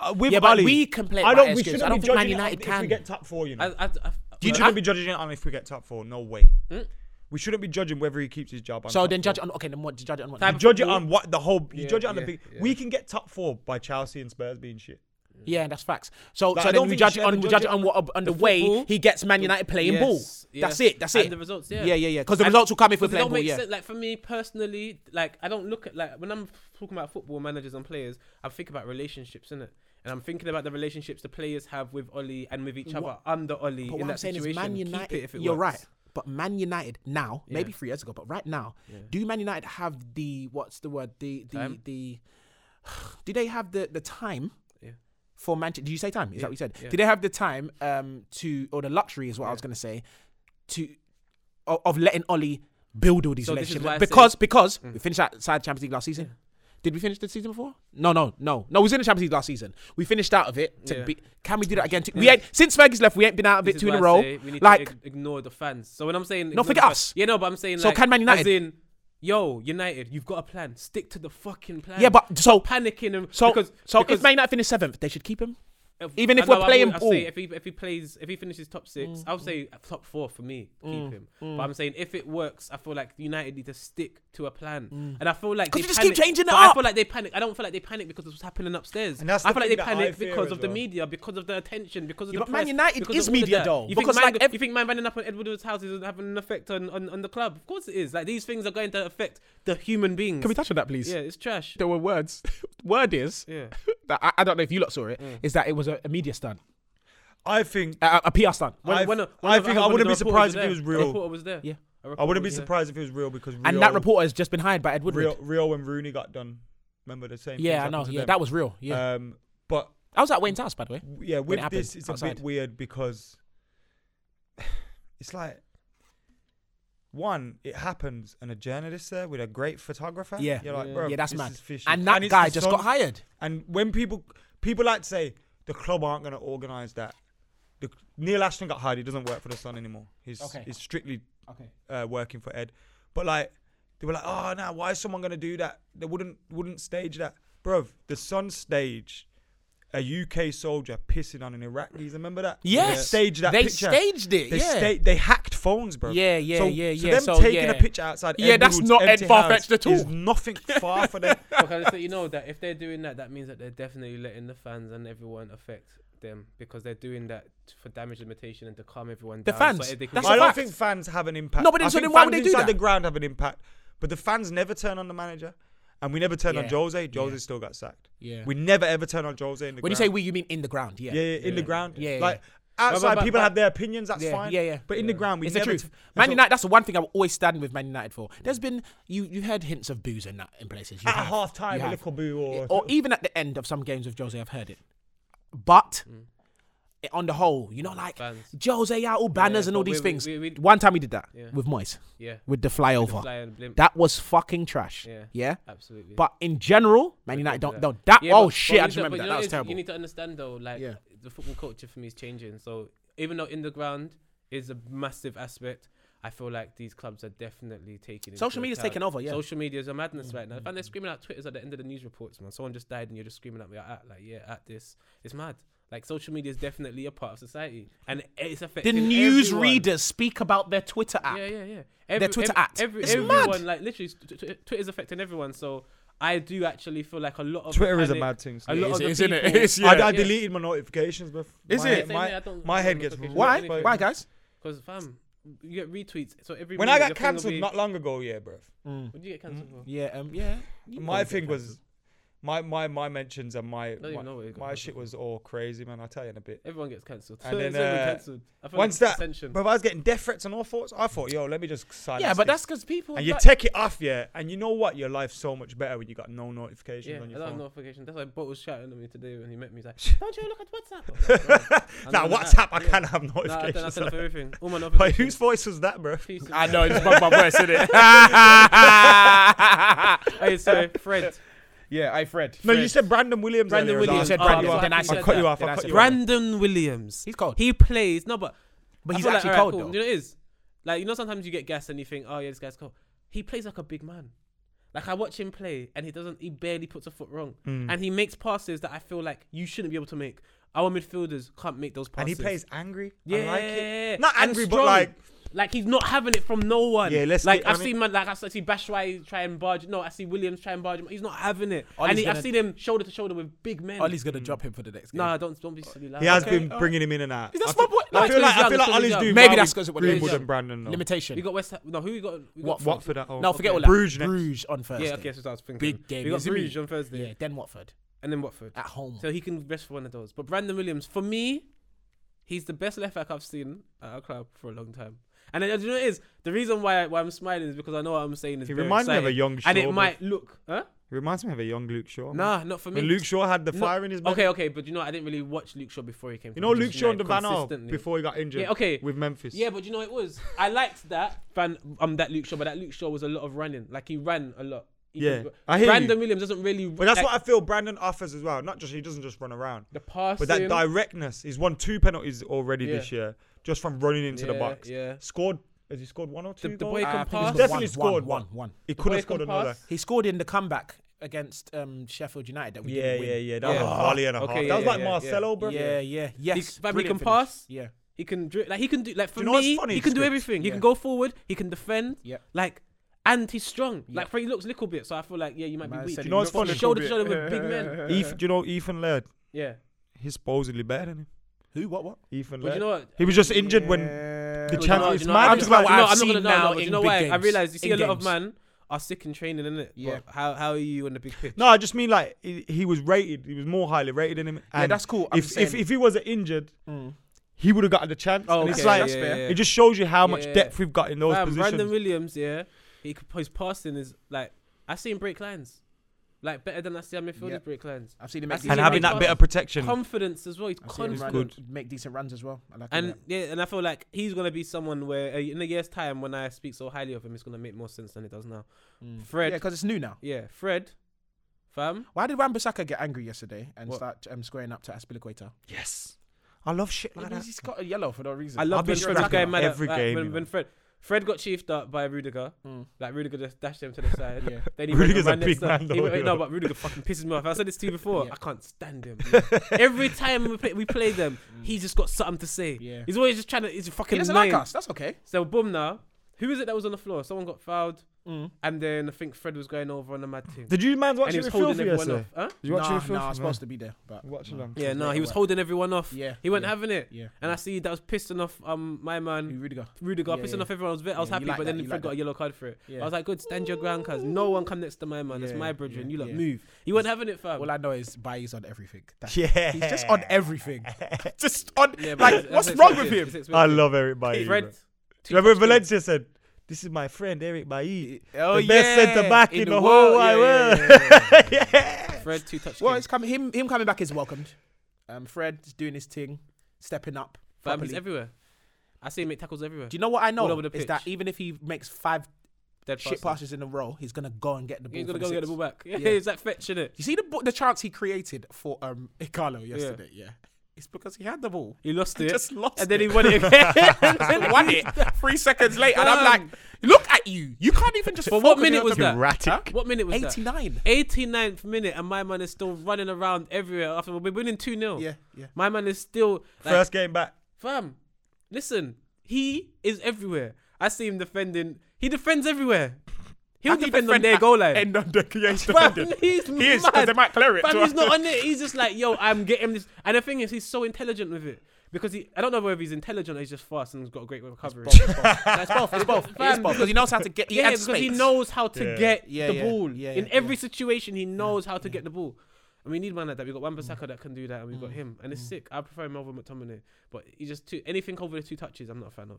Speaker 2: uh, with
Speaker 1: Yeah, but
Speaker 2: Ali,
Speaker 1: we can play.
Speaker 2: I
Speaker 1: by
Speaker 2: don't.
Speaker 1: our
Speaker 2: We
Speaker 1: skills.
Speaker 2: shouldn't
Speaker 1: I
Speaker 2: be
Speaker 1: don't think Man
Speaker 2: judging it on
Speaker 1: United
Speaker 2: if
Speaker 1: can.
Speaker 2: we get top four. You know,
Speaker 3: I, I, I,
Speaker 2: we
Speaker 1: you
Speaker 2: shouldn't
Speaker 1: I-
Speaker 2: be judging it on if we get top four. No way. We shouldn't be judging whether he keeps his job. On
Speaker 1: So
Speaker 2: top
Speaker 1: then
Speaker 2: four.
Speaker 1: judge on okay. Then what? Judge it on what?
Speaker 3: Type
Speaker 2: You
Speaker 3: of
Speaker 2: judge it
Speaker 3: football.
Speaker 2: on what the whole. You
Speaker 3: Yeah,
Speaker 2: judge it on the
Speaker 3: yeah,
Speaker 2: big.
Speaker 3: yeah.
Speaker 2: We can get top four by Chelsea and Spurs being shit.
Speaker 1: Yeah, that's facts. So,
Speaker 2: Like, I
Speaker 1: so then
Speaker 2: don't
Speaker 1: we
Speaker 2: think
Speaker 1: judge
Speaker 2: you
Speaker 1: it
Speaker 2: should
Speaker 1: on
Speaker 2: ever
Speaker 1: we
Speaker 2: judge
Speaker 1: judge
Speaker 2: it
Speaker 1: it on
Speaker 2: on
Speaker 1: what and the,
Speaker 3: the
Speaker 1: way
Speaker 3: football.
Speaker 1: he gets Man United playing ball.
Speaker 3: Yes,
Speaker 1: That's
Speaker 3: yes.
Speaker 1: it. That's
Speaker 3: And
Speaker 1: it.
Speaker 3: the results, yeah.
Speaker 1: yeah, yeah, yeah. Because the
Speaker 3: And-
Speaker 1: results will come if we're
Speaker 3: Because it
Speaker 1: playing
Speaker 3: don't
Speaker 1: ball.
Speaker 3: make
Speaker 1: Yeah,
Speaker 3: sense. Like for me personally, like I don't look at like when I'm talking about football managers and players, I think about relationships, innit? And I'm thinking about the relationships the players have with Ollie and with each other
Speaker 1: What-
Speaker 3: under Ollie
Speaker 1: but
Speaker 3: in
Speaker 1: what I'm
Speaker 3: that
Speaker 1: saying is
Speaker 3: situation.
Speaker 1: Man
Speaker 3: Keep
Speaker 1: United.
Speaker 3: it if it
Speaker 1: you're
Speaker 3: works.
Speaker 1: right. But Man United now, maybe
Speaker 3: Yeah.
Speaker 1: three years ago, but right now,
Speaker 3: Yeah.
Speaker 1: do Man United have the what's the word? The the
Speaker 3: Time?
Speaker 1: the *sighs* do they have the the time?
Speaker 3: Yeah.
Speaker 1: For Manchester, did you say time? Is that what you said?
Speaker 3: yeah.
Speaker 1: Do they have the time um, to, or the luxury is what I was going to say, to of, of letting Ollie build all these
Speaker 3: So this is
Speaker 1: relationships?
Speaker 3: why I Mm. say-
Speaker 1: because because we finished outside Champions League last season. Did we finish the season before? No, no, no, no. We was in the Champions League last season. We finished out of it. To
Speaker 3: Yeah.
Speaker 1: be, can we do that again? too? We ain't since Fergie's left. We ain't been out of it
Speaker 3: This is
Speaker 1: two in a
Speaker 3: why I
Speaker 1: row.
Speaker 3: say we need to
Speaker 1: Like,
Speaker 3: ig- ignore the fans. So when I'm saying
Speaker 1: No,
Speaker 3: ignore the
Speaker 1: forget
Speaker 3: fans-
Speaker 1: us.
Speaker 3: Yeah, no, but I'm saying
Speaker 1: So
Speaker 3: like,
Speaker 1: can Man
Speaker 3: As
Speaker 1: United?
Speaker 3: in, yo, United, you've got a plan. Stick to the fucking plan.
Speaker 1: yeah, but so
Speaker 3: panicking and
Speaker 1: so
Speaker 3: because
Speaker 1: so
Speaker 3: because
Speaker 1: if Man United finish seventh, they should keep him.
Speaker 3: If-
Speaker 1: Even if
Speaker 3: I know,
Speaker 1: we're
Speaker 3: I
Speaker 1: playing
Speaker 3: would- I'd say
Speaker 1: ball. Mm,
Speaker 3: if he if he plays if he finishes top six, I would say top four for me. Keep him. But I'm saying if it works, I feel like United need to stick to a plan. And I feel like
Speaker 1: 'Cause
Speaker 3: they
Speaker 1: you just keep
Speaker 3: panic-
Speaker 1: changing it
Speaker 3: but I
Speaker 1: up.
Speaker 3: feel like they panic. I don't feel like they panic because of what's happening upstairs.
Speaker 2: And that's
Speaker 3: I
Speaker 2: the
Speaker 3: feel like
Speaker 2: thing
Speaker 3: they
Speaker 2: that I
Speaker 3: panic
Speaker 2: fear
Speaker 3: because
Speaker 2: as
Speaker 3: of the
Speaker 2: well.
Speaker 3: media, because of the attention, because of
Speaker 1: Yeah,
Speaker 3: the
Speaker 1: but Man
Speaker 3: press,
Speaker 1: United
Speaker 3: because
Speaker 1: is
Speaker 3: of all of
Speaker 1: media,
Speaker 3: that.
Speaker 1: though.
Speaker 3: You
Speaker 1: Because,
Speaker 3: think
Speaker 1: like,
Speaker 3: Man,
Speaker 1: ev-
Speaker 3: you think Man running up on Edward Wood's house is having an effect on, on on the club? Of course it is. Like these things are going to affect the human beings.
Speaker 1: Can we touch on that, please?
Speaker 3: yeah, it's trash.
Speaker 1: There were words. *laughs* Word is
Speaker 3: Yeah.
Speaker 1: that I, I don't know if you lot saw it. Is
Speaker 2: Mm.
Speaker 1: that it was a, a media stunt,
Speaker 2: I think
Speaker 1: a, a- a PR stunt.
Speaker 3: When-
Speaker 2: I've-
Speaker 3: when a-
Speaker 2: I
Speaker 3: when a-
Speaker 2: think I
Speaker 3: when
Speaker 2: wouldn't
Speaker 3: the
Speaker 2: be
Speaker 3: reporter
Speaker 2: surprised if
Speaker 3: there.
Speaker 2: it was
Speaker 3: The
Speaker 2: real.
Speaker 3: reporter was there.
Speaker 1: Yeah.
Speaker 3: A
Speaker 2: I
Speaker 3: reporter
Speaker 2: wouldn't be
Speaker 3: was there.
Speaker 2: surprised if it was real because Rio,
Speaker 1: and that report has just been hired by Ed Woodward.
Speaker 2: Rio, Rio when Rooney got done. Remember the same.
Speaker 1: Yeah,
Speaker 2: things
Speaker 1: I know.
Speaker 2: happened to
Speaker 1: Yeah,
Speaker 2: them?
Speaker 1: that was real. Yeah,
Speaker 2: Um, but
Speaker 1: I was at Wayne's house, by the way.
Speaker 2: w- yeah, with
Speaker 1: happened,
Speaker 2: this, it's a
Speaker 1: outside.
Speaker 2: bit weird because *sighs* it's like one, it happens, and a journalist there with a great photographer.
Speaker 1: Yeah.
Speaker 2: you're like,
Speaker 3: Yeah.
Speaker 2: bro,
Speaker 1: Yeah, that's
Speaker 2: this
Speaker 1: mad.
Speaker 2: is fishy.
Speaker 1: And that
Speaker 2: it's
Speaker 1: guy
Speaker 2: the
Speaker 1: just
Speaker 2: Sun-
Speaker 1: got hired.
Speaker 2: And when people people like to say the club aren't going to organise that, the, Neil Ashton got hired. He doesn't work for the Sun anymore. He's
Speaker 1: Okay.
Speaker 2: he's strictly
Speaker 1: Okay.
Speaker 2: uh, working for Ed. But like they were like, oh no, why is someone going to do that? They wouldn't wouldn't stage that, bro. The Sun staged a UK soldier pissing on an Iraqi. Remember that?
Speaker 1: Yes.
Speaker 2: they staged that.
Speaker 1: They
Speaker 2: picture.
Speaker 1: staged it.
Speaker 2: They,
Speaker 1: yeah.
Speaker 2: sta- they hacked phones, bro.
Speaker 1: Yeah, yeah,
Speaker 2: so,
Speaker 1: yeah,
Speaker 2: So
Speaker 1: yeah.
Speaker 2: them
Speaker 1: So,
Speaker 2: taking
Speaker 1: yeah.
Speaker 2: a picture outside.
Speaker 1: Yeah,
Speaker 2: Ed
Speaker 1: that's
Speaker 2: Woodward's
Speaker 1: not Ed
Speaker 2: empty house
Speaker 1: far-fetched at all.
Speaker 2: Is
Speaker 1: *laughs*
Speaker 2: nothing far for them.
Speaker 3: But can I just let you know that if they're doing that, that means that they're definitely letting the fans and everyone affect them because they're doing that t- for damage limitation and to calm everyone
Speaker 1: The
Speaker 3: down.
Speaker 1: fans.
Speaker 3: if they can
Speaker 1: That's
Speaker 3: get-
Speaker 1: a
Speaker 2: I don't
Speaker 1: fact.
Speaker 2: think fans have an impact.
Speaker 1: No, but then-
Speaker 2: I
Speaker 1: so
Speaker 2: think
Speaker 1: then why would
Speaker 2: fans
Speaker 1: they do
Speaker 2: inside
Speaker 1: that?
Speaker 2: the ground have an impact, but the fans never turn on the manager, and we never turn on
Speaker 1: Yeah.
Speaker 2: Jose. Jose
Speaker 1: Yeah.
Speaker 2: still got sacked.
Speaker 1: Yeah.
Speaker 2: We never ever turn on Jose in the
Speaker 1: When you
Speaker 2: ground.
Speaker 1: say we, you mean in the ground. Yeah.
Speaker 2: yeah, yeah, in the
Speaker 3: Yeah.
Speaker 2: ground.
Speaker 1: Yeah, yeah,
Speaker 2: like
Speaker 3: but-
Speaker 2: outside,
Speaker 3: but-
Speaker 2: people
Speaker 3: but-
Speaker 2: have their opinions. That's
Speaker 1: Yeah,
Speaker 2: fine.
Speaker 1: yeah, yeah.
Speaker 2: But in the
Speaker 3: Yeah.
Speaker 2: ground, we
Speaker 1: It's the
Speaker 2: never.
Speaker 1: truth.
Speaker 2: t-
Speaker 1: Man
Speaker 2: so-
Speaker 1: United. That's the one thing I've always stand with Man United for. There's been you. You heard hints of booze and that in places. You
Speaker 2: at
Speaker 1: have.
Speaker 2: half time,
Speaker 1: You
Speaker 2: a
Speaker 1: have.
Speaker 2: little boo or,
Speaker 1: or
Speaker 2: *laughs*
Speaker 1: even at the end of some games with Jose, I've heard it. But it- on the whole, you know, like
Speaker 3: Fans.
Speaker 1: Jose out all banners
Speaker 3: Yeah,
Speaker 1: and all
Speaker 3: but
Speaker 1: these
Speaker 3: we- we-
Speaker 1: things.
Speaker 3: we- we-
Speaker 1: One time we did that
Speaker 3: Yeah.
Speaker 1: with Moyes
Speaker 3: yeah.
Speaker 1: with the flyover.
Speaker 3: Fly and blimp.
Speaker 1: that was fucking trash.
Speaker 3: Yeah.
Speaker 1: yeah?
Speaker 3: Absolutely.
Speaker 1: But in general, Man United don't. No, that.
Speaker 3: Yeah,
Speaker 1: oh
Speaker 3: but-
Speaker 1: shit!
Speaker 3: but
Speaker 1: I
Speaker 3: you
Speaker 1: just
Speaker 3: know-
Speaker 1: remember
Speaker 3: but
Speaker 1: that.
Speaker 3: you know
Speaker 1: That
Speaker 3: what
Speaker 1: was
Speaker 3: it is?
Speaker 1: terrible.
Speaker 3: You need to understand though, like
Speaker 1: Yeah.
Speaker 3: the football culture for me is changing. So even though in the ground is a massive aspect, I feel like these clubs are definitely taking.
Speaker 1: Social
Speaker 3: into
Speaker 1: media's
Speaker 3: account-
Speaker 1: taken over, yeah. Mm-hmm.
Speaker 3: Social media is a madness right now. And they're screaming out Twitter's at the end of the news reports, man. Someone just died and you're just screaming at me at like yeah at this. It's mad. Like social media is definitely a part of society, and it's
Speaker 1: the
Speaker 3: affecting
Speaker 1: news
Speaker 3: everyone.
Speaker 1: readers speak about their Twitter app.
Speaker 3: Yeah, yeah, yeah. Every,
Speaker 1: Twitter
Speaker 3: every,
Speaker 1: at.
Speaker 3: Every,
Speaker 1: It's mad.
Speaker 3: everyone, like literally, t- t- Twitter's affecting everyone. So I do actually feel like a lot of
Speaker 2: Twitter is a
Speaker 3: panic-
Speaker 2: mad thing.
Speaker 3: A
Speaker 2: so-
Speaker 3: lot
Speaker 1: It's-
Speaker 3: of
Speaker 1: it's
Speaker 3: the
Speaker 1: in it.
Speaker 3: people,
Speaker 1: It's-
Speaker 2: I,
Speaker 1: yeah.
Speaker 2: I deleted my notifications, bro.
Speaker 1: Is
Speaker 2: my,
Speaker 1: it?
Speaker 2: My, my head gets ruined.
Speaker 1: Why?
Speaker 2: Why?
Speaker 1: Why, guys?
Speaker 3: Because fam, you get retweets. So every
Speaker 2: When I
Speaker 3: minute
Speaker 2: got
Speaker 3: your thing will
Speaker 2: cancelled
Speaker 3: be-
Speaker 2: not long ago, yeah, bro.
Speaker 3: What did you get cancelled for?
Speaker 1: Mm. Yeah, um, yeah. You
Speaker 2: My
Speaker 1: probably
Speaker 2: thing
Speaker 1: get
Speaker 2: was, My my my mentions and my
Speaker 3: don't even know where
Speaker 2: my,
Speaker 3: you're going
Speaker 2: my
Speaker 3: with
Speaker 2: shit
Speaker 3: this.
Speaker 2: was all crazy, man. I'll tell you in a bit.
Speaker 3: Everyone gets cancelled.
Speaker 2: And then,
Speaker 3: It's already
Speaker 2: uh,
Speaker 3: cancelled. I feel
Speaker 2: Once
Speaker 3: like
Speaker 2: that, *laughs*
Speaker 3: ascension.
Speaker 2: but if I was getting death threats and all thoughts, I thought, yo, let me just silence.
Speaker 1: yeah, but
Speaker 2: this.
Speaker 1: that's because people.
Speaker 2: and you
Speaker 1: like-
Speaker 2: take it off, yeah. And you know what? Your life's so much better when you got no notifications
Speaker 3: yeah, I
Speaker 2: on your
Speaker 3: don't have
Speaker 2: phone.
Speaker 3: notification. That's why Bot was shouting at me today when he met
Speaker 2: *laughs*
Speaker 3: me. He's like, don't you look at WhatsApp? I was Like, "Oh." And
Speaker 2: Nah,
Speaker 3: then I-
Speaker 2: WhatsApp, I
Speaker 3: yeah.
Speaker 2: can't have
Speaker 3: Nah, I turn- I
Speaker 2: notifications.
Speaker 3: turn
Speaker 2: on
Speaker 3: off
Speaker 2: it.
Speaker 3: everything. All
Speaker 2: *laughs*
Speaker 3: my
Speaker 2: Wait,
Speaker 3: notifications.
Speaker 2: whose voice was that, bro?
Speaker 3: Peace and
Speaker 1: I know, it's
Speaker 3: love.
Speaker 1: my voice, isn't it?
Speaker 3: hey, so
Speaker 2: *laughs*
Speaker 3: Fred.
Speaker 4: Yeah, I Fred.
Speaker 2: No, you
Speaker 3: Fred.
Speaker 2: said Brandon Williams.
Speaker 3: Brandon
Speaker 2: earlier as
Speaker 3: Williams.
Speaker 2: well.
Speaker 1: said
Speaker 3: Oh,
Speaker 1: Brandon,
Speaker 3: sorry,
Speaker 1: then I said
Speaker 2: I
Speaker 1: that.
Speaker 2: cut you off.
Speaker 1: Then I
Speaker 2: I cut
Speaker 1: said
Speaker 2: you off.
Speaker 3: Brandon Williams.
Speaker 1: He's cold.
Speaker 3: He plays no, but
Speaker 1: But
Speaker 3: I
Speaker 1: he's
Speaker 3: feel like,
Speaker 1: actually
Speaker 3: alright,
Speaker 1: cold,
Speaker 3: cool.
Speaker 1: though.
Speaker 3: You know, what it is like you know sometimes you get gas and you think, oh yeah, this guy's cold. He plays like a big man. Like I watch him play and he doesn't, he barely puts a foot wrong,
Speaker 2: Hmm.
Speaker 3: and he makes passes that I feel like you shouldn't be able to make. Our midfielders can't make those
Speaker 2: And
Speaker 3: passes.
Speaker 2: he plays angry.
Speaker 3: Yeah,
Speaker 2: I like it. Not
Speaker 3: and
Speaker 2: angry, but
Speaker 3: strong.
Speaker 2: like
Speaker 3: like he's not having it from no one.
Speaker 2: Yeah, let's
Speaker 3: like
Speaker 2: get- I
Speaker 3: I've
Speaker 2: mean-
Speaker 3: seen man, like I see Bashwai try and barge. No, I see Williams try and barge. him. He's not having it,
Speaker 1: Ollie's
Speaker 3: and he,
Speaker 1: gonna-
Speaker 3: I've seen him shoulder to shoulder with big men.
Speaker 1: Ollie's gonna drop him for the next game.
Speaker 3: Nah, don't don't be silly. Like,
Speaker 2: he has
Speaker 3: okay,
Speaker 2: been
Speaker 3: alright.
Speaker 2: bringing him in and out.
Speaker 1: Is that
Speaker 2: I
Speaker 1: smart
Speaker 2: feel-
Speaker 1: boy? No,
Speaker 2: I
Speaker 1: it's
Speaker 2: feel
Speaker 3: 'cause
Speaker 2: like
Speaker 3: he's
Speaker 2: I feel
Speaker 3: young,
Speaker 2: like
Speaker 3: it's 'cause
Speaker 2: Ollie's
Speaker 3: he's
Speaker 2: doing
Speaker 3: young.
Speaker 1: Maybe
Speaker 2: well
Speaker 1: that's
Speaker 2: with
Speaker 1: 'cause of what
Speaker 2: Greenwood
Speaker 3: he's
Speaker 2: and Brandon.
Speaker 1: Limitations.
Speaker 2: though.
Speaker 1: Limitation.
Speaker 3: We got West. Ham- No, who we got? We got
Speaker 1: Watford.
Speaker 2: Watford at home.
Speaker 1: No, forget all that.
Speaker 2: Bruges next.
Speaker 1: Bruges on Thursday.
Speaker 3: Yeah, okay, that's what I was thinking.
Speaker 1: Big game.
Speaker 3: We got
Speaker 1: isn't it?
Speaker 3: Bruges on Thursday,
Speaker 1: Yeah, then Watford
Speaker 3: and then Watford.
Speaker 2: Ah.
Speaker 1: at home.
Speaker 3: So he can rest for one of those. But Brandon Williams, for me, he's the best left back I've seen at our club for a long time. And then, you know what it is? The reason why, why I'm smiling is because I know what I'm saying is
Speaker 2: He
Speaker 3: very
Speaker 2: reminds me of a
Speaker 3: exciting.
Speaker 2: young
Speaker 3: And
Speaker 2: Shaw,
Speaker 3: it
Speaker 2: but-
Speaker 3: might look, huh?
Speaker 2: It reminds me of a young Luke Shaw. man.
Speaker 3: Nah, not for me.
Speaker 2: When Luke Shaw had the
Speaker 3: No,
Speaker 2: fire in his body.
Speaker 3: Okay, okay, but you know, I didn't really watch Luke Shaw before he came.
Speaker 2: You
Speaker 3: to
Speaker 2: know
Speaker 3: Manchester
Speaker 2: Luke Shaw and the
Speaker 3: United
Speaker 2: Van Aal
Speaker 3: consistently.
Speaker 2: before he got injured.
Speaker 3: Yeah, okay.
Speaker 2: With Memphis.
Speaker 3: Yeah, but you know what it was. I liked that Van um that Luke Shaw, but that Luke Shaw was a lot of running. Like he ran a lot. He
Speaker 2: Yeah,
Speaker 3: was-
Speaker 2: I hear you.
Speaker 3: Brandon Williams doesn't really.
Speaker 2: But that's what I feel Brandon offers as well. Not just he doesn't just run around,
Speaker 3: the pass.
Speaker 2: but that directness. He's won two penalties already
Speaker 3: Yeah.
Speaker 2: this year just from running into the
Speaker 3: Yeah,
Speaker 2: box.
Speaker 3: yeah.
Speaker 2: Scored. Has he scored one or two?
Speaker 3: the
Speaker 2: goals?
Speaker 3: boy can
Speaker 1: Ah, I think he's
Speaker 3: pass.
Speaker 1: got
Speaker 2: Definitely
Speaker 1: one,
Speaker 2: scored
Speaker 1: one,
Speaker 2: one.
Speaker 1: one.
Speaker 2: He could
Speaker 3: boy
Speaker 2: have scored
Speaker 3: can
Speaker 2: another.
Speaker 3: pass.
Speaker 1: He scored in the comeback against um, Sheffield United that we
Speaker 2: Yeah,
Speaker 1: didn't win.
Speaker 2: yeah, yeah. That was
Speaker 3: Yeah.
Speaker 2: a volley and a
Speaker 3: Okay,
Speaker 2: half.
Speaker 3: yeah,
Speaker 2: that was
Speaker 3: yeah,
Speaker 2: like
Speaker 3: yeah,
Speaker 2: Marcelo,
Speaker 3: yeah.
Speaker 2: bro.
Speaker 1: Yeah, yeah, yes.
Speaker 3: He- but he
Speaker 1: Brilliant
Speaker 3: can
Speaker 1: finish.
Speaker 3: pass.
Speaker 1: Yeah,
Speaker 3: He can dri- like he can do like for
Speaker 2: you know what's
Speaker 3: me
Speaker 2: funny?
Speaker 3: he can do
Speaker 2: Scripts.
Speaker 3: everything. He
Speaker 1: Yeah.
Speaker 3: can go forward. He can defend.
Speaker 1: Yeah.
Speaker 3: Like and he's strong.
Speaker 1: Yeah.
Speaker 3: Like for he looks little bit. So I feel like yeah you might
Speaker 1: Man
Speaker 3: be weak.
Speaker 1: said
Speaker 2: You know what's
Speaker 1: he looked
Speaker 2: funny?
Speaker 3: Shoulder to shoulder with big *laughs* men.
Speaker 2: Ethan, do you know Ethan Laird?
Speaker 3: Yeah.
Speaker 2: He's supposedly better than him.
Speaker 1: Who? What? What?
Speaker 2: Ethan
Speaker 3: But
Speaker 2: Laird.
Speaker 3: you know what?
Speaker 2: He was just injured when
Speaker 4: Yeah.
Speaker 2: the
Speaker 3: But
Speaker 2: chance.
Speaker 3: you know what,
Speaker 2: it's
Speaker 3: you know
Speaker 2: mad.
Speaker 3: what,
Speaker 1: I'm
Speaker 2: just
Speaker 1: just
Speaker 2: like
Speaker 1: like,
Speaker 3: no,
Speaker 1: I've
Speaker 3: I'm not
Speaker 1: seen
Speaker 3: gonna,
Speaker 1: now
Speaker 3: no, no,
Speaker 1: in
Speaker 3: you know
Speaker 1: big
Speaker 3: why? I
Speaker 1: games.
Speaker 3: realize you see
Speaker 1: In
Speaker 3: a lot of
Speaker 1: games.
Speaker 3: man are sick and training in it.
Speaker 1: Yeah.
Speaker 3: But how how are you on the big pitch?
Speaker 2: No, I just mean like he, he was rated. He was more highly rated than him. And
Speaker 1: that's cool. I'm
Speaker 2: If, if
Speaker 1: saying-
Speaker 2: if he wasn't injured,
Speaker 1: Mm.
Speaker 2: he would have gotten the chance.
Speaker 3: Oh,
Speaker 2: and
Speaker 3: okay,
Speaker 2: it's like
Speaker 3: that's fair.
Speaker 2: it just shows you how much
Speaker 3: Yeah.
Speaker 2: depth we've got in those
Speaker 3: Fam,
Speaker 2: positions.
Speaker 3: Brandon Williams, yeah, he could, his passing is like I've seen break lines, like better than I see our midfielders
Speaker 1: Yeah.
Speaker 3: break lines.
Speaker 1: I've seen him
Speaker 3: I
Speaker 1: make
Speaker 3: see
Speaker 1: decent
Speaker 2: and
Speaker 3: him
Speaker 1: runs.
Speaker 2: having
Speaker 3: make
Speaker 2: that bit
Speaker 3: passes.
Speaker 2: of protection.
Speaker 3: Confidence as well. He's
Speaker 1: I've seen him
Speaker 3: confident.
Speaker 1: run and make decent runs as well. I like him
Speaker 3: And yeah, and I feel like he's gonna be someone where uh, in a year's time, when I speak so highly of him, it's gonna make more sense than it does now.
Speaker 1: there. Mm.
Speaker 3: Fred-
Speaker 1: Yeah, because it's new now.
Speaker 3: Yeah, Fred, fam,
Speaker 1: Why did Wan-Bissaka get angry yesterday and
Speaker 3: What?
Speaker 1: start um, squaring up to Aspilicueta?
Speaker 2: Yes, I love shit like
Speaker 1: Because
Speaker 2: that.
Speaker 1: he's got a yellow for no reason.
Speaker 3: I love
Speaker 2: be
Speaker 3: when Fred
Speaker 2: strapping
Speaker 3: guy
Speaker 2: up
Speaker 3: mad at-
Speaker 2: every
Speaker 3: like,
Speaker 2: game, you
Speaker 3: when,
Speaker 2: know.
Speaker 3: when Fred. Fred got chiefed up by Rudiger.
Speaker 1: Mm.
Speaker 3: Like Rudiger just dashed him to the
Speaker 2: *laughs*
Speaker 3: side.
Speaker 1: Yeah.
Speaker 3: Then he went and
Speaker 2: Rudiger's a
Speaker 3: ran it
Speaker 2: big
Speaker 3: stuff.
Speaker 2: man
Speaker 3: He
Speaker 2: though,
Speaker 3: went-
Speaker 2: you
Speaker 3: no,
Speaker 2: know.
Speaker 3: but Rudiger fucking pisses me off. I said this to you before.
Speaker 1: Yeah.
Speaker 3: I can't
Speaker 2: *laughs*
Speaker 3: stand him. Every time we play, we play them, he's just got something to say.
Speaker 1: Yeah.
Speaker 3: He's always just trying to. He's
Speaker 1: he
Speaker 3: fucking
Speaker 1: doesn't
Speaker 3: annoying.
Speaker 1: like us. That's okay.
Speaker 3: So boom now. Who is it that was on the floor? Someone got fouled,
Speaker 1: Mm.
Speaker 3: and then I think Fred was going over on the mad team.
Speaker 2: Did you man
Speaker 3: and
Speaker 2: watch
Speaker 3: he
Speaker 2: it
Speaker 3: was
Speaker 2: with Phil
Speaker 3: holding
Speaker 2: for
Speaker 3: everyone
Speaker 2: yesterday?
Speaker 3: off. Huh?
Speaker 2: Did you watch it
Speaker 1: nah,
Speaker 2: with Phil?
Speaker 1: nah, I was supposed to be there, but
Speaker 2: Watch it
Speaker 1: nah.
Speaker 2: on.
Speaker 3: Yeah, no,
Speaker 1: later
Speaker 3: he was
Speaker 1: work.
Speaker 3: holding everyone off.
Speaker 1: Yeah,
Speaker 3: He wasn't
Speaker 1: yeah,
Speaker 3: having it.
Speaker 1: Yeah,
Speaker 3: And I see that was pissing off um my man
Speaker 1: Rudiger.
Speaker 3: Rudiger,
Speaker 1: Yeah,
Speaker 3: pissing
Speaker 1: yeah.
Speaker 3: off everyone. I was, ve- I was
Speaker 1: Yeah, you
Speaker 3: happy,
Speaker 1: like
Speaker 3: but
Speaker 1: that,
Speaker 3: then
Speaker 1: you
Speaker 3: Fred
Speaker 1: like
Speaker 3: got a
Speaker 1: that.
Speaker 3: yellow card for it.
Speaker 1: Yeah.
Speaker 3: I was like, good, stand your ground, cuz no one come next to my man. That's
Speaker 1: Yeah,
Speaker 3: my
Speaker 1: yeah,
Speaker 3: brethren. you lot
Speaker 1: yeah.
Speaker 3: move. He won't having it, fam.
Speaker 1: All I know is Bailly's on everything. That's
Speaker 2: Yeah,
Speaker 1: He's just on everything. just on
Speaker 3: Yeah, but
Speaker 1: like
Speaker 3: it's-
Speaker 1: what's
Speaker 3: it's
Speaker 1: wrong with
Speaker 3: expected.
Speaker 1: him?
Speaker 2: *laughs*
Speaker 3: It's
Speaker 2: I
Speaker 3: expected.
Speaker 2: love Eric Bailly. bro.
Speaker 3: Fred. two
Speaker 2: Remember
Speaker 3: touchdowns.
Speaker 2: Valencia said, "This is my friend Eric Bailly,
Speaker 1: Oh,
Speaker 2: the best
Speaker 1: yeah.
Speaker 2: centre back in,
Speaker 3: In
Speaker 2: the,
Speaker 3: the
Speaker 2: whole
Speaker 3: world.
Speaker 2: wide
Speaker 3: Yeah,
Speaker 2: world."
Speaker 3: yeah,
Speaker 2: yeah.
Speaker 3: Fred two
Speaker 1: *laughs*
Speaker 3: touchdowns.
Speaker 1: Well, it's coming. Him him coming back is welcomed. Um, Fred's doing his thing, stepping up.
Speaker 3: fam, he's
Speaker 1: properly.
Speaker 3: everywhere. I see him make tackles everywhere.
Speaker 1: Do you know what I know?
Speaker 3: All over the
Speaker 1: Is that
Speaker 3: pitch.
Speaker 1: even if he makes five
Speaker 3: Dead
Speaker 1: shit
Speaker 3: passes.
Speaker 1: passes in a row, he's gonna go and get the ball.
Speaker 3: He's
Speaker 1: for
Speaker 3: gonna
Speaker 1: the
Speaker 3: go get the
Speaker 1: six.
Speaker 3: ball back. *laughs* Yeah,
Speaker 1: Yeah.
Speaker 3: it's that fetch, innit?
Speaker 1: You see the bo- the chance he created for um *laughs* Icalo yesterday. Yeah. it's because he had the ball.
Speaker 3: He
Speaker 1: *laughs*
Speaker 3: lost
Speaker 1: He
Speaker 3: it.
Speaker 1: just lost
Speaker 3: and then he won it
Speaker 1: *laughs*
Speaker 3: again.
Speaker 1: won it three seconds later, and I'm
Speaker 3: Fam.
Speaker 1: like, look at you. You can't even just.
Speaker 3: For
Speaker 1: focus
Speaker 3: what minute
Speaker 1: on
Speaker 3: was
Speaker 1: the-
Speaker 3: that?
Speaker 2: Erratic.
Speaker 3: What minute was that?
Speaker 1: 89.
Speaker 3: 89th minute, and my man is still running around everywhere after we're winning 2 0.
Speaker 1: Yeah, yeah.
Speaker 3: My man is still. Like,
Speaker 2: First game back.
Speaker 3: Fam, listen, he is everywhere. I see him defending. He defends everywhere. He'll
Speaker 1: How can you
Speaker 3: defend on
Speaker 1: defend
Speaker 3: their
Speaker 1: at-
Speaker 3: goal line.
Speaker 1: End on the yeah, he's
Speaker 3: *laughs* Fam,
Speaker 1: defending.
Speaker 3: he's
Speaker 1: He is, 'cause
Speaker 3: mad.
Speaker 1: they might clear it.
Speaker 3: Fam,
Speaker 1: to
Speaker 3: he's
Speaker 1: us.
Speaker 3: not on it. He's just like, yo, I'm getting this. And the thing is, he's so intelligent with it. because he, I don't know whether he's intelligent or he's just fast and he's got a great recovery.
Speaker 1: That's both. It's both. It's
Speaker 3: Fam,
Speaker 1: both. Because he knows how to get. He
Speaker 3: yeah,
Speaker 1: had
Speaker 3: because he
Speaker 1: space.
Speaker 3: knows how to
Speaker 2: Yeah.
Speaker 3: get
Speaker 1: Yeah,
Speaker 3: the
Speaker 1: yeah.
Speaker 3: ball
Speaker 1: Yeah,
Speaker 3: in
Speaker 1: yeah, Mm.
Speaker 3: every situation. He knows how to get the ball. And we need one like that. We got Wan Bissaka that can do that, and we have got him, and it's sick. I prefer him over McTominay, but he just two anything over the two touches. I'm not a fan of.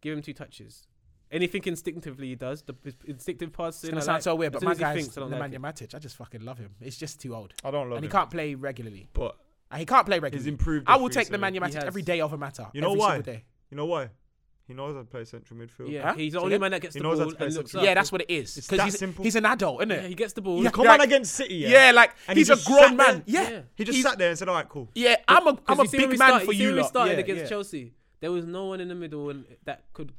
Speaker 3: Give him two touches. Anything instinctively he does, the his instinctive
Speaker 1: It's
Speaker 3: passing.
Speaker 1: gonna
Speaker 3: I
Speaker 1: sound
Speaker 3: like.
Speaker 1: so weird,
Speaker 3: As
Speaker 1: but
Speaker 3: soon
Speaker 1: my
Speaker 3: as he
Speaker 1: guy's
Speaker 3: thinks, I don't
Speaker 1: Nemanja
Speaker 3: like it.
Speaker 1: Matic. I just fucking love him. He's just too old,
Speaker 2: I don't love
Speaker 1: and he
Speaker 2: him,
Speaker 1: can't play regularly.
Speaker 2: but
Speaker 1: And he can't play regularly.
Speaker 2: he's improved.
Speaker 1: I will
Speaker 2: recently.
Speaker 1: take Nemanja
Speaker 3: He
Speaker 1: Matic
Speaker 3: has.
Speaker 1: every day of a matter.
Speaker 2: You know
Speaker 1: every
Speaker 2: why?
Speaker 1: Single day.
Speaker 2: You know why? He knows how to play central midfield.
Speaker 3: Yeah,
Speaker 1: Huh?
Speaker 3: he's the
Speaker 1: Say
Speaker 3: only
Speaker 1: again?
Speaker 3: man that gets
Speaker 2: He
Speaker 3: the
Speaker 2: knows
Speaker 3: ball
Speaker 2: how to play
Speaker 3: and looks
Speaker 2: central
Speaker 3: up.
Speaker 1: Yeah, that's what it is.
Speaker 2: It's
Speaker 1: 'Cause
Speaker 2: that
Speaker 1: he's,
Speaker 2: simple.
Speaker 1: He's an adult, isn't
Speaker 3: Yeah,
Speaker 1: it?
Speaker 3: he gets the ball.
Speaker 2: Yeah, come
Speaker 1: like-
Speaker 2: on against City.
Speaker 1: Yeah,
Speaker 2: Yeah,
Speaker 1: like
Speaker 2: And he
Speaker 1: he's a
Speaker 2: just
Speaker 1: grown
Speaker 2: sat
Speaker 1: man.
Speaker 2: there.
Speaker 1: Yeah.
Speaker 3: Yeah.
Speaker 2: He just
Speaker 1: He's-
Speaker 2: sat there and said, "All right, cool."
Speaker 1: Yeah, I'm a I'm a
Speaker 3: 'Cause you see when
Speaker 1: big
Speaker 3: we
Speaker 1: man
Speaker 3: start-
Speaker 1: for
Speaker 3: see
Speaker 1: you
Speaker 3: when we
Speaker 1: lot.
Speaker 3: started
Speaker 1: Yeah,
Speaker 3: against
Speaker 1: yeah.
Speaker 3: Chelsea. There was no one in the middle and that could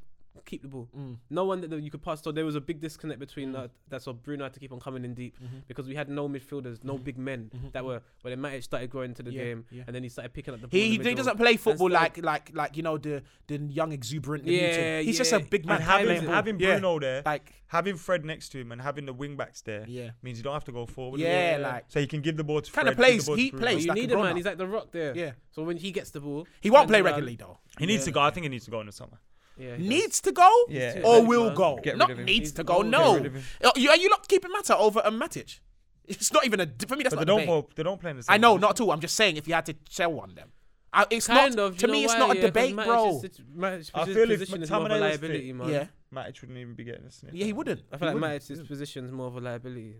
Speaker 3: keep the ball.
Speaker 1: Mm.
Speaker 3: No one that you could pass. So there was a big disconnect between uh, that. That's why Bruno had to keep on coming in deep because we had no midfielders, no big men that were. But then Matic started growing into the
Speaker 1: Mm-hmm. Yeah,
Speaker 3: game,
Speaker 1: yeah.
Speaker 3: and then he started picking up the. Ball in
Speaker 1: He,
Speaker 3: Mm-hmm.
Speaker 1: he
Speaker 3: the middle.
Speaker 1: doesn't play football
Speaker 3: And stuff.
Speaker 1: like like like you know the the young exuberant. the
Speaker 3: Yeah,
Speaker 1: mutant. He's just
Speaker 3: yeah.
Speaker 1: a big
Speaker 3: And
Speaker 1: man.
Speaker 2: And having,
Speaker 1: playing ball.
Speaker 2: having
Speaker 1: Yeah.
Speaker 2: Bruno there,
Speaker 1: like
Speaker 2: having Fred next to him, and having the wing backs there
Speaker 1: Yeah.
Speaker 2: means you don't have to go forward.
Speaker 1: Yeah, like-
Speaker 2: so he can give the ball to.
Speaker 1: Kinda
Speaker 2: Fred, give the
Speaker 1: plays-
Speaker 2: ball to
Speaker 1: he
Speaker 2: Bruno.
Speaker 1: plays
Speaker 3: You
Speaker 1: like a
Speaker 3: need a man.
Speaker 1: grown-up.
Speaker 3: He's like the rock there.
Speaker 1: Yeah.
Speaker 3: So when he gets the ball,
Speaker 1: he won't
Speaker 3: turns
Speaker 1: play
Speaker 3: around.
Speaker 1: regularly though.
Speaker 2: He needs to go. I think he needs to go in the summer.
Speaker 3: um, Yeah, he does.
Speaker 1: Needs to go
Speaker 2: Yeah.
Speaker 3: too
Speaker 1: or
Speaker 3: old,
Speaker 1: will
Speaker 3: man.
Speaker 1: go.
Speaker 2: Get rid
Speaker 1: Not
Speaker 2: of him.
Speaker 1: needs
Speaker 3: He's
Speaker 1: to go.
Speaker 3: old.
Speaker 1: No.
Speaker 2: Get rid of him.
Speaker 1: Are you, are you not keeping matter over a Matic? *laughs* It's not even a for me. That's
Speaker 2: But
Speaker 1: not
Speaker 2: they
Speaker 1: a debate.
Speaker 2: don't. Go, they don't play in the summer.
Speaker 1: I know, not at all. I'm just saying, if you had to sell one, them, I, it's
Speaker 3: Kind
Speaker 1: not
Speaker 3: of.
Speaker 1: to
Speaker 3: you
Speaker 1: me.
Speaker 3: know
Speaker 1: It's
Speaker 3: why?
Speaker 1: not a
Speaker 3: Yeah, 'cause
Speaker 1: debate,
Speaker 3: Matic's
Speaker 1: bro.
Speaker 3: sit- Matic's
Speaker 2: I feel if
Speaker 3: position is more of a
Speaker 2: McTominay was
Speaker 3: liability,
Speaker 2: fit-
Speaker 3: man.
Speaker 1: Yeah,
Speaker 2: Matic wouldn't even be getting a sniff.
Speaker 1: yeah, he wouldn't.
Speaker 3: I feel
Speaker 1: He
Speaker 3: like
Speaker 1: wouldn't.
Speaker 3: Matic's position is more of a liability.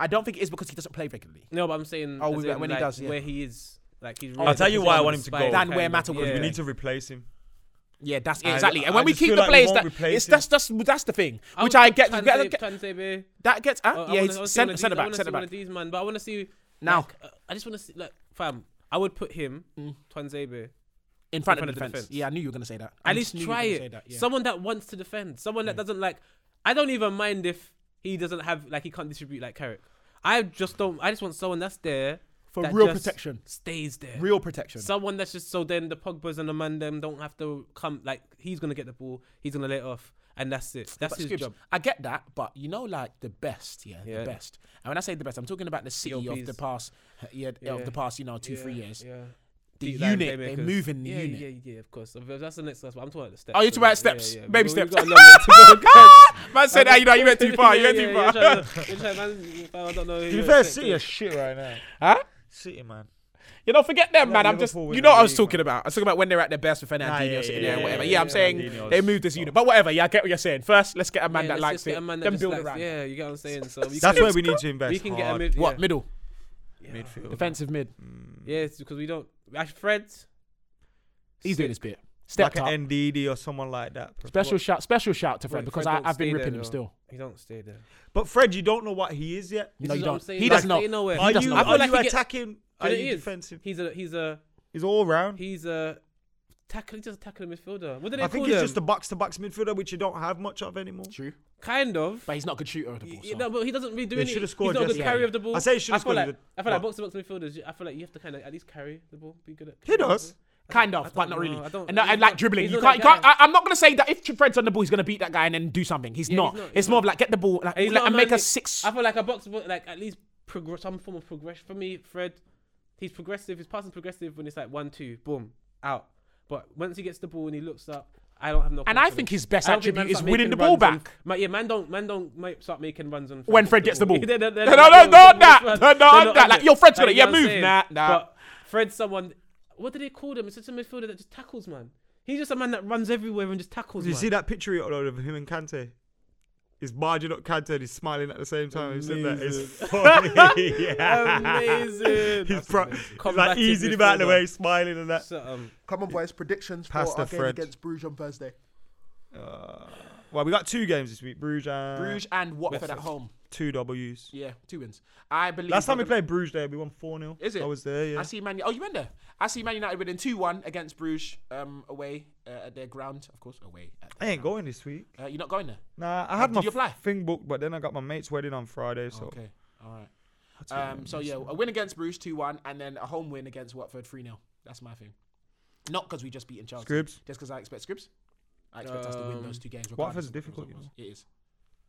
Speaker 1: I don't think it is because he doesn't play regularly.
Speaker 3: No, but I'm saying
Speaker 1: Oh,
Speaker 3: as
Speaker 1: we-
Speaker 3: in,
Speaker 1: when he
Speaker 3: like,
Speaker 1: does, yeah.
Speaker 3: where he is. Like he's
Speaker 2: I'll tell you why I want him to go.
Speaker 1: Than where Matter was,
Speaker 2: We
Speaker 1: Yeah.
Speaker 2: need to replace him.
Speaker 1: Yeah, that's it,
Speaker 2: I-
Speaker 1: exactly. and
Speaker 2: I
Speaker 1: when we
Speaker 2: just
Speaker 1: keep
Speaker 2: feel
Speaker 1: the
Speaker 2: like we
Speaker 1: players,
Speaker 2: won't
Speaker 1: that
Speaker 2: replace
Speaker 1: it's
Speaker 2: him.
Speaker 1: that's that's that's the thing, which I get.
Speaker 3: Tante,
Speaker 1: get- get-
Speaker 3: Tante,
Speaker 1: That gets
Speaker 3: I,
Speaker 1: huh?
Speaker 3: I
Speaker 1: yeah,
Speaker 3: wanna, I
Speaker 1: he's
Speaker 3: wanna see one
Speaker 1: centre centre
Speaker 3: of these- I wanna
Speaker 1: back,
Speaker 3: see
Speaker 1: centre
Speaker 3: one
Speaker 1: back.
Speaker 3: of these man, but I want to see
Speaker 1: Now. Mm.
Speaker 3: like, uh, I just want to see like, fam, I would put him Twanzebe.
Speaker 1: in front,
Speaker 3: front
Speaker 1: of the defense. Yeah, I knew you were gonna say that. I
Speaker 3: At
Speaker 1: just
Speaker 3: least
Speaker 1: knew you were
Speaker 3: try
Speaker 1: gonna say
Speaker 3: it.
Speaker 1: that, yeah. Mm.
Speaker 3: Someone that wants to defend. Someone that doesn't like. I don't even mind if he doesn't have like he can't distribute like Carrick. I just don't. I just want someone that's there
Speaker 1: For
Speaker 3: that
Speaker 1: real
Speaker 3: just
Speaker 1: protection.
Speaker 3: Stays there.
Speaker 1: Real protection.
Speaker 3: Someone that's just so then the Pogba's and the man them don't have to come like he's gonna get the ball, he's gonna let it off, and that's it. That's
Speaker 1: But
Speaker 3: his
Speaker 1: Scribs,
Speaker 3: job.
Speaker 1: I get that, but you know, like the best, yeah,
Speaker 3: Yeah.
Speaker 1: the best. And when I say the best, I'm talking about the city of
Speaker 3: ELPs.
Speaker 1: the past, yeah, of
Speaker 3: Yeah.
Speaker 1: the past, you know, two, three years.
Speaker 3: Yeah.
Speaker 1: The
Speaker 3: Deep line
Speaker 1: unit, they
Speaker 3: playmakers.
Speaker 1: move in the
Speaker 3: yeah,
Speaker 1: unit.
Speaker 3: Yeah, yeah, of course. Of- That's the next class, but I'm talking about the steps.
Speaker 1: Oh, you're talking about
Speaker 3: innit? Yeah,
Speaker 1: steps,
Speaker 3: yeah, but
Speaker 1: baby
Speaker 3: we've
Speaker 1: steps. *laughs*
Speaker 3: got a long way to go.
Speaker 1: Man said, "Ah, you know, you went too far. You went
Speaker 3: *laughs* Yeah,
Speaker 1: too
Speaker 3: yeah,
Speaker 1: far."
Speaker 3: you're trying to- you're trying- man, I don't know who
Speaker 2: To be
Speaker 3: you're
Speaker 2: fair,
Speaker 3: expecting.
Speaker 2: City are shit right now.
Speaker 1: Huh?
Speaker 2: City man.
Speaker 1: You know, forget them,
Speaker 2: Yeah,
Speaker 1: man. I'm just,
Speaker 2: Liverpool
Speaker 1: you
Speaker 2: win
Speaker 1: know
Speaker 2: the
Speaker 1: what I was
Speaker 2: league,
Speaker 1: talking
Speaker 2: man.
Speaker 1: about. I was talking about when they're at their best with Fernandinho
Speaker 2: Nah, yeah,
Speaker 1: sitting
Speaker 2: yeah,
Speaker 1: there and
Speaker 2: yeah,
Speaker 1: whatever. Yeah,
Speaker 2: yeah,
Speaker 1: I'm
Speaker 2: yeah,
Speaker 1: saying
Speaker 2: Fernandinho's
Speaker 1: they moved this
Speaker 2: top.
Speaker 1: unit. But whatever, yeah, I get what you're saying. First, let's get a man
Speaker 3: Yeah,
Speaker 1: that
Speaker 3: let's
Speaker 1: likes
Speaker 3: just get
Speaker 1: it.
Speaker 3: a man that
Speaker 1: Then
Speaker 3: just
Speaker 1: build
Speaker 3: likes-
Speaker 1: around.
Speaker 3: Yeah, you get what I'm saying. So you
Speaker 2: That's
Speaker 3: can-
Speaker 2: where we need to invest.
Speaker 3: we can get a
Speaker 2: hard.
Speaker 3: mid.
Speaker 1: What,
Speaker 3: yeah.
Speaker 1: middle?
Speaker 2: midfield.
Speaker 1: Defensive mid.
Speaker 2: Mm.
Speaker 3: Yeah, it's because we don't. Actually, Fred.
Speaker 1: He's doing
Speaker 3: Sick.
Speaker 1: his bit. Stepped
Speaker 2: like
Speaker 1: up.
Speaker 2: an NDD or someone like that. bro.
Speaker 1: Special
Speaker 3: What?
Speaker 1: shout, special shout to Fred
Speaker 3: Wait,
Speaker 1: because
Speaker 3: Fred
Speaker 1: I,
Speaker 3: don't
Speaker 1: I've been
Speaker 3: stay
Speaker 1: ripping
Speaker 3: there,
Speaker 1: him
Speaker 3: though.
Speaker 1: still.
Speaker 3: He don't stay there.
Speaker 2: But Fred, you don't know what he is yet.
Speaker 1: No, you
Speaker 3: This is what I'm
Speaker 1: don't.
Speaker 3: saying,
Speaker 1: He
Speaker 3: like,
Speaker 1: does not.
Speaker 3: stay nowhere.
Speaker 1: He
Speaker 2: Are
Speaker 1: does
Speaker 2: you,
Speaker 1: not.
Speaker 3: I feel
Speaker 2: are
Speaker 3: like
Speaker 2: you
Speaker 3: he get-
Speaker 2: attacking?
Speaker 3: Do you
Speaker 2: Are
Speaker 3: know what it
Speaker 2: you
Speaker 3: is?
Speaker 2: defensive?
Speaker 3: He's a he's a
Speaker 2: He's all round.
Speaker 3: he's a tackle. He's just a tackling midfielder. What do they
Speaker 2: I
Speaker 3: call
Speaker 2: think
Speaker 3: him?
Speaker 2: he's just a box to box midfielder, which you don't have much of anymore.
Speaker 1: True.
Speaker 3: kind of.
Speaker 1: But he's not a good shooter of the
Speaker 3: Y-
Speaker 1: ball.
Speaker 3: You
Speaker 1: so-
Speaker 3: know, but he doesn't really do
Speaker 2: They
Speaker 3: anything.
Speaker 2: should've
Speaker 3: He's
Speaker 2: scored
Speaker 3: not a good
Speaker 1: yesterday.
Speaker 3: carrier of the ball.
Speaker 2: I say he should've
Speaker 3: I feel
Speaker 2: scored
Speaker 3: like,
Speaker 2: with
Speaker 3: I feel like
Speaker 2: what?
Speaker 3: box to box midfielders. I feel like you have to kind of at least carry the ball. Be good at.
Speaker 2: He does.
Speaker 1: Kind
Speaker 3: I
Speaker 1: of, but
Speaker 3: don't
Speaker 1: not
Speaker 3: know.
Speaker 1: really.
Speaker 3: I don't-
Speaker 1: And, that-
Speaker 3: he's
Speaker 1: and like
Speaker 3: not-
Speaker 1: dribbling,
Speaker 3: he's
Speaker 1: you
Speaker 3: not
Speaker 1: can't.
Speaker 3: that
Speaker 1: You can't I, I'm not gonna say that if Fred's on the ball, he's gonna beat that guy and then do something. He's
Speaker 3: Yeah,
Speaker 1: not.
Speaker 3: he's not,
Speaker 1: It's
Speaker 3: he's
Speaker 1: more of
Speaker 3: not.
Speaker 1: like get the ball like,
Speaker 3: And he's
Speaker 1: like,
Speaker 3: not a
Speaker 1: and
Speaker 3: man
Speaker 1: make a
Speaker 3: that-
Speaker 1: six.
Speaker 3: I feel like a box to box, like at least progress some form of progression for me. Fred, he's progressive. His passing's progressive when it's like one two, boom, out. But once he gets the ball and he looks up, I don't have no.
Speaker 1: And I
Speaker 3: confidence.
Speaker 1: think his best
Speaker 3: I don't think
Speaker 1: attribute
Speaker 3: man
Speaker 1: is
Speaker 3: start
Speaker 1: winning
Speaker 3: making
Speaker 1: the ball
Speaker 3: runs on-
Speaker 1: back.
Speaker 3: Ma- yeah, man don't man don't make, start making runs on
Speaker 1: When Fred gets the ball.
Speaker 3: *laughs* They're- they're- they're
Speaker 1: No,
Speaker 3: like,
Speaker 1: no,
Speaker 3: yo,
Speaker 1: no,
Speaker 3: Fred-
Speaker 1: nah,
Speaker 3: Fred-
Speaker 1: no, no,
Speaker 3: they're
Speaker 1: I'm
Speaker 3: not
Speaker 1: not-
Speaker 3: on
Speaker 1: like,
Speaker 3: it.
Speaker 1: yo, Fred's got
Speaker 3: Like,
Speaker 1: it. Yeah,
Speaker 3: you know what I'm
Speaker 1: move.
Speaker 3: saying?
Speaker 1: Nah, nah.
Speaker 3: But Fred's someone. What do they call him? It's just a midfielder that just tackles, man. He's just a man that runs everywhere and just tackles.
Speaker 2: You
Speaker 3: man.
Speaker 1: *laughs*
Speaker 2: see that picture he uploaded of him and Kante? He's barging up Kante and he's smiling at the same time. He said that. It's
Speaker 1: *laughs*
Speaker 2: *laughs* funny. yeah.
Speaker 3: Amazing.
Speaker 2: He's, pro- he's like easing him out of the way, smiling and that.
Speaker 3: So, um,
Speaker 4: Come on, boys. Predictions
Speaker 2: Pass
Speaker 4: for
Speaker 2: to
Speaker 4: our game
Speaker 2: Fred.
Speaker 4: against Bruges on Thursday.
Speaker 2: Uh, well, we got two games this week Bruges and
Speaker 1: Bruges and Watford at
Speaker 3: West-
Speaker 1: home.
Speaker 2: two W's.
Speaker 1: Yeah, two wins. I believe.
Speaker 2: Last time we played Bruges there, we won 4 0.
Speaker 1: Is it?
Speaker 2: I was there, yeah.
Speaker 1: I see Man. Oh, you went there. I see Man United winning two one against Bruges um, away uh, at their ground, of course, away. At
Speaker 2: I ain't going this week.
Speaker 1: uh, you're not going there.
Speaker 2: Nah, I had
Speaker 1: Oh, did
Speaker 2: my
Speaker 1: you apply?
Speaker 2: thing booked, but then I got my mate's wedding on Friday, so
Speaker 1: Okay. All right.
Speaker 2: what I
Speaker 1: Um, so yeah, a win against Bruges two one, and then a home win against Watford three 0 That's my thing. Not because we just beat Chelsea.
Speaker 2: Scribs.
Speaker 1: Just because I expect Scribs. I expect us to win
Speaker 3: Um,
Speaker 1: those two games. regardless
Speaker 2: Watford's
Speaker 1: of what
Speaker 2: difficult,
Speaker 1: the result was. It is.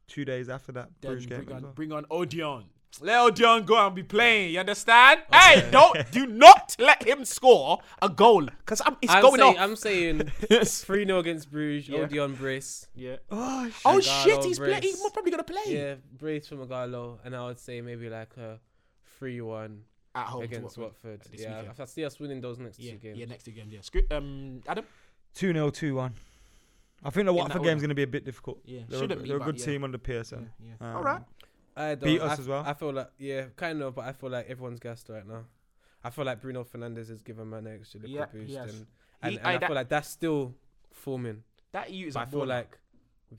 Speaker 2: two days after that
Speaker 1: Then
Speaker 2: Bruges game.
Speaker 1: bring
Speaker 2: as
Speaker 1: on,
Speaker 2: well.
Speaker 1: bring on Odion. Lil John go and be playing. You understand? Hey,
Speaker 2: *laughs*
Speaker 1: don't do not let him score a goal because I'm it's
Speaker 3: I'm
Speaker 1: going
Speaker 3: saying,
Speaker 1: off.
Speaker 2: *laughs*
Speaker 3: I'm saying
Speaker 1: Yes.
Speaker 3: 3 0 against Bruges,
Speaker 1: Yeah.
Speaker 3: Odion Brace. Yeah.
Speaker 2: Oh, shit.
Speaker 1: oh
Speaker 3: God,
Speaker 1: shit,
Speaker 3: oh,
Speaker 1: he's play-
Speaker 3: Brace.
Speaker 1: he's probably gonna play
Speaker 3: Yeah, Brace for Magalo. And I would say maybe like a 3 1
Speaker 1: at home to
Speaker 3: against
Speaker 1: Watford.
Speaker 3: Watford.
Speaker 1: this
Speaker 3: Yeah,
Speaker 1: weekend.
Speaker 3: if I see us winning those next
Speaker 1: Yeah,
Speaker 3: two games.
Speaker 1: yeah, next two games. Yeah, Screw- um, Adam.
Speaker 2: 2 0, 2 1. I think
Speaker 1: that
Speaker 2: the Watford game's
Speaker 1: order.
Speaker 2: going to be a bit difficult.
Speaker 1: Yeah,
Speaker 2: They're, a,
Speaker 1: shouldn't
Speaker 2: good-
Speaker 1: be,
Speaker 2: they're a
Speaker 1: but
Speaker 2: good
Speaker 1: yeah.
Speaker 2: team under PSN.
Speaker 1: Yeah, yeah.
Speaker 2: Um,
Speaker 1: All right.
Speaker 3: I don't,
Speaker 2: Beat
Speaker 3: I,
Speaker 2: us as well.
Speaker 3: I feel like, yeah, kind of, but I feel like everyone's gassed right now. I feel like Bruno Fernandez has given man an extra little
Speaker 1: Yeah,
Speaker 3: boost.
Speaker 1: he has.
Speaker 3: And, and,
Speaker 1: He-
Speaker 3: and
Speaker 1: aye,
Speaker 3: I
Speaker 1: that-
Speaker 3: feel like that's still forming.
Speaker 1: That you is
Speaker 3: But I
Speaker 1: a
Speaker 3: feel
Speaker 1: baller.
Speaker 3: like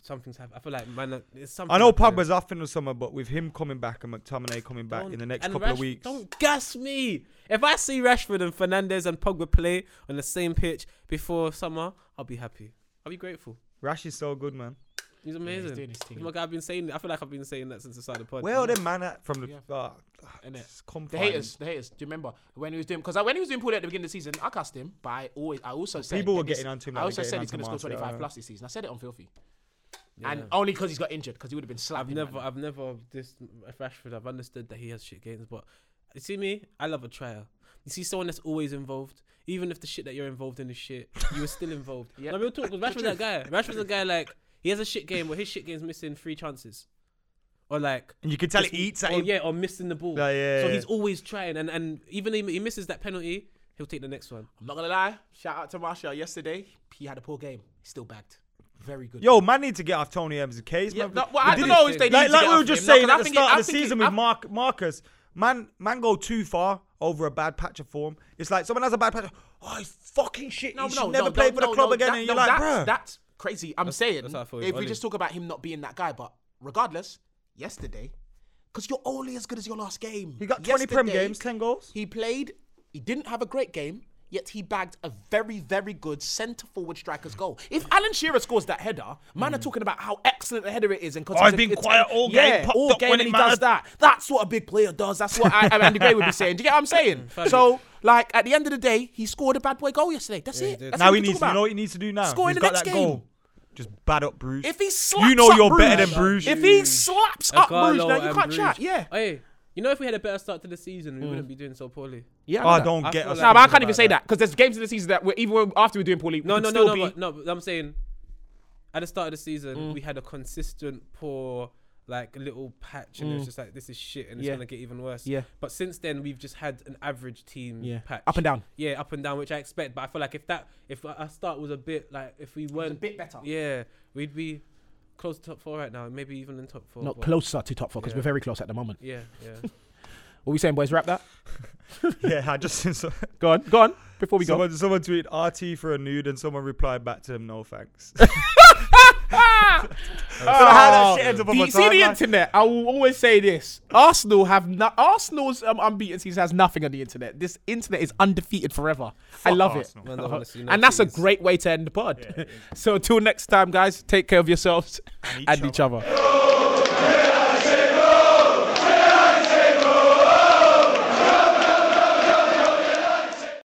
Speaker 3: something's happened. I feel like, man, it's something.
Speaker 2: I know
Speaker 3: happening.
Speaker 2: Pogba's off in the summer, but with him coming back and McTominay coming back in the
Speaker 3: Don't-
Speaker 2: next
Speaker 3: and
Speaker 2: couple of
Speaker 3: Rash-
Speaker 2: weeks,
Speaker 3: Don't gas me. If I see Rashford and Fernandez and Pogba play on the same pitch before summer, I'll be happy. I'll be grateful.
Speaker 2: Rash is so good, man.
Speaker 1: Yeah,
Speaker 3: He's
Speaker 1: he's
Speaker 3: amazing.
Speaker 1: doing his
Speaker 3: He's
Speaker 1: thing.
Speaker 3: my guy. I've been saying. I feel like I've been saying that since the start of the pod.
Speaker 2: Well, the man at- from the
Speaker 1: Yeah.
Speaker 2: uh,
Speaker 1: Innit?
Speaker 2: it's confined.
Speaker 1: The haters, the haters. Do you remember when he was doing? Because when he was doing poorly at the beginning of the season, I cast him. But I always, I also said
Speaker 2: People were
Speaker 1: that this-
Speaker 2: getting onto him.
Speaker 1: I
Speaker 2: like
Speaker 1: also
Speaker 2: they're
Speaker 1: said
Speaker 2: getting
Speaker 1: he's going to
Speaker 2: onto
Speaker 1: score 25
Speaker 2: Martial.
Speaker 1: plus this season. I said it on filthy,
Speaker 3: Yeah.
Speaker 1: and only because he's got injured, because he would have been slapped.
Speaker 3: I've never, I've never this Rashford. I've understood that he has shit games, but you see me, I love a trier. You see someone that's always involved, even if the shit that you're involved in is shit, you were still involved.
Speaker 1: Yeah.
Speaker 3: *laughs* Yeah, no, real talk. Because Rashford's that guy. Rashford's a guy like he has a shit game, but his shit game's missing three chances, or like
Speaker 2: And you can tell it
Speaker 3: just-
Speaker 2: eats
Speaker 3: or,
Speaker 2: at him.
Speaker 3: yeah, or missing the ball.
Speaker 2: Like, yeah,
Speaker 3: so
Speaker 2: yeah.
Speaker 3: he's always trying, and and even if he misses that penalty, he'll take the next one.
Speaker 1: I'm not gonna lie. Shout out to Martial yesterday. He had a poor game. Still bagged. Very good.
Speaker 2: Yo, man, need to get off Tony M's case,
Speaker 1: yeah,
Speaker 2: man.
Speaker 1: no, well,
Speaker 2: We
Speaker 1: I
Speaker 2: did
Speaker 1: don't
Speaker 2: it.
Speaker 1: know if they
Speaker 2: like,
Speaker 1: need
Speaker 2: like
Speaker 1: to get
Speaker 2: we
Speaker 1: off
Speaker 2: were
Speaker 1: him.
Speaker 2: just
Speaker 1: No, 'cause
Speaker 2: saying
Speaker 1: I
Speaker 2: at the
Speaker 1: think it-
Speaker 2: start
Speaker 1: I
Speaker 2: of the
Speaker 1: think it-
Speaker 2: season
Speaker 1: I
Speaker 2: with Mark Marcus, man, man go too far over a bad patch of form. It's like someone has a bad patch. Of, oh, he's fucking shit. he should never play
Speaker 1: no,
Speaker 2: for the
Speaker 1: no,
Speaker 2: club
Speaker 1: no,
Speaker 2: again.
Speaker 1: that-
Speaker 2: and
Speaker 1: no,
Speaker 2: you're like,
Speaker 1: that's,
Speaker 2: bruh.
Speaker 1: that's crazy. I'm saying
Speaker 3: that's how I feel with
Speaker 1: if we
Speaker 3: Oli.
Speaker 1: just talk about him not being that guy, but regardless, yesterday, because you're only as good as your last game.
Speaker 2: he got 20 Prem
Speaker 1: Yesterday,
Speaker 2: games, 10 goals.
Speaker 1: He played. He didn't have a great game. Yet he bagged a very, very good centre forward striker's goal. If Alan Shearer scores that header, man are talking about how excellent the header it is. And 'cause
Speaker 2: Oh,
Speaker 1: it's
Speaker 2: he's
Speaker 1: a-
Speaker 2: Mm. been
Speaker 1: it's-
Speaker 2: quiet all
Speaker 1: yeah,
Speaker 2: game, popped
Speaker 1: all
Speaker 2: up
Speaker 1: game,
Speaker 2: when
Speaker 1: and he
Speaker 2: it
Speaker 1: does
Speaker 2: mattered.
Speaker 1: that. That's what a big player does. That's what I, I Andy Gray would be saying. Do you get what I'm
Speaker 3: *laughs*
Speaker 1: saying? so, like at the end of the day, he scored a bad boy goal yesterday. That's it. That's
Speaker 2: Now
Speaker 1: all
Speaker 2: he
Speaker 1: we can
Speaker 2: needs.
Speaker 1: talk
Speaker 2: You know
Speaker 1: about.
Speaker 2: what he needs to do now.
Speaker 1: Score in
Speaker 2: He's
Speaker 1: the
Speaker 2: got
Speaker 1: next
Speaker 2: that
Speaker 1: game.
Speaker 2: goal. Just bad up Bruges.
Speaker 1: If he slaps
Speaker 2: you know
Speaker 1: up
Speaker 2: you're
Speaker 1: Bruges,
Speaker 2: better than Bruges.
Speaker 1: If he slaps up Bruges,
Speaker 3: Agallo
Speaker 1: now you
Speaker 3: and
Speaker 1: can't chat.
Speaker 3: Bruges.
Speaker 1: Yeah,
Speaker 3: Hey, you know if we had a better start to the season,
Speaker 2: Mm.
Speaker 3: we wouldn't be doing so poorly.
Speaker 1: yeah.
Speaker 2: oh,
Speaker 1: know that.
Speaker 2: don't
Speaker 3: I
Speaker 2: get
Speaker 3: feel
Speaker 2: us.
Speaker 3: like-
Speaker 1: No, but I
Speaker 2: talking
Speaker 1: can't even
Speaker 2: about
Speaker 1: say
Speaker 2: that.
Speaker 1: that because there's games in the season that we're, even when- after we're doing poorly, we
Speaker 3: No,
Speaker 1: could
Speaker 3: no, no,
Speaker 1: still
Speaker 3: no,
Speaker 1: be. Mm.
Speaker 3: but, no. But I'm saying, at the start of the season, we had a consistent poor, like little patch, and it was just like this is shit, and it's
Speaker 1: Mm. Yeah.
Speaker 3: gonna get even worse.
Speaker 1: Yeah.
Speaker 3: But since then, we've just had an average team
Speaker 1: Yeah.
Speaker 3: patch,
Speaker 1: Up and down.
Speaker 3: Yeah, up and down, which I expect. But I feel like if that, if our start was a bit like, if we weren't
Speaker 1: bit better.
Speaker 3: yeah, we'd be close to top four right now, maybe even in top four.
Speaker 1: Not
Speaker 3: but-
Speaker 1: closer to top four because
Speaker 3: Yeah.
Speaker 1: we're very close at the moment.
Speaker 3: Yeah, yeah.
Speaker 1: What are we saying, boys? Wrap that.
Speaker 2: *laughs* Yeah, I just so,
Speaker 1: Go on, go on. Before we go,
Speaker 2: someone, someone tweeted RT for a nude, and someone replied back to him, "No thanks."
Speaker 1: Oh,
Speaker 2: shit ends up on
Speaker 1: do
Speaker 2: my
Speaker 1: you see the
Speaker 2: timeline?
Speaker 1: internet? I will always say this: Arsenal have no- Arsenal's um, unbeaten season has nothing on the internet. This internet is undefeated forever. I
Speaker 2: Fuck
Speaker 1: love
Speaker 2: Arsenal.
Speaker 1: it,
Speaker 3: Man, I wanna see
Speaker 1: and that's a
Speaker 3: Nazis.
Speaker 1: great way to end the pod. *laughs* so until next time, guys, take care of yourselves and each other.